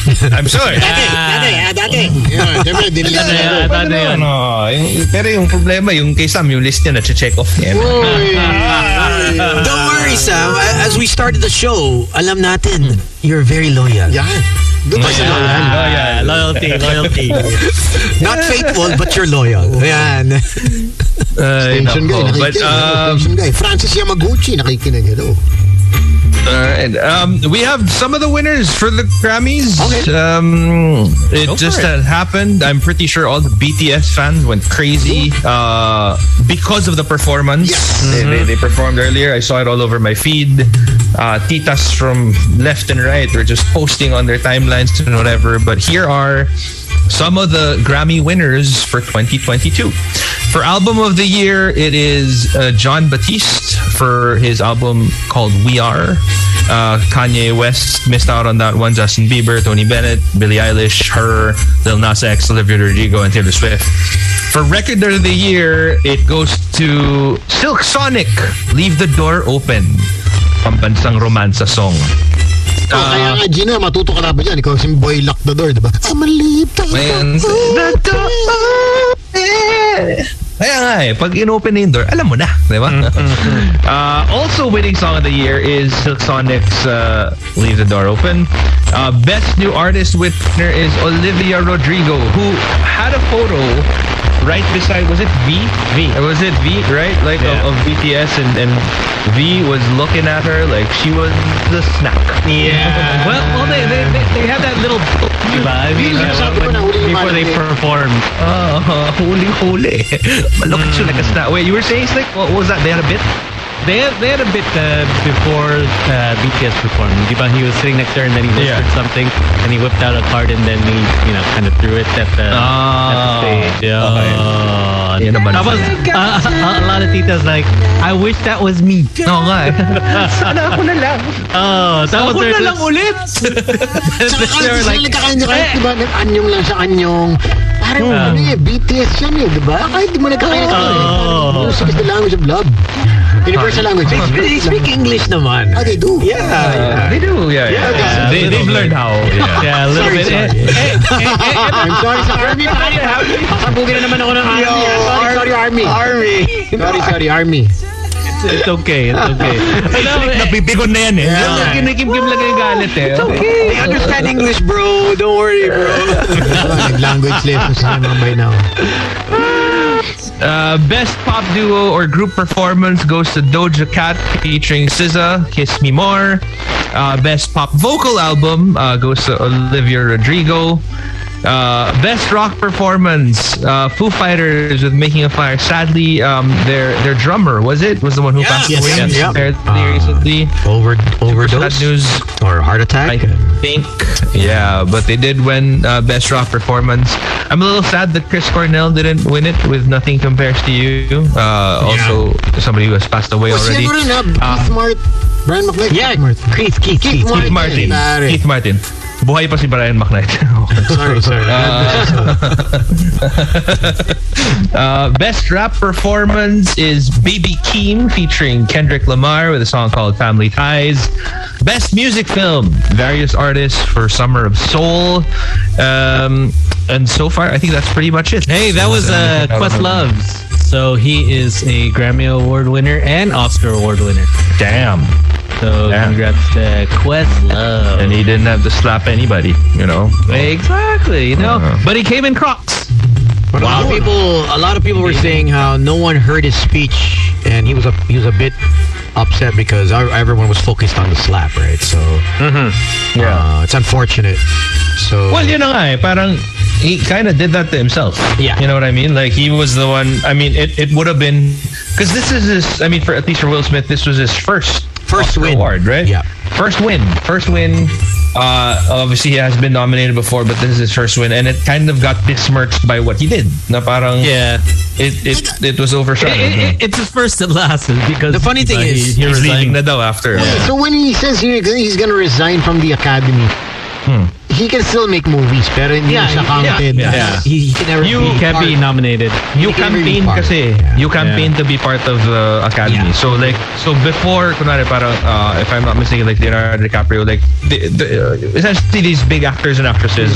Speaker 6: I'm sorry.
Speaker 2: Dati, dati, ah, dati.
Speaker 18: Hmm.
Speaker 2: Yun, syempre, dinilista na yun.
Speaker 6: Ano, ano, yung- Pero yung problema, yung kay Sam, yung list niya na check off niya. eh,
Speaker 4: Don't worry, Sam. A- As we started the show, alam natin, you're very loyal. Yeah.
Speaker 2: Doon tayo sa loyal.
Speaker 4: Loyalty, loyalty. Not faithful, but you're loyal. Ayan. Eh,
Speaker 2: Station guy,
Speaker 6: nako. But,
Speaker 2: nakikinig.
Speaker 6: um,
Speaker 2: Station guy. Francis Yamaguchi, nakikinig. Hello.
Speaker 6: Alright. Um, we have some of the winners for the Grammys. Um, it
Speaker 3: Go for
Speaker 6: just
Speaker 3: it.
Speaker 6: uh, happened. I'm pretty sure all the BTS fans went crazy uh, because of the performance. They, they, they performed earlier. I saw it all over my feed. Uh, titas from left and right were just posting on their timelines and whatever. But here are some of the Grammy winners for 2022. For album of the year, it is uh, John Batiste for his album called We Are. Uh, Kanye West missed out on that one. Justin Bieber, Tony Bennett, Billie Eilish, her, Lil Nas X, Olivia Rodrigo, and Taylor Swift. For record of the year, it goes to Silk Sonic, Leave the Door Open, pambansang romansa song.
Speaker 2: Oh, kaya nga, Gino, matuto ka na ba dyan? Ikaw si Boy Lock the Door, di ba? I'm gonna leave the
Speaker 6: Ayan. Kaya nga eh, pag in-open na yung door, alam mo na, di ba? Mm, Uh, also winning song of the year is Silk Sonic's uh, Leave the Door Open. Uh, best new artist winner is Olivia Rodrigo, who had a photo right beside, was it V? V. Was it V, right? Like of, of BTS and, and V was looking at her like she was the snack. Yeah. well, well they, they, they, they have that little diba? I mean,
Speaker 2: Yung sabi ko na huli yung
Speaker 6: before they
Speaker 2: Monday.
Speaker 6: perform. Oh, holy, holy. Look at you like a snack. Wait, you were saying Snake? What what was that? They had a bit?
Speaker 5: They had, they had a bit uh, before uh, BTS performed. Di ba? He was sitting next to her and then he whispered
Speaker 6: Yeah.
Speaker 5: something and he whipped out a card and then he, you know, kind of threw it at the, at the
Speaker 6: Ah.
Speaker 5: stage. Yeah.
Speaker 6: Yan naman.
Speaker 5: That was, uh, a, a lot of titas like, I wish that was me.
Speaker 6: Oo nga eh.
Speaker 5: Sana ako na lang. Oh, that was their...
Speaker 2: ulit! Tsaka
Speaker 5: They were
Speaker 2: kahit sila
Speaker 5: like, "Eh."
Speaker 2: nagkakanya kahit diba nag-anyong lang siya anyong. Parang ano eh, BTS yan eh, diba? Kahit di mo nagkakanya sila eh. Parang Music is the language of love. Universal language.
Speaker 4: They speak- they speak English naman.
Speaker 2: Ah, they do? Ah.
Speaker 6: They do, yeah. yeah. They, they've learned how. Yeah.
Speaker 5: Yeah, a little
Speaker 2: Sorry,
Speaker 5: bit.
Speaker 2: sorry. eh. I'm sorry sa Army. Parang sabukin na naman ako ng Army. ah. Sorry, sorry,
Speaker 4: eh.
Speaker 2: Army. Army. Sorry, sorry, Army.
Speaker 5: It's okay, it's okay.
Speaker 6: Napipigon na yan eh.
Speaker 5: Yeah.
Speaker 6: Kinikim-kim lang yung galit eh. It's okay.
Speaker 4: They understand English, bro. Don't worry, bro.
Speaker 2: Language lesson sa mga by now.
Speaker 6: Uh, best pop duo or group performance goes to Doja Cat featuring SZA, "Kiss Me More." Uh, best pop vocal album uh, goes to Olivia Rodrigo. Uh, best rock performance, uh, Foo Fighters with "Making a Fire." Sadly, um, their their drummer was it was the one who
Speaker 4: Yeah,
Speaker 6: passed
Speaker 4: yes,
Speaker 6: away
Speaker 4: yes, yeah.
Speaker 6: fairly recently.
Speaker 4: Over
Speaker 6: Sad
Speaker 4: overdose
Speaker 6: news.
Speaker 4: or heart
Speaker 6: I
Speaker 4: attack?
Speaker 6: think. Yeah, but they did win uh, Best Rock Performance. I'm a little sad that Chris Cornell didn't win it with Nothing Compares to You. Uh, Also, somebody who has passed away
Speaker 2: O,
Speaker 6: already.
Speaker 2: sino rin ha? Keith Mart. Brian McKnight.
Speaker 4: Yeah,
Speaker 2: Keith Mart.
Speaker 4: Keith, Keith,
Speaker 2: Keith
Speaker 4: Keith.
Speaker 6: Keith
Speaker 2: Martin.
Speaker 6: Martin.
Speaker 2: Pare.
Speaker 6: Keith Martin. Buhay pa si Brian McKnight.
Speaker 2: Sorry, sorry.
Speaker 6: Ah. Uh, best rap performance is Baby Keem featuring Kendrick Lamar with a song called Family Ties. Best music film, various artists for Summer of Soul. Um, and so far, I think that's pretty much it.
Speaker 5: Hey, that was uh, Quest Loves. So he is a Grammy Award winner and Oscar Award winner.
Speaker 6: Damn.
Speaker 5: So
Speaker 6: Yeah.
Speaker 5: congrats to Quest Love.
Speaker 6: And he didn't have to slap anybody, you know?
Speaker 5: Exactly, you know.
Speaker 6: Uh-huh.
Speaker 5: But he came in Crocs.
Speaker 4: A lot of people, a lot of people were saying how no one heard his speech, and he was a he was a bit
Speaker 19: upset because I- everyone was focused on the slap, right? So,
Speaker 4: Hmm.
Speaker 5: Mm-hmm.
Speaker 19: yeah, it's unfortunate. So,
Speaker 6: Well, yun na nga eh. Parang he kind of did that to himself. Yeah. You know what I mean? Like he was the one. I mean, it, it would have been because this is his. I mean, for at least for Will Smith, this was his first first win award, right? Yeah. First win. First win. Uh, obviously, he has been nominated before, but this is his first win, and it kind of got besmirched by what he did. Na parang yeah. It it, it was overshadowed.
Speaker 20: It- it- it's his first and last because
Speaker 6: The funny
Speaker 20: thing is-
Speaker 6: he, he
Speaker 20: He's
Speaker 6: resigned na daw after.
Speaker 21: Wait, so when he says he, he's gonna resign from the academy,
Speaker 6: Hmm.
Speaker 21: he can still make movies, pero hindi
Speaker 6: Yeah,
Speaker 21: siya
Speaker 6: yeah,
Speaker 21: counted.
Speaker 6: yeah. Yeah.
Speaker 21: He, he can never
Speaker 6: You-
Speaker 21: be
Speaker 6: He can't
Speaker 21: part.
Speaker 6: be
Speaker 20: nominated.
Speaker 21: He can
Speaker 6: You campaign
Speaker 21: be part.
Speaker 6: kasi. You campaign to be part of the academy. So like so before kunwari parang uh, if I'm not mistaken like Leonardo DiCaprio like the, the, uh, essentially these big actors and actresses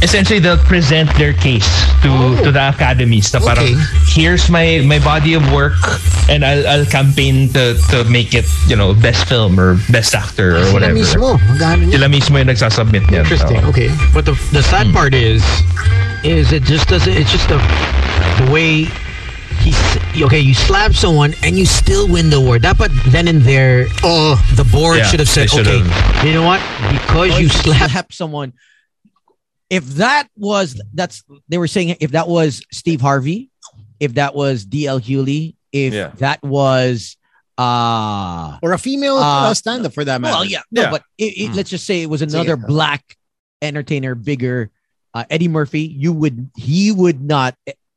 Speaker 6: essentially they'll present their case to
Speaker 21: Oh.
Speaker 6: to the academies na parang here's my my body of work and I'll I'll campaign to to make it you know best film or best actor or
Speaker 21: Sila
Speaker 6: whatever.
Speaker 21: mismo, magano niya.
Speaker 6: Sila mismo yung nagsasubmit niyan.
Speaker 19: Interesting.
Speaker 6: Oo.
Speaker 19: Okay. But the the sad
Speaker 4: Hmm.
Speaker 19: part is, is it just doesn't. It's just the the way he's okay. You slap someone and you still win the award. That, but then and there, oh, the board
Speaker 4: Yeah,
Speaker 19: should have said,
Speaker 4: they should
Speaker 19: okay,
Speaker 4: have.
Speaker 19: you know what? Because
Speaker 4: Or
Speaker 19: you slapped.
Speaker 4: someone. If that was that's they were saying if that was Steve Harvey, if that was DL Hewley, if
Speaker 2: Yeah.
Speaker 4: that was uh
Speaker 2: or a female
Speaker 4: uh,
Speaker 2: uh, stand-up for that matter.
Speaker 4: Well, yeah, Hmm. no, but it, it, let's just say it was another black entertainer, bigger uh, Eddie Murphy. You would, he would not.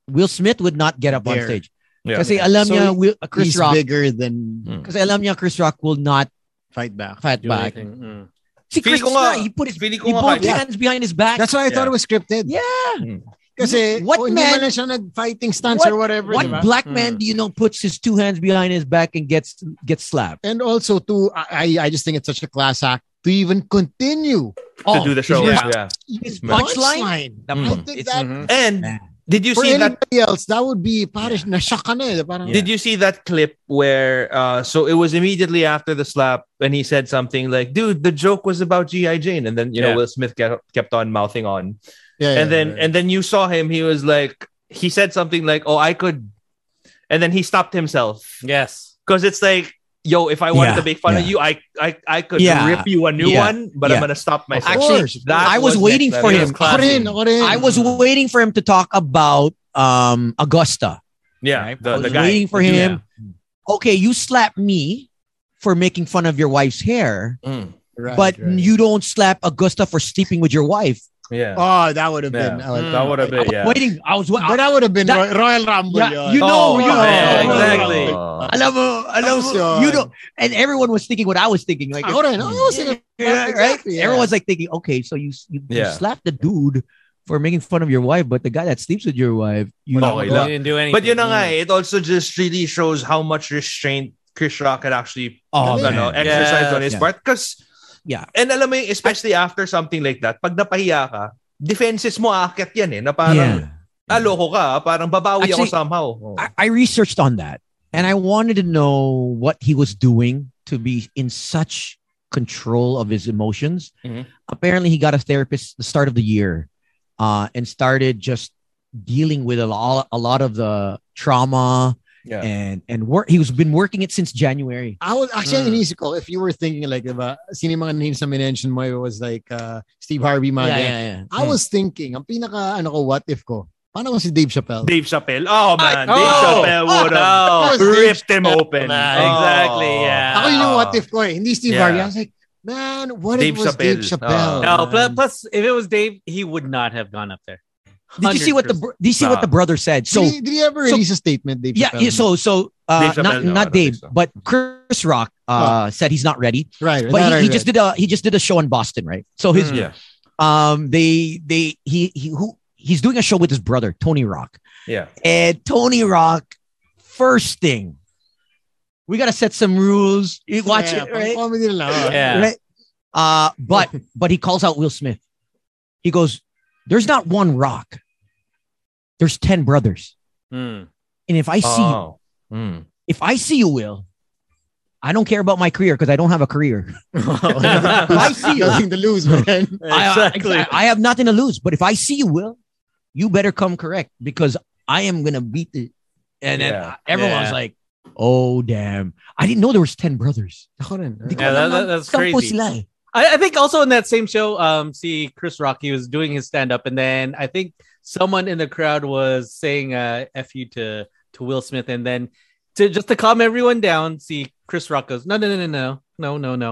Speaker 4: Will Smith would not get up on
Speaker 2: There.
Speaker 4: stage
Speaker 2: Yeah.
Speaker 4: kasi alam
Speaker 2: So,
Speaker 4: niya Will, uh, Chris
Speaker 2: he's
Speaker 4: Rock
Speaker 2: bigger than
Speaker 6: Hmm.
Speaker 4: kasi alam niya Chris Rock will not
Speaker 2: fight back.
Speaker 4: Fight
Speaker 2: Do
Speaker 4: back.
Speaker 2: anything.
Speaker 5: Mm.
Speaker 4: Si Chris
Speaker 2: Feeling ko nga-
Speaker 4: Rock, he put his he
Speaker 2: feeling ko nga
Speaker 4: both
Speaker 2: kahit-
Speaker 4: hands behind his back.
Speaker 2: That's why I thought it was scripted. Hmm.
Speaker 4: Yeah.
Speaker 2: Kasi
Speaker 4: What
Speaker 2: oh, hindi
Speaker 4: man-
Speaker 2: man lang siya nag-fighting stance
Speaker 4: What,
Speaker 2: or whatever. Hmm.
Speaker 4: what
Speaker 2: diba?
Speaker 4: black
Speaker 6: Hmm.
Speaker 4: man do you know puts his two hands behind his back and gets gets slapped?
Speaker 2: And also to I I just think it's such a class act to even continue
Speaker 4: Oh, do the show.
Speaker 2: his-
Speaker 4: Yeah.
Speaker 2: his
Speaker 4: Yeah.
Speaker 2: punchline.
Speaker 4: Punchline. Mm.
Speaker 2: I think that,
Speaker 6: Mm-hmm. And did you
Speaker 2: for
Speaker 6: see that
Speaker 2: anybody else that would be parish na siya ka na eh. Parang,
Speaker 6: Did you see that clip where uh so it was immediately after the slap and he said something like, dude, the joke was about G.I. Jane. And then you
Speaker 22: Yeah.
Speaker 6: know Will Smith kept, kept on mouthing on.
Speaker 22: Yeah,
Speaker 6: and
Speaker 22: yeah,
Speaker 6: then and then you saw him, he was like he said something like, Oh, I could and then he stopped himself.
Speaker 5: Yes.
Speaker 6: Because it's like, yo, if I wanted
Speaker 4: Yeah,
Speaker 6: to make fun of
Speaker 4: yeah.
Speaker 6: you, I I, I could
Speaker 4: Yeah.
Speaker 6: rip you a new
Speaker 4: Yeah.
Speaker 6: one, but
Speaker 4: Yeah.
Speaker 6: I'm gonna stop myself.
Speaker 4: Actually,
Speaker 6: That
Speaker 4: I was,
Speaker 6: next
Speaker 4: waiting for
Speaker 6: level. It was
Speaker 4: him.
Speaker 6: classy.
Speaker 4: I was waiting for him to talk about um, Augusta.
Speaker 6: Yeah,
Speaker 4: I
Speaker 6: the, the
Speaker 4: was
Speaker 6: guy.
Speaker 4: waiting for him. Okay, you slap me for making fun of your wife's hair,
Speaker 2: Right,
Speaker 4: Hmm. but
Speaker 2: right.
Speaker 4: you don't slap Augusta for sleeping with your wife.
Speaker 6: Yeah.
Speaker 2: Oh, that would have
Speaker 6: Yeah.
Speaker 2: been.
Speaker 6: Mm. That would have been, yeah.
Speaker 4: Waiting, I was.
Speaker 2: But that would have been
Speaker 4: That-
Speaker 2: Roy- Royal Rumble.
Speaker 4: Yeah,
Speaker 2: yun.
Speaker 4: you know, you know, Oh,
Speaker 6: man, exactly.
Speaker 4: Alam mo, alam mo, you know, and everyone was thinking what I was thinking. Like,
Speaker 2: Ako rin, ako was thinking
Speaker 4: Yeah,
Speaker 2: that,
Speaker 4: right?
Speaker 2: exactly, yeah.
Speaker 4: Everyone's like thinking, okay, so you you,
Speaker 5: Yeah.
Speaker 4: you slapped the dude for making fun of your wife, but the guy that sleeps with your wife, you
Speaker 6: Okay lang.
Speaker 5: didn't do
Speaker 6: But yun na nga, eh, it also just really shows how much restraint Chris Rock had actually
Speaker 4: Oh,
Speaker 6: you know,
Speaker 4: man.
Speaker 6: exercised
Speaker 4: Yes.
Speaker 6: on his
Speaker 4: Yeah.
Speaker 6: part. Because,
Speaker 4: yeah.
Speaker 6: and alam mo yung, especially after something like that, pag napahiya ka, defenses mo aakyat yan eh, na parang, aloko ka, parang babawi
Speaker 4: Actually,
Speaker 6: ako somehow. Oh.
Speaker 4: I, I researched on that and I wanted to know what he was doing to be in such control of his emotions.
Speaker 14: Mm.
Speaker 2: Mm-hmm.
Speaker 6: Mhm.
Speaker 4: Apparently, he got a therapist the start of the year uh, and started just dealing with a lot, a lot of the trauma and and work. He was been working it since January.
Speaker 2: I was actually inisip ko if you were thinking like diba, sino yung mga names na minention mo it was like uh, Steve Harvey mga
Speaker 4: Yeah,
Speaker 2: ganyan.
Speaker 4: yeah, yeah. Hmm.
Speaker 2: I was thinking ang pinaka ano ko what if ko paano ko si Dave Chappelle
Speaker 6: Dave Chappelle. Oh, man.
Speaker 2: Ay,
Speaker 6: Dave
Speaker 2: oh!
Speaker 6: Chappelle would have
Speaker 2: Oh, Dave
Speaker 6: ripped him open. Oh. Exactly, yeah.
Speaker 2: ako yun yung what if ko eh hindi Steve
Speaker 6: Yeah.
Speaker 2: Harvey I was like man what if it
Speaker 6: Dave
Speaker 2: was Dave
Speaker 6: Chappelle.
Speaker 2: Chappelle
Speaker 6: Oh,
Speaker 5: No, plus, plus if it was Dave, he would not have gone up there.
Speaker 2: Hmm.
Speaker 4: Did you see what the br- did you see what the brother said? So
Speaker 2: did, he, did he ever
Speaker 4: so-
Speaker 2: release a statement Dave
Speaker 4: yeah, yeah,
Speaker 2: Chappelle
Speaker 4: so so uh,
Speaker 2: Dave Chappelle,
Speaker 4: not
Speaker 2: no, I
Speaker 4: not
Speaker 2: don't
Speaker 4: Dave, but Chris Rock uh, said he's not ready.
Speaker 2: Right,
Speaker 4: but
Speaker 2: not
Speaker 4: he, he
Speaker 2: ready.
Speaker 4: just did a he just did a show in Boston, right? So his
Speaker 2: Mm. Yeah.
Speaker 4: um they they he he who he's doing a show with his brother Tony Rock,
Speaker 6: Yeah.
Speaker 4: and Tony Rock first thing we gotta set some rules. Oh. You watch it,
Speaker 2: Yeah, pang
Speaker 4: right?
Speaker 2: comedy na lang ah.
Speaker 4: Right? Uh, but but he calls out Will Smith. He goes, "There's not one Rock. There's ten brothers, and if I see you,
Speaker 6: Oh. Mm.
Speaker 4: if I see you, Will, I don't care about my career because I don't have a career. if I see you,
Speaker 2: nothing to lose man
Speaker 4: I, I, I have nothing to lose. But if I see you, Will, you better come correct because I am gonna beat it. And then
Speaker 6: Yeah.
Speaker 4: everyone's
Speaker 6: Yeah.
Speaker 4: like, Oh, damn. I didn't know there was 10 brothers.
Speaker 2: Ako rin.
Speaker 4: Hindi ko
Speaker 5: Yeah, that-
Speaker 4: alam.
Speaker 5: that- that's
Speaker 4: Sampu
Speaker 5: crazy.
Speaker 4: sila eh.
Speaker 5: I, I think also in that same show, um, see Chris Rock, he was doing his stand up, and then I think someone in the crowd was saying uh, "f you" to to Will Smith, and then to just to calm everyone down, see Chris Rock goes, "No, no, no, no, no, no, no, no,"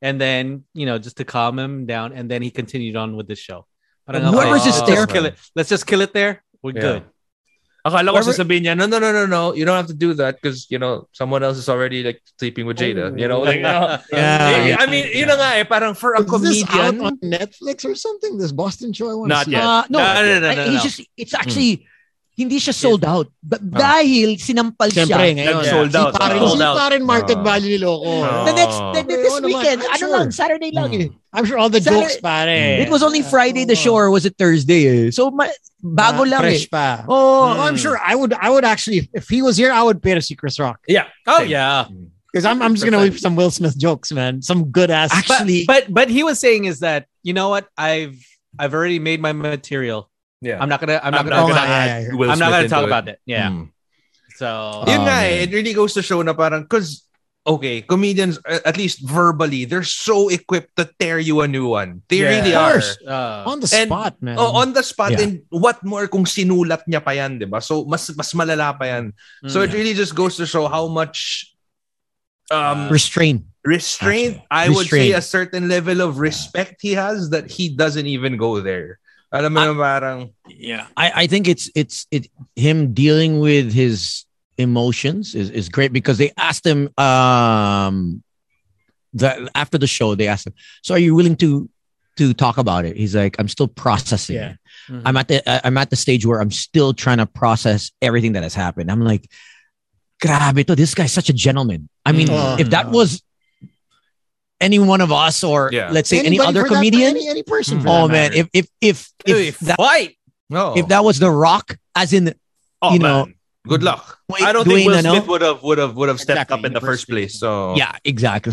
Speaker 5: and then you know just to calm him down, and then he continued on with the show. Parang ako, "Oh,
Speaker 6: Whoever's just
Speaker 5: let's
Speaker 6: there-
Speaker 5: kill it. Let's just kill it there. We're
Speaker 6: Yeah.
Speaker 5: good.
Speaker 6: Akala ko
Speaker 5: Whoever-
Speaker 6: sasabihin niya, no, no, no, no, no, you don't have to do that because, you know, someone else is already like sleeping with Jada. You know, like,
Speaker 5: Oh.
Speaker 6: no.
Speaker 2: Yeah.
Speaker 6: I mean, yun na nga eh, parang for a
Speaker 2: Is this out
Speaker 6: comedian.
Speaker 2: on Netflix or something? This Boston show I want
Speaker 6: Not
Speaker 2: to see.
Speaker 6: yet.
Speaker 4: Ah, no,
Speaker 6: No, no, no,
Speaker 4: I-
Speaker 6: no,
Speaker 4: he's
Speaker 6: no.
Speaker 4: just, it's
Speaker 2: Hmm.
Speaker 4: actually, hindi siya sold out. But dahil sinampal
Speaker 2: Ah. Siyempre,
Speaker 4: siya.
Speaker 2: ngayon.
Speaker 6: Sold out.
Speaker 2: Si parin,
Speaker 6: Sold
Speaker 2: si
Speaker 6: out.
Speaker 2: parin market
Speaker 6: Ah.
Speaker 2: value niloko.
Speaker 6: Ah.
Speaker 4: The next, the, the- this
Speaker 2: Ngayon naman,
Speaker 4: weekend,
Speaker 2: I'm
Speaker 4: ano
Speaker 2: sure.
Speaker 4: lang, Saturday lang eh.
Speaker 2: Hmm. I'm sure all the
Speaker 4: Saturday-
Speaker 2: jokes, pare. Ah,
Speaker 4: It was only Friday the show or was it Thursday eh. So, ma- bago lang eh.
Speaker 2: Ah, Fresh pa.
Speaker 4: Oh,
Speaker 2: Well, I'm sure I would I would actually if he was here I would pay to see Chris Rock
Speaker 6: Yeah.
Speaker 5: Oh yeah.
Speaker 2: because I'm I'm just gonna wait for some Will Smith jokes man some good ass
Speaker 4: actually,
Speaker 5: but but he was saying is that you know what I've I've already made my material.
Speaker 6: Yeah.
Speaker 5: I'm not gonna I'm not gonna
Speaker 2: not
Speaker 5: gonna
Speaker 2: gonna add
Speaker 5: add-
Speaker 6: Will
Speaker 5: I'm not
Speaker 6: Smith
Speaker 5: gonna
Speaker 6: into
Speaker 5: talk
Speaker 6: it.
Speaker 5: about it. Yeah.
Speaker 23: Mm.
Speaker 5: So um,
Speaker 6: Yun
Speaker 23: Oh,
Speaker 6: nga
Speaker 23: man.
Speaker 6: eh, it really goes to show na parang, because, okay, comedians, uh, at least verbally, they're so equipped to tear you a new one. They
Speaker 5: Yeah.
Speaker 6: really
Speaker 2: Of
Speaker 6: are.
Speaker 2: course.
Speaker 5: uh,
Speaker 2: on the
Speaker 6: and-
Speaker 2: spot man
Speaker 6: Oh, on the spot
Speaker 23: Yeah.
Speaker 6: and what more kung sinulat niya pa yan, 'di ba? So mas mas malala pa yan. So
Speaker 5: Mm.
Speaker 6: it really just goes to show how much
Speaker 4: eh.
Speaker 6: um
Speaker 2: restrain
Speaker 6: restraint, I would
Speaker 2: Restraint.
Speaker 6: say a certain level of respect he has that he doesn't even go there. Alam mo yun, parang
Speaker 4: yeah i i think it's it's it him dealing with his emotions is, is great because they asked him um the after the show they asked him so are you willing to to talk about it he's like i'm still processing
Speaker 2: Yeah.
Speaker 4: it.
Speaker 2: Mm-hmm.
Speaker 5: Mhm.
Speaker 4: i'm at the I- i'm at the stage where i'm still trying to process everything that has happened i'm like grabe to this guy's such a gentleman i mean
Speaker 2: Mm.
Speaker 4: if that was any one of us or
Speaker 6: Yeah.
Speaker 4: let's say any
Speaker 2: Anybody
Speaker 4: other
Speaker 2: for that-
Speaker 4: comedian
Speaker 2: any, any person for
Speaker 4: oh
Speaker 2: that
Speaker 4: man
Speaker 2: matter.
Speaker 4: if if if, if that
Speaker 5: fight.
Speaker 6: no.
Speaker 4: if that was The Rock, as in
Speaker 6: oh,
Speaker 4: you
Speaker 6: man.
Speaker 4: know-
Speaker 6: good luck.
Speaker 4: Dwayne-
Speaker 6: I don't think
Speaker 4: Dwayne,
Speaker 6: Will
Speaker 4: ano?
Speaker 6: Smith would have would have would have stepped
Speaker 2: Exactly,
Speaker 6: up in the first place. So
Speaker 4: yeah, exactly.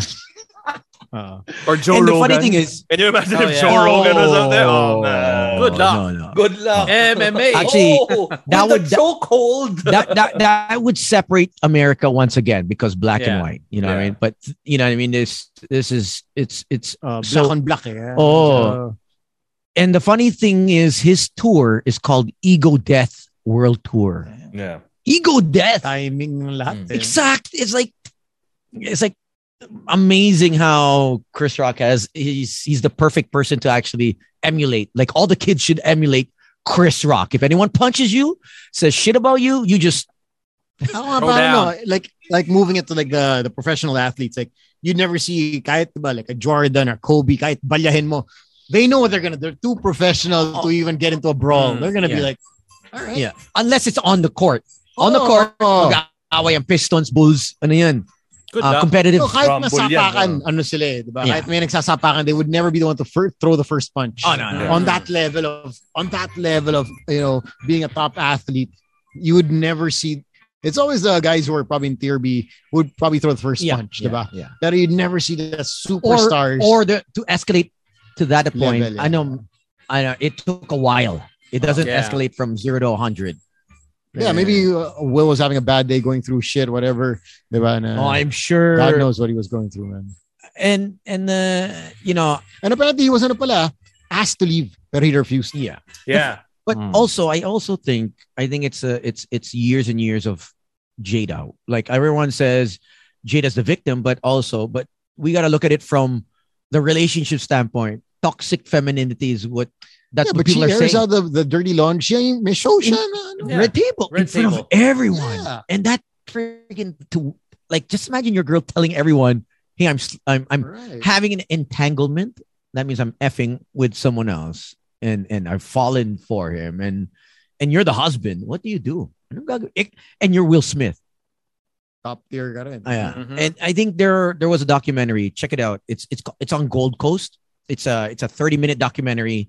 Speaker 6: or Joe
Speaker 4: and the
Speaker 6: Rogan.
Speaker 4: funny thing is,
Speaker 6: Can you imagine
Speaker 5: Oh,
Speaker 6: if
Speaker 5: yeah.
Speaker 6: Joe Rogan was out there? Oh man.
Speaker 5: Good luck.
Speaker 4: No, no.
Speaker 6: Good luck.
Speaker 5: MMA.
Speaker 4: Actually,
Speaker 6: oh,
Speaker 4: that
Speaker 6: with
Speaker 4: would-
Speaker 6: the chokehold.
Speaker 4: that, that that would separate America once again because black
Speaker 5: Yeah.
Speaker 4: and white. You know what I
Speaker 6: Yeah.
Speaker 4: mean? But you know what I mean. This this is it's it's
Speaker 6: Um,
Speaker 2: uh, black
Speaker 4: so-
Speaker 2: on black eh.
Speaker 4: Oh. and the funny thing is his tour is called Ego Death World Tour.
Speaker 6: Yeah.
Speaker 4: Ego Death.
Speaker 2: timing ng lahat eh.
Speaker 4: Exact. It's like it's like amazing how Chris Rock has he's he's the perfect person to actually emulate. Like all the kids should emulate Chris Rock. If anyone punches you, says shit about you, you just
Speaker 2: Ako nga, parang, Oh, no, like like moving it to like the the professional athletes like you'd never see kahit ba, like a Jordan or Kobe kahit balyahin mo they know what they're gonna they're too professional to even get into a brawl
Speaker 5: Mm,
Speaker 2: they're gonna be
Speaker 4: Hmm. yeah.
Speaker 2: like Hmm. all right
Speaker 4: Yeah. unless it's on the court. On the
Speaker 2: Oo,
Speaker 4: court,
Speaker 2: oo.
Speaker 4: mag-aaway ang Pistons, Bulls, ano yan? Uh,
Speaker 5: Good luck.
Speaker 4: competitive.
Speaker 2: No, Oh, kahit
Speaker 6: Rumble yan,
Speaker 2: nasapakan, ano sila eh, di ba?
Speaker 4: Yeah.
Speaker 2: Kahit may nagsasapakan, they would never be the one to fir- throw the first punch.
Speaker 4: Oh, no, no.
Speaker 2: On that level of, on that level of, you know, being a top athlete, you would never see, it's always the guys who are probably in tier B who would probably throw the first
Speaker 4: Yeah,
Speaker 2: punch, di ba?
Speaker 4: yeah.
Speaker 2: That you'd never see the superstars.
Speaker 4: Or the, to escalate to that point,
Speaker 2: Level, yeah.
Speaker 4: I know, I know, it took a while. It doesn't
Speaker 5: Yeah.
Speaker 4: escalate from zero to 100.
Speaker 2: yeah, maybe uh, Will was having a bad day going through shit, whatever, di ba? Na,
Speaker 4: Oh, I'm sure.
Speaker 2: God knows what he was going through, man.
Speaker 4: and and uh, you know
Speaker 2: And apparently he was ano pala, asked to leave, but he refused.
Speaker 4: yeah
Speaker 6: Yeah.
Speaker 4: but
Speaker 5: Hmm.
Speaker 2: Mm.
Speaker 4: also i also think i think it's a it's it's years and years of jada like everyone says jada's the victim but also but we got to look at it from the relationship standpoint toxic femininity is what that's
Speaker 2: yeah,
Speaker 4: what
Speaker 2: but she
Speaker 4: people are
Speaker 2: airs
Speaker 4: saying
Speaker 2: out the, the dirty laundry. Siya yung- May show siya na ano.
Speaker 4: red table
Speaker 5: Red
Speaker 4: in front
Speaker 5: table.
Speaker 4: of everyone
Speaker 2: Yeah.
Speaker 4: and that freaking to like just imagine your girl telling everyone hey i'm s- i'm, I'm
Speaker 2: Right.
Speaker 4: having an entanglement that means i'm effing with someone else and and i've fallen for him and and you're the husband what do you do Anong gagawin? Ik- and you're will smith
Speaker 2: Top tier ka rin.
Speaker 4: Ayan.
Speaker 5: Mhm.
Speaker 4: Ah, and i think there there was a documentary check it out it's it's co- it's on gold coast it's a it's a 30 minute documentary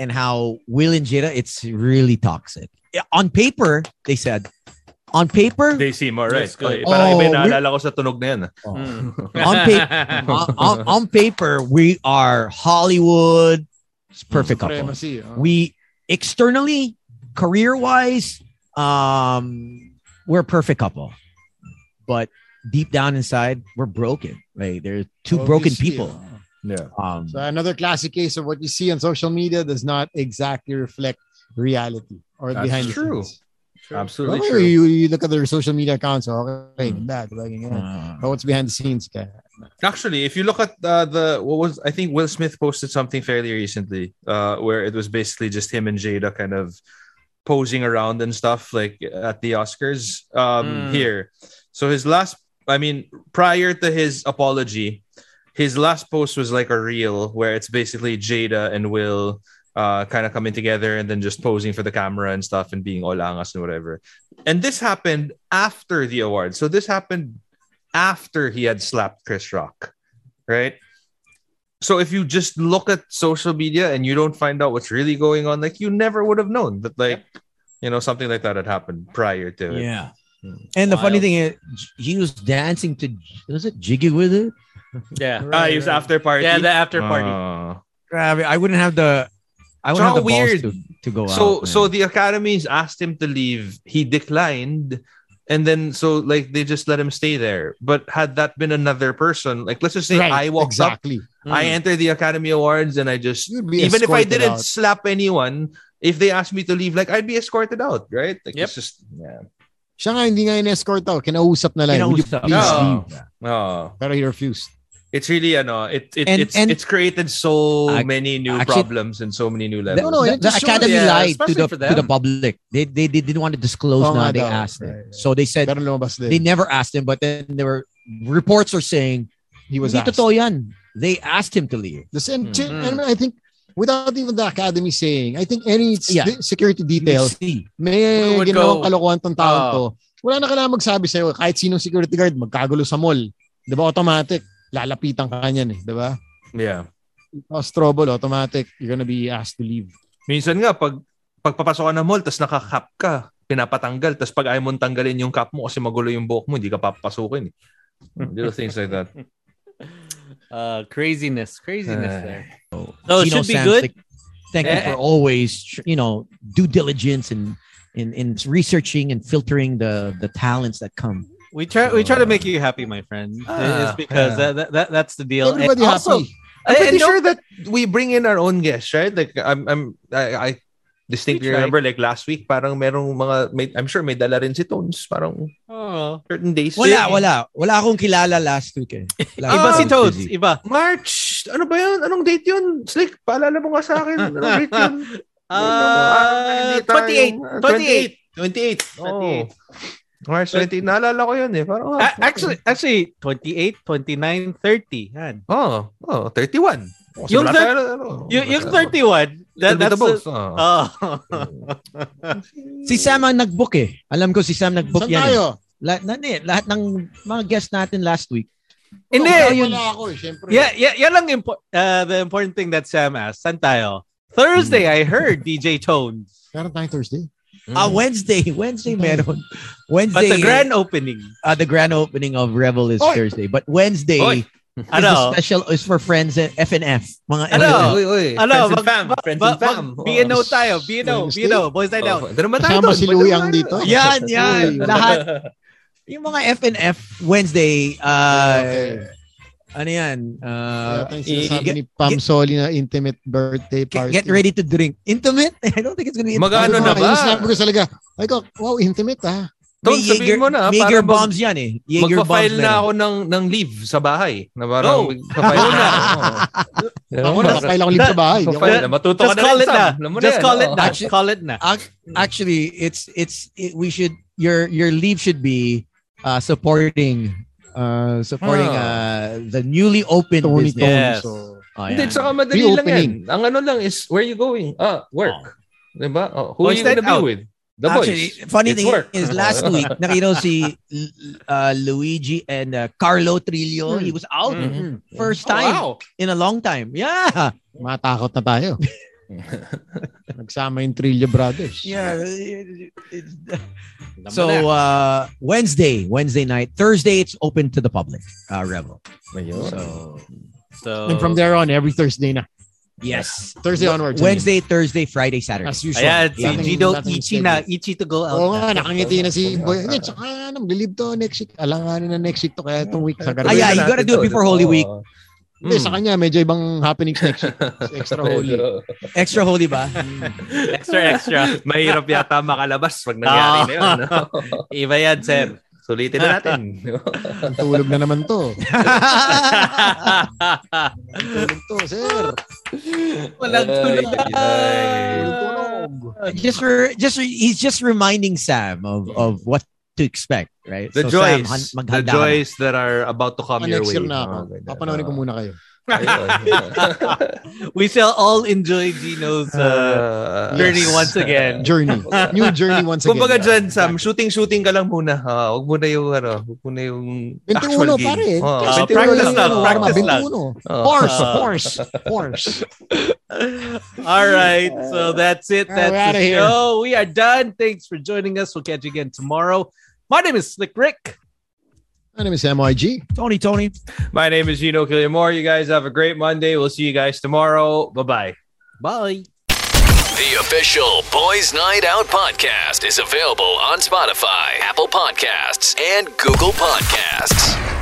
Speaker 4: and how will and jada it's really toxic Yeah, on paper they said on paper
Speaker 6: They seem alright.
Speaker 5: That's good.
Speaker 6: Okay, parang iba
Speaker 4: Oh, we're-
Speaker 6: yung naalala ko sa tunog na yan. ah.
Speaker 4: on paper on, on, on paper we are hollywood it's perfect couple
Speaker 2: Supremacy. oh.
Speaker 4: we externally career wise um we're a perfect couple but deep down inside, we're broken. Like they're two broken
Speaker 2: Obviously,
Speaker 4: people.
Speaker 24: Yeah.
Speaker 4: Um,
Speaker 2: So another classic case of what you see on social media does not exactly reflect reality or
Speaker 24: That's
Speaker 2: behind
Speaker 24: true.
Speaker 2: the scenes.
Speaker 24: Absolutely
Speaker 2: Well,
Speaker 24: true.
Speaker 2: You, you look at their social media accounts, okay, that, like, you know, but what's behind the scenes? Okay.
Speaker 6: Actually, if you look at uh, the what was I think Will Smith posted something fairly recently, uh, where it was basically just him and Jada kind of posing around and stuff like at the Oscars um,
Speaker 24: Mm.
Speaker 6: here. So his last, I mean, prior to his apology, his last post was like a reel where it's basically Jada and Will. Uh, kind of coming together and then just posing for the camera and stuff and being all angas and whatever. And this happened after the award. So this happened after he had slapped Chris Rock, right? So if you just look at social media and you don't find out what's really going on, like you never would have known that, like you know, something like that had happened prior to it.
Speaker 4: Yeah. And the funny thing is, he was dancing to was it Jiggy with it?
Speaker 5: Yeah.
Speaker 6: Ah, it was after party.
Speaker 5: Yeah, the after party.
Speaker 6: Ah.
Speaker 4: Grabe, I wouldn't have the I wouldn't
Speaker 6: Tsaka
Speaker 4: have the
Speaker 6: weird.
Speaker 4: balls to, to go
Speaker 6: so
Speaker 4: out. man.
Speaker 6: so the academies asked him to leave. He declined. And then so like they just let him stay there. But had that been another person, like let's just say I walked
Speaker 2: exactly.
Speaker 5: hmm,
Speaker 6: up, I
Speaker 2: Mm.
Speaker 6: entered the Academy Awards and I just
Speaker 2: be
Speaker 6: even if I
Speaker 2: escorted
Speaker 6: didn't
Speaker 2: out.
Speaker 6: slap anyone, if they asked me to leave, like I'd be escorted out, right? Like it's just yeah.
Speaker 2: Siya nga, hindi nga in-escort out. Kinausap na lang. Would you
Speaker 6: Kinausap.
Speaker 2: please
Speaker 6: Oo.
Speaker 2: leave?
Speaker 6: Oh.
Speaker 2: Pero he refused.
Speaker 6: It's really ano, it, it
Speaker 2: And-
Speaker 6: it's
Speaker 2: and-
Speaker 6: it's created so
Speaker 4: Ac-
Speaker 6: many new
Speaker 4: actually-
Speaker 6: problems and so many new
Speaker 4: the,
Speaker 6: levels.
Speaker 4: the- the academy lied to the to the public. They, they they didn't want to disclose
Speaker 2: Oh,
Speaker 6: Oo
Speaker 4: now
Speaker 6: nga
Speaker 4: they
Speaker 6: daw.
Speaker 4: asked them. So they said they never asked him, but then there were reports are saying
Speaker 2: he was
Speaker 4: Hindi
Speaker 2: asked.
Speaker 4: totoo yan. They asked him to leave.
Speaker 2: The same,
Speaker 5: Mm-hmm.
Speaker 2: and I think without even the academy saying, I think any s-
Speaker 4: Yeah.
Speaker 2: di- security detail,
Speaker 4: see.
Speaker 2: may
Speaker 4: We would
Speaker 2: ginawang
Speaker 4: go,
Speaker 2: kalokohan tong tao
Speaker 4: ah.
Speaker 2: to. Wala na kailangan magsabi sa'yo, kahit sinong security guard, magkagulo sa mall. Di ba, automatic. Lalapitan ka niyan eh, di ba?
Speaker 6: Yeah.
Speaker 2: Cause trouble, automatic. You're gonna be asked to leave.
Speaker 6: Minsan nga pag pagpapasok ka ng mall tapos nakakap ka, pinapatanggal tapos pag ayaw mong tanggalin yung cap mo kasi magulo yung buhok mo, hindi ka papasukin. eh. Little things like that.
Speaker 5: Uh, craziness, craziness
Speaker 6: Uh,
Speaker 5: there. So it
Speaker 4: Gino
Speaker 5: should be
Speaker 4: Oh, Sanz,
Speaker 5: good.
Speaker 4: like, thank you
Speaker 5: Eh,
Speaker 4: for always, you know, due diligence and in, in researching and filtering the the talents that come.
Speaker 5: We try we try to make you happy, my friend.
Speaker 4: Ah,
Speaker 5: it's because
Speaker 4: yeah.
Speaker 5: that, that, that that's the deal. And
Speaker 6: Everybody
Speaker 5: also,
Speaker 6: happy. I'm
Speaker 5: and-
Speaker 6: pretty
Speaker 5: and don't-
Speaker 6: sure that we bring in our own guests, right? Like I'm I'm I, I distinctly
Speaker 5: We try.
Speaker 6: remember like last week parang merong mga may, I'm sure may dala rin si Tones parang
Speaker 5: Oh.
Speaker 6: certain days.
Speaker 5: Wala, wala.
Speaker 4: Wala akong kilala last week eh. Last
Speaker 6: Iba si
Speaker 4: week,
Speaker 6: Toads,
Speaker 4: busy.
Speaker 5: Iba.
Speaker 6: March. Ano ba yun? Anong date yun? Slick, paalala mo nga sa akin. Anong date yun?
Speaker 5: Ah, 28, 28.
Speaker 6: 28. 28. Oh. March 28. Naalala ko yun eh. Parang, oh,
Speaker 5: A- actually actually 28, 29, 30. Yan.
Speaker 6: Oh, oh, 31. Oh,
Speaker 5: Yung,
Speaker 6: simula
Speaker 5: thir-
Speaker 6: tayo, ano,
Speaker 5: yung, yung 31, that,
Speaker 6: Little bit
Speaker 5: that's
Speaker 6: of both,
Speaker 5: the- uh,
Speaker 6: ah.
Speaker 5: Oh.
Speaker 4: Si Sam ang nag-book eh. Alam ko si Sam nag-book
Speaker 5: Saan
Speaker 4: yan.
Speaker 5: tayo?
Speaker 4: Eh. Lahat, na, eh, lahat ng mga guests natin last week.
Speaker 5: Hindi.
Speaker 4: Oh, yun.
Speaker 2: Wala ako eh, syempre.
Speaker 5: Yeah, yeah, yan lang impo- uh, the important thing that Sam asked. San tayo? Thursday, I heard DJ Tones.
Speaker 2: Meron tayong Thursday?
Speaker 4: Ah, Wednesday. Wednesday meron. Wednesday.
Speaker 5: But the grand opening.
Speaker 4: uh, the grand opening of Revel is
Speaker 5: Oy.
Speaker 4: Thursday. But Wednesday
Speaker 5: Oy.
Speaker 4: is
Speaker 5: Ano?
Speaker 4: the special is for friends and FNF. Mga
Speaker 5: Ano?
Speaker 4: FNF.
Speaker 5: Oy, oy, oy. Ano? Friends and Mag- fam. mag- Friends and mag- fam. Oh. B&O tayo. B&O,
Speaker 4: Wednesday?
Speaker 5: B&O, boys night out.
Speaker 2: Kasama si Louie ang dito.
Speaker 4: Yan, yan.
Speaker 2: Uy.
Speaker 4: Lahat. Yung mga FNF Wednesday, uh, ano yan? Uh,
Speaker 2: Yata
Speaker 4: i-
Speaker 2: yung Ah, sinasabi
Speaker 4: get,
Speaker 2: ni Pam Soli na intimate birthday party.
Speaker 4: get ready to drink. Intimate? I don't think it's gonna be
Speaker 2: Ano
Speaker 4: intimate.
Speaker 2: ba? Yung sinabi ko talaga, ay ko, wow, intimate ah.
Speaker 6: Don't sabihin mo na.
Speaker 4: Jaeger
Speaker 6: para mag-
Speaker 4: bombs yan eh. Jaeger bombs
Speaker 6: Magpa-file na
Speaker 4: meron.
Speaker 6: ako ng, ng leave sa bahay. Na parang
Speaker 4: No.
Speaker 6: magpa-file na ako. Alam mo na.
Speaker 2: Magpa-file ako leave sa bahay.
Speaker 6: Magpa-file na. Matuto ka na rin, Sam. Alam mo na yan, oo.
Speaker 4: Actu- ac- Actually, it's it's it, we should your your leave should be uh, supporting uh, supporting
Speaker 6: Ah.
Speaker 4: uh, the newly opened
Speaker 6: Tony
Speaker 4: business.
Speaker 6: Yes.
Speaker 4: Oh,
Speaker 6: Hindi,
Speaker 4: yeah.
Speaker 6: tsaka madali lang yan. Ang ano lang is, where you going? Ah, work. Diba? Oh, who
Speaker 4: Boys
Speaker 6: you gonna
Speaker 4: night
Speaker 6: be
Speaker 4: out.
Speaker 6: with? The
Speaker 4: Actually,
Speaker 6: boys.
Speaker 4: funny
Speaker 6: It's
Speaker 4: thing
Speaker 6: work.
Speaker 4: is last week, nakita ko si uh, Luigi and uh, Carlo Trillo.
Speaker 2: Mm.
Speaker 6: Hmm.
Speaker 4: He was out
Speaker 2: Mhm.
Speaker 6: Mm-hmm.
Speaker 4: first
Speaker 2: Oh,
Speaker 4: time
Speaker 2: wow.
Speaker 4: in a long time. Yeah.
Speaker 2: Matakot na tayo. Nagsama yung Trillo Brothers.
Speaker 4: Yeah. it- it- So uh, Wednesday, Wednesday night, Thursday it's open to the public. Uh, Revel.
Speaker 6: So
Speaker 2: And from there on, every Thursday na.
Speaker 11: Yes.
Speaker 2: Thursday onwards, I mean.
Speaker 11: Wednesday, Thursday, Friday, Saturday.
Speaker 2: As usual. Ayan, si Gino Ichi na.
Speaker 5: Ichi to go
Speaker 2: out. Oo nga, nakangiti na si Boy. Hindi, tsaka naglilib to next week. Alanganin na next week to kaya itong week.
Speaker 11: Ah, yeah, you gotta do it before Holy Week.
Speaker 2: Hindi, sa kanya, medyo ibang happenings next week. Extra holy.
Speaker 11: Extra holy ba?
Speaker 5: extra, extra.
Speaker 6: Mahirap yata makalabas pag nangyari na yun. no?
Speaker 5: Iba yan, sir.
Speaker 6: Sulitin na natin.
Speaker 2: Ang tulog na naman to. Ang tulog to, sir.
Speaker 5: Walang tulog.
Speaker 11: Uh, just re- just re- he's just reminding Sam of of what to expect, right?
Speaker 6: The
Speaker 11: So, Sam,
Speaker 6: joys.
Speaker 11: han-
Speaker 6: the
Speaker 11: maghanda ka na.
Speaker 6: joys that are about to come
Speaker 2: Ah,
Speaker 6: your
Speaker 2: next
Speaker 6: way.
Speaker 2: year na ako. Papanoorin ko muna kayo.
Speaker 5: We shall all enjoy Gino's uh, journey
Speaker 2: Ah, Yes.
Speaker 5: once again.
Speaker 2: Journey. New journey once again.
Speaker 6: Kumbaga dyan, Sam, shooting-shooting ka lang muna. Ha? Huwag muna yung, ano, huwag muna yung
Speaker 2: 21,
Speaker 6: actual game.
Speaker 2: pare.
Speaker 6: Oo,
Speaker 2: Kasi
Speaker 6: Uh, practice
Speaker 2: tuloy
Speaker 6: lang,
Speaker 2: ano,
Speaker 6: practice lang.
Speaker 2: 21.
Speaker 6: Oo.
Speaker 2: Horse,
Speaker 6: Ah.
Speaker 2: horse, horse.
Speaker 5: All right. So that's it.
Speaker 2: We're
Speaker 5: That's
Speaker 2: outta
Speaker 5: the
Speaker 2: here.
Speaker 5: show. We are done. Thanks for joining us. We'll catch you again tomorrow. My name is Slick Rick.
Speaker 2: My name is MIG.
Speaker 11: Tony, Tony.
Speaker 6: My name is Gino Killiamore. You guys have a great Monday. We'll see you guys tomorrow. Bye-bye.
Speaker 5: Bye.
Speaker 4: The official Boys Night Out podcast is available on Spotify, Apple Podcasts, and Google Podcasts.